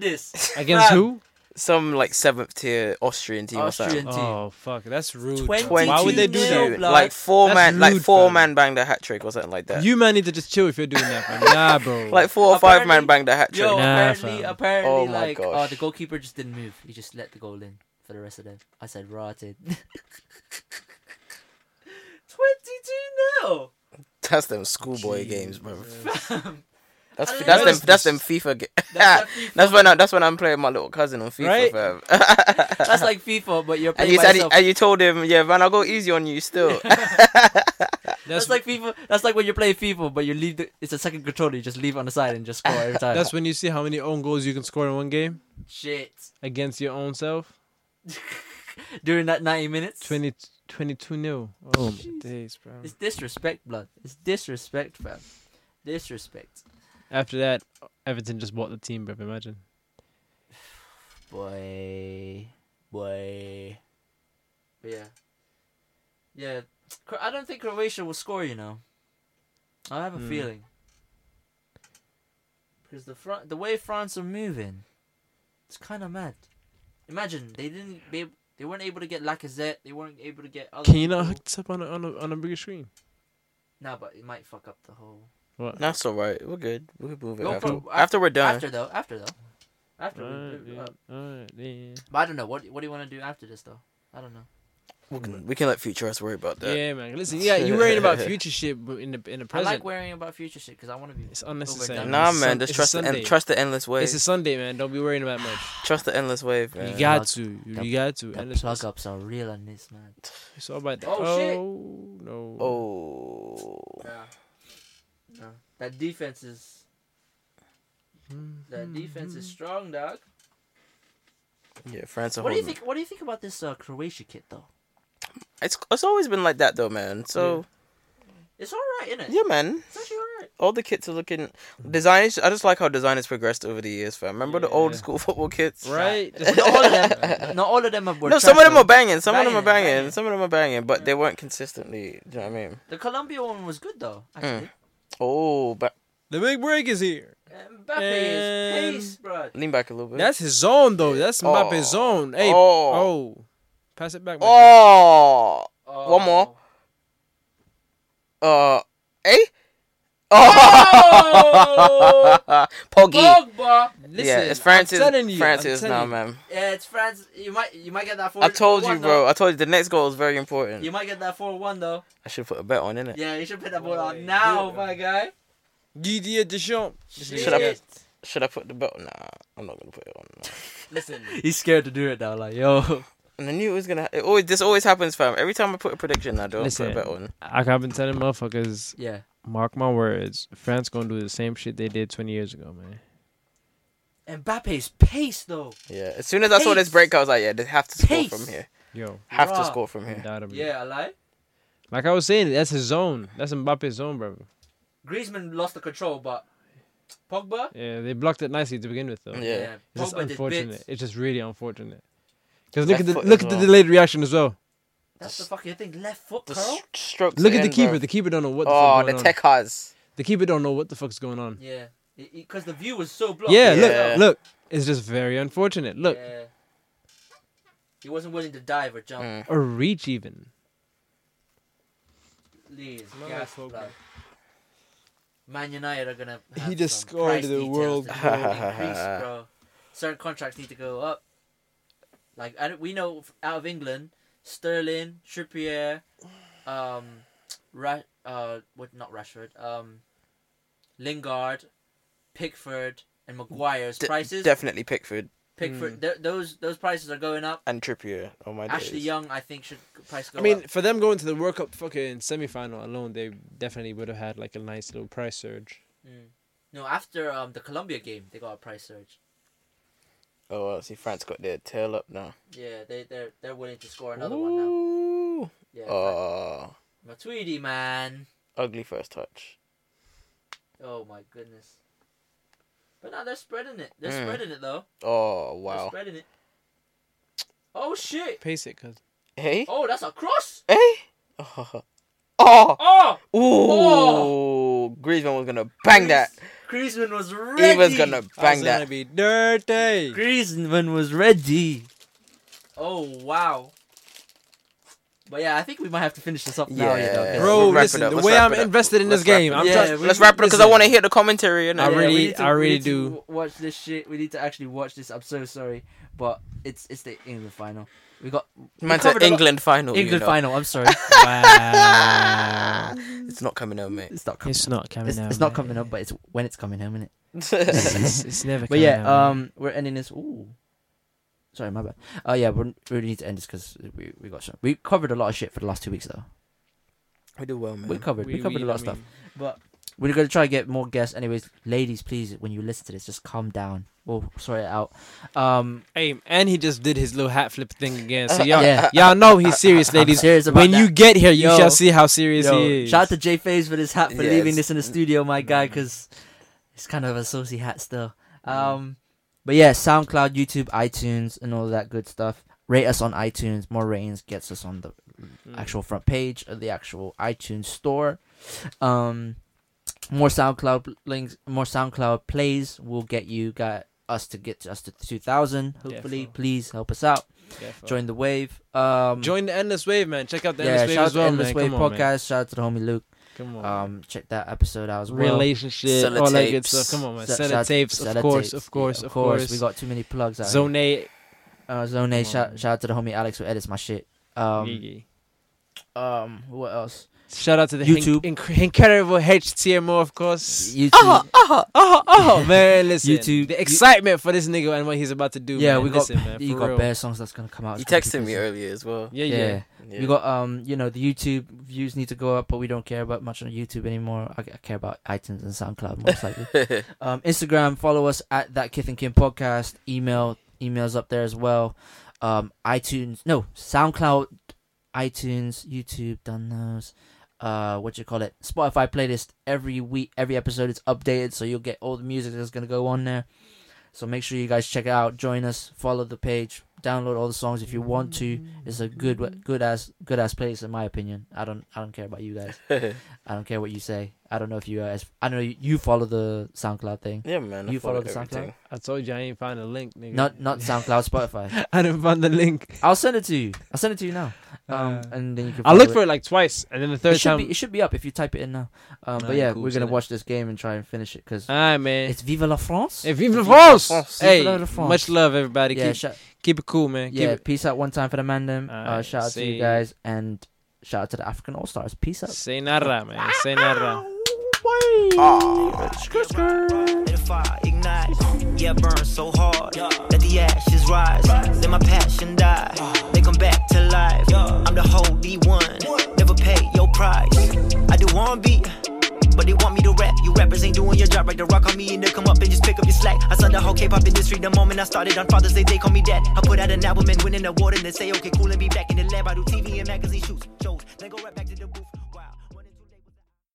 this. Against Fam, who? Some, like, seventh tier Austrian team or Austrian something. team. Oh fuck, that's rude. bro. 22 Why would they do 22, that? 22-0. blood? Like, four That's man, like, rude, four fam. man banged a hat trick or something like that. You man need to just chill if you're doing that, man. Nah, bro. like, four or five man Apparently- banged a hat trick. Yo, Nah, apparently, fam. apparently, Oh my like, oh, gosh. the goalkeeper just didn't move. He just let the goal in for the rest of them. I said, rotted. 22 0. That's them schoolboy games, bro. That's I don't that's know. them that's them FIFA. Ga- that that's, FIFA. when I, that's when I'm playing my little cousin on FIFA. Right? Fam. That's like FIFA, but you're and playing you by said yourself. and you told him, yeah, man, I'll go easy on you still. that's that's like FIFA. That's like when you're playing FIFA, but you leave the. It's a second controller. You just leave it on the side and just score every time. that's when you see how many own goals you can score in one game shit. against your own self. During that 90 minutes, 20, 22 0. Oh my days, bro. it's disrespect, blood. It's disrespect, fam. Disrespect, After that, Everton just bought the team, bro. Imagine. boy, boy. But yeah, yeah. Cro- I don't think Croatia will score. You know, I have a Hmm. feeling because the front, the way France are moving, it's kind of mad. Imagine they didn't be. ab- They weren't able to get Lacazette. They weren't able to get. Other Can you not hook people. this up on a, on a, on a bigger screen? Nah, but it might fuck up the whole. What? that's all right. We're good. We can move it No, after. bro, af- after we're done. After though, after though, after. we, Alright, we- yeah, uh, alright, yeah. but I don't know. What What do you want to do after this though? I don't know. we, can, we can let future us worry about that. Yeah, man. Listen, yeah, you worrying about future shit but in the in the present. I like worrying about future shit because I want to be. it's unnecessary. Overdone. Nah, It's a man, Sun- just it's a trust the Sunday. en- trust the endless wave. It's a Sunday, man. Don't be worrying about much. trust the endless wave, man. You got Plug- to. You, the- got to. The And it's, plug ups are real on this man. it's all about that. Oh, shit. no. oh, Yeah. No. That defense is. That defense is strong, dog. yeah, France are What do you holding. think? What do you think about this uh, Croatia kit though? It's it's always been like that though, man. So It's alright, isn't it? yeah, man. It's actually alright. all the kits are looking designers. I just like how designers progressed over the years, fam. Remember the old Yeah. school football kits? Right? Not all of them. Not all of them are. No, some of them are banging. Some of Banging, them are banging. banging. Some of them are banging, but they weren't consistently. Do you know what I mean? The Colombia one was good though. Actually, Oh, but the big break is here. Mm. And Mbappe is And- pace, bro. lean back a little bit. That's his zone, though. That's Mbappe's Oh. zone. Hey, Oh. oh. Pass it back. my dude. oh, One more. uh, eh? Oh, Poggy. Pogba. Listen, yeah, it's France. Francis. I'm telling you, Francis I'm now, telling you. man. Yeah, it's France. You might you might get that four. I told you, one, bro. though. I told you the next goal is very important. You might get that four one though. I should put a bet on, innit? Yeah, you should put that ball Boy, on now, yeah. my guy. Didier Deschamps. This Shit. Should I nigga- put- Should I put the bet? Nah, I'm not gonna put it on. nah. Listen, He's scared to do it now. Like yo, And I knew it was gonna. It always this always happens, fam. Every time I put a prediction, I don't Listen. put a bet on. like I've been telling motherfuckers, yeah. mark my words, France gonna do the same shit they did 20 years ago, man. Mbappe's pace though. Yeah. As soon as I saw this Pace. break, I was like, yeah, they have to score Pace. from here. Yo, Have to Bruh. score from here. undoubtedly. Yeah, a lie. Like I was saying, that's his zone. That's Mbappe's zone, bro. Griezmann lost the control, but Pogba. Yeah, they blocked it nicely to begin with, though. Yeah. It's just Pogba did unfortunate. bits. It's just really unfortunate. Because Left look at the foot look as at the well. delayed reaction as well. That's the fucking thing. Left foot The curl. s- stroke. to Look at the end, keeper. bro. The keeper don't know what the Oh, fuck the going on. tech eyes. The keeper don't know what the fuck's going on. Yeah, because the view was so blocked. Yeah, Yeah. look, look. It's just very unfortunate. Look, Yeah. He wasn't willing to dive or jump. Mm. a reach even. Please, Not gas, like Pogba. blood. Man United are gonna. He have just some scored price the details world to increase, bro. Certain contracts need to go up. Like I don't- we know f- out of England, Sterling, Trippier, um, Ra- uh, what not Rashford, um, Lingard, Pickford, and Maguire's De- prices. Definitely Pickford Pickford, hmm. th- those those prices are going up. and Trippier. Oh my Ashley days. Young, I think, should price go I mean, up. for them going to the World Cup fucking semi final alone, they definitely would have had like a nice little price surge. Mm. No, after um the Colombia game, they got a price surge. Oh, well, see, France got their tail up now. Yeah, they they're they're willing to score another one now. Ooh. Yeah, uh, Oh, Matuidi, man. ugly first touch. Oh my goodness. But now they're spreading it. They're Mm. spreading it though. Oh They're wow. spreading it. Oh shit! Pace it, cause Hey, Oh, that's a cross. hey. Oh, oh. Oh, ooh. Griezmann was gonna bang that. Gries- Griezmann was ready. He was gonna bang Arsenal that. be dirty. Griezmann was ready. Oh wow. But yeah, I think we might have to finish this up now. You know, Yeah. 'cause- Bro, Let's wrap it listen, up, the let's way wrap I'm it up. invested in Let's this wrap it game, up. I'm Yeah, trying. we- Let's wrap it up because I listen. want to hear the commentary. You know? Yeah, I we really- need to- I we really need to do. w- watch this shit. We need to actually watch this. I'm so sorry, but it's it's the England final. We got we Man, to covered a lot- England final. you England know. Ah. final. I'm sorry, Wow. It's not coming out, mate. it's not coming. it's not coming It's, out. it's not man. coming up, but it's when it's coming home, is it? It's, it's- it's never. But coming out, yeah, man. um, we're ending this. Ooh, sorry, my bad. Uh, yeah, we really need to end this because we we got some. We covered a lot of shit for the last two weeks though. we do well, man. We covered we, covered a lot of I stuff. mean, But we're gonna try to get more guests. Anyways, ladies, please, when you listen to this, just calm down. We'll sort it out. Um, Hey, and he just did his little hat flip thing again. So y'all, Uh, Yeah. y'all know he's serious, I'm ladies. serious about When you that. get here, you Yo. shall see how serious Yo, he is. shout out to Jay Faves for this hat for Yeah, leaving it's- this in the studio, my guy, Mm. because it's kind of a saucy hat still. Um, but yeah, SoundCloud, YouTube, iTunes, and all that good stuff. Rate us on iTunes. More ratings gets us on the Mm, actual front page of the actual iTunes store. Um, more SoundCloud links, more SoundCloud plays will get you got us to get us to 2,000. Hopefully, Defo. please help us out. Join the wave. Um, Join the Endless Wave, man. Check out the yeah, Endless Wave shout out as to well, Endless man. Wave Come on, podcast. man. Shout out to the homie Luke. Come on. Um, check that episode out as well. Relationship, all that good Sellotapes. stuff. Come on, man. Shout- Set shout- tapes, shout of out course, to- of course, yeah, of course. We got too many plugs. Out Zone Eight. Here. Uh, Zone A. Come Shout, on. shout out to the homie Alex who edits my shit. Um, Yee-yee. um, what else? Shout out to the YouTube. YouTube. incredible HTMO, of course. YouTube. Uh-huh, Oh, oh, man, listen. YouTube. The excitement for this nigga and what he's about to do. yeah, man. we got Listen, man, for you got real. bear songs that's gonna come out. He It's gonna be texted me busy. earlier as well. Yeah, Yeah. yeah. Yeah. we got um, you know, the YouTube views need to go up, but we don't care about much on YouTube anymore. I, I care about iTunes and SoundCloud most likely. um, Instagram, follow us at that Kith and Kim podcast. Email, emails up there as well. Um, iTunes, no, SoundCloud, iTunes, YouTube, done those. Uh, what you call it? Spotify playlist every week, every episode is updated, so you'll get all the music that's gonna go on there. So make sure you guys check it out, join us, follow the page, download all the songs if you want to. It's a good, good ass, good ass place in my opinion. I don't, I don't care about you guys. I don't care what you say. I don't know if you guys. I know you follow the SoundCloud thing. yeah, man. I You follow the everything. I told you I ain't found a link, nigga. Not not SoundCloud, Spotify. I didn't find the link. I'll send it to you. I'll send it to you now. Um, Uh, and then you can. I looked for follow it like twice, and then the It, third should time. be it should be up if you type it in now. Um, but Alright, yeah, cool, we're gonna send it. watch this game and try and finish it because All right, man. it's Viva la France. Hey, vive la France! France. Hey, Vive la France. much love, everybody. yeah, keep, shout, keep it cool, man. Keep yeah. it. Peace out one time for the mandem. uh, Alright, shout out to see. you guys and shout out to the African All Stars. Peace out. Say nada, man. Say nada. Let the fire ignite. Yeah, burn so hard. Let the ashes rise. Let my passion die. They come back to life. I'm the holy one. Never pay your price. I do one beat. mic, but they want me to rap. You rappers ain't doing your job right. The rock on me and they'll come up and just pick up your slack. I saw the whole K-pop industry the moment I started on Father's Day. They call me dad. I put out an album and win an award and they say, okay, cool, and be back in the lab. I do TV and magazine shoots, shows. Then go right back to the booth.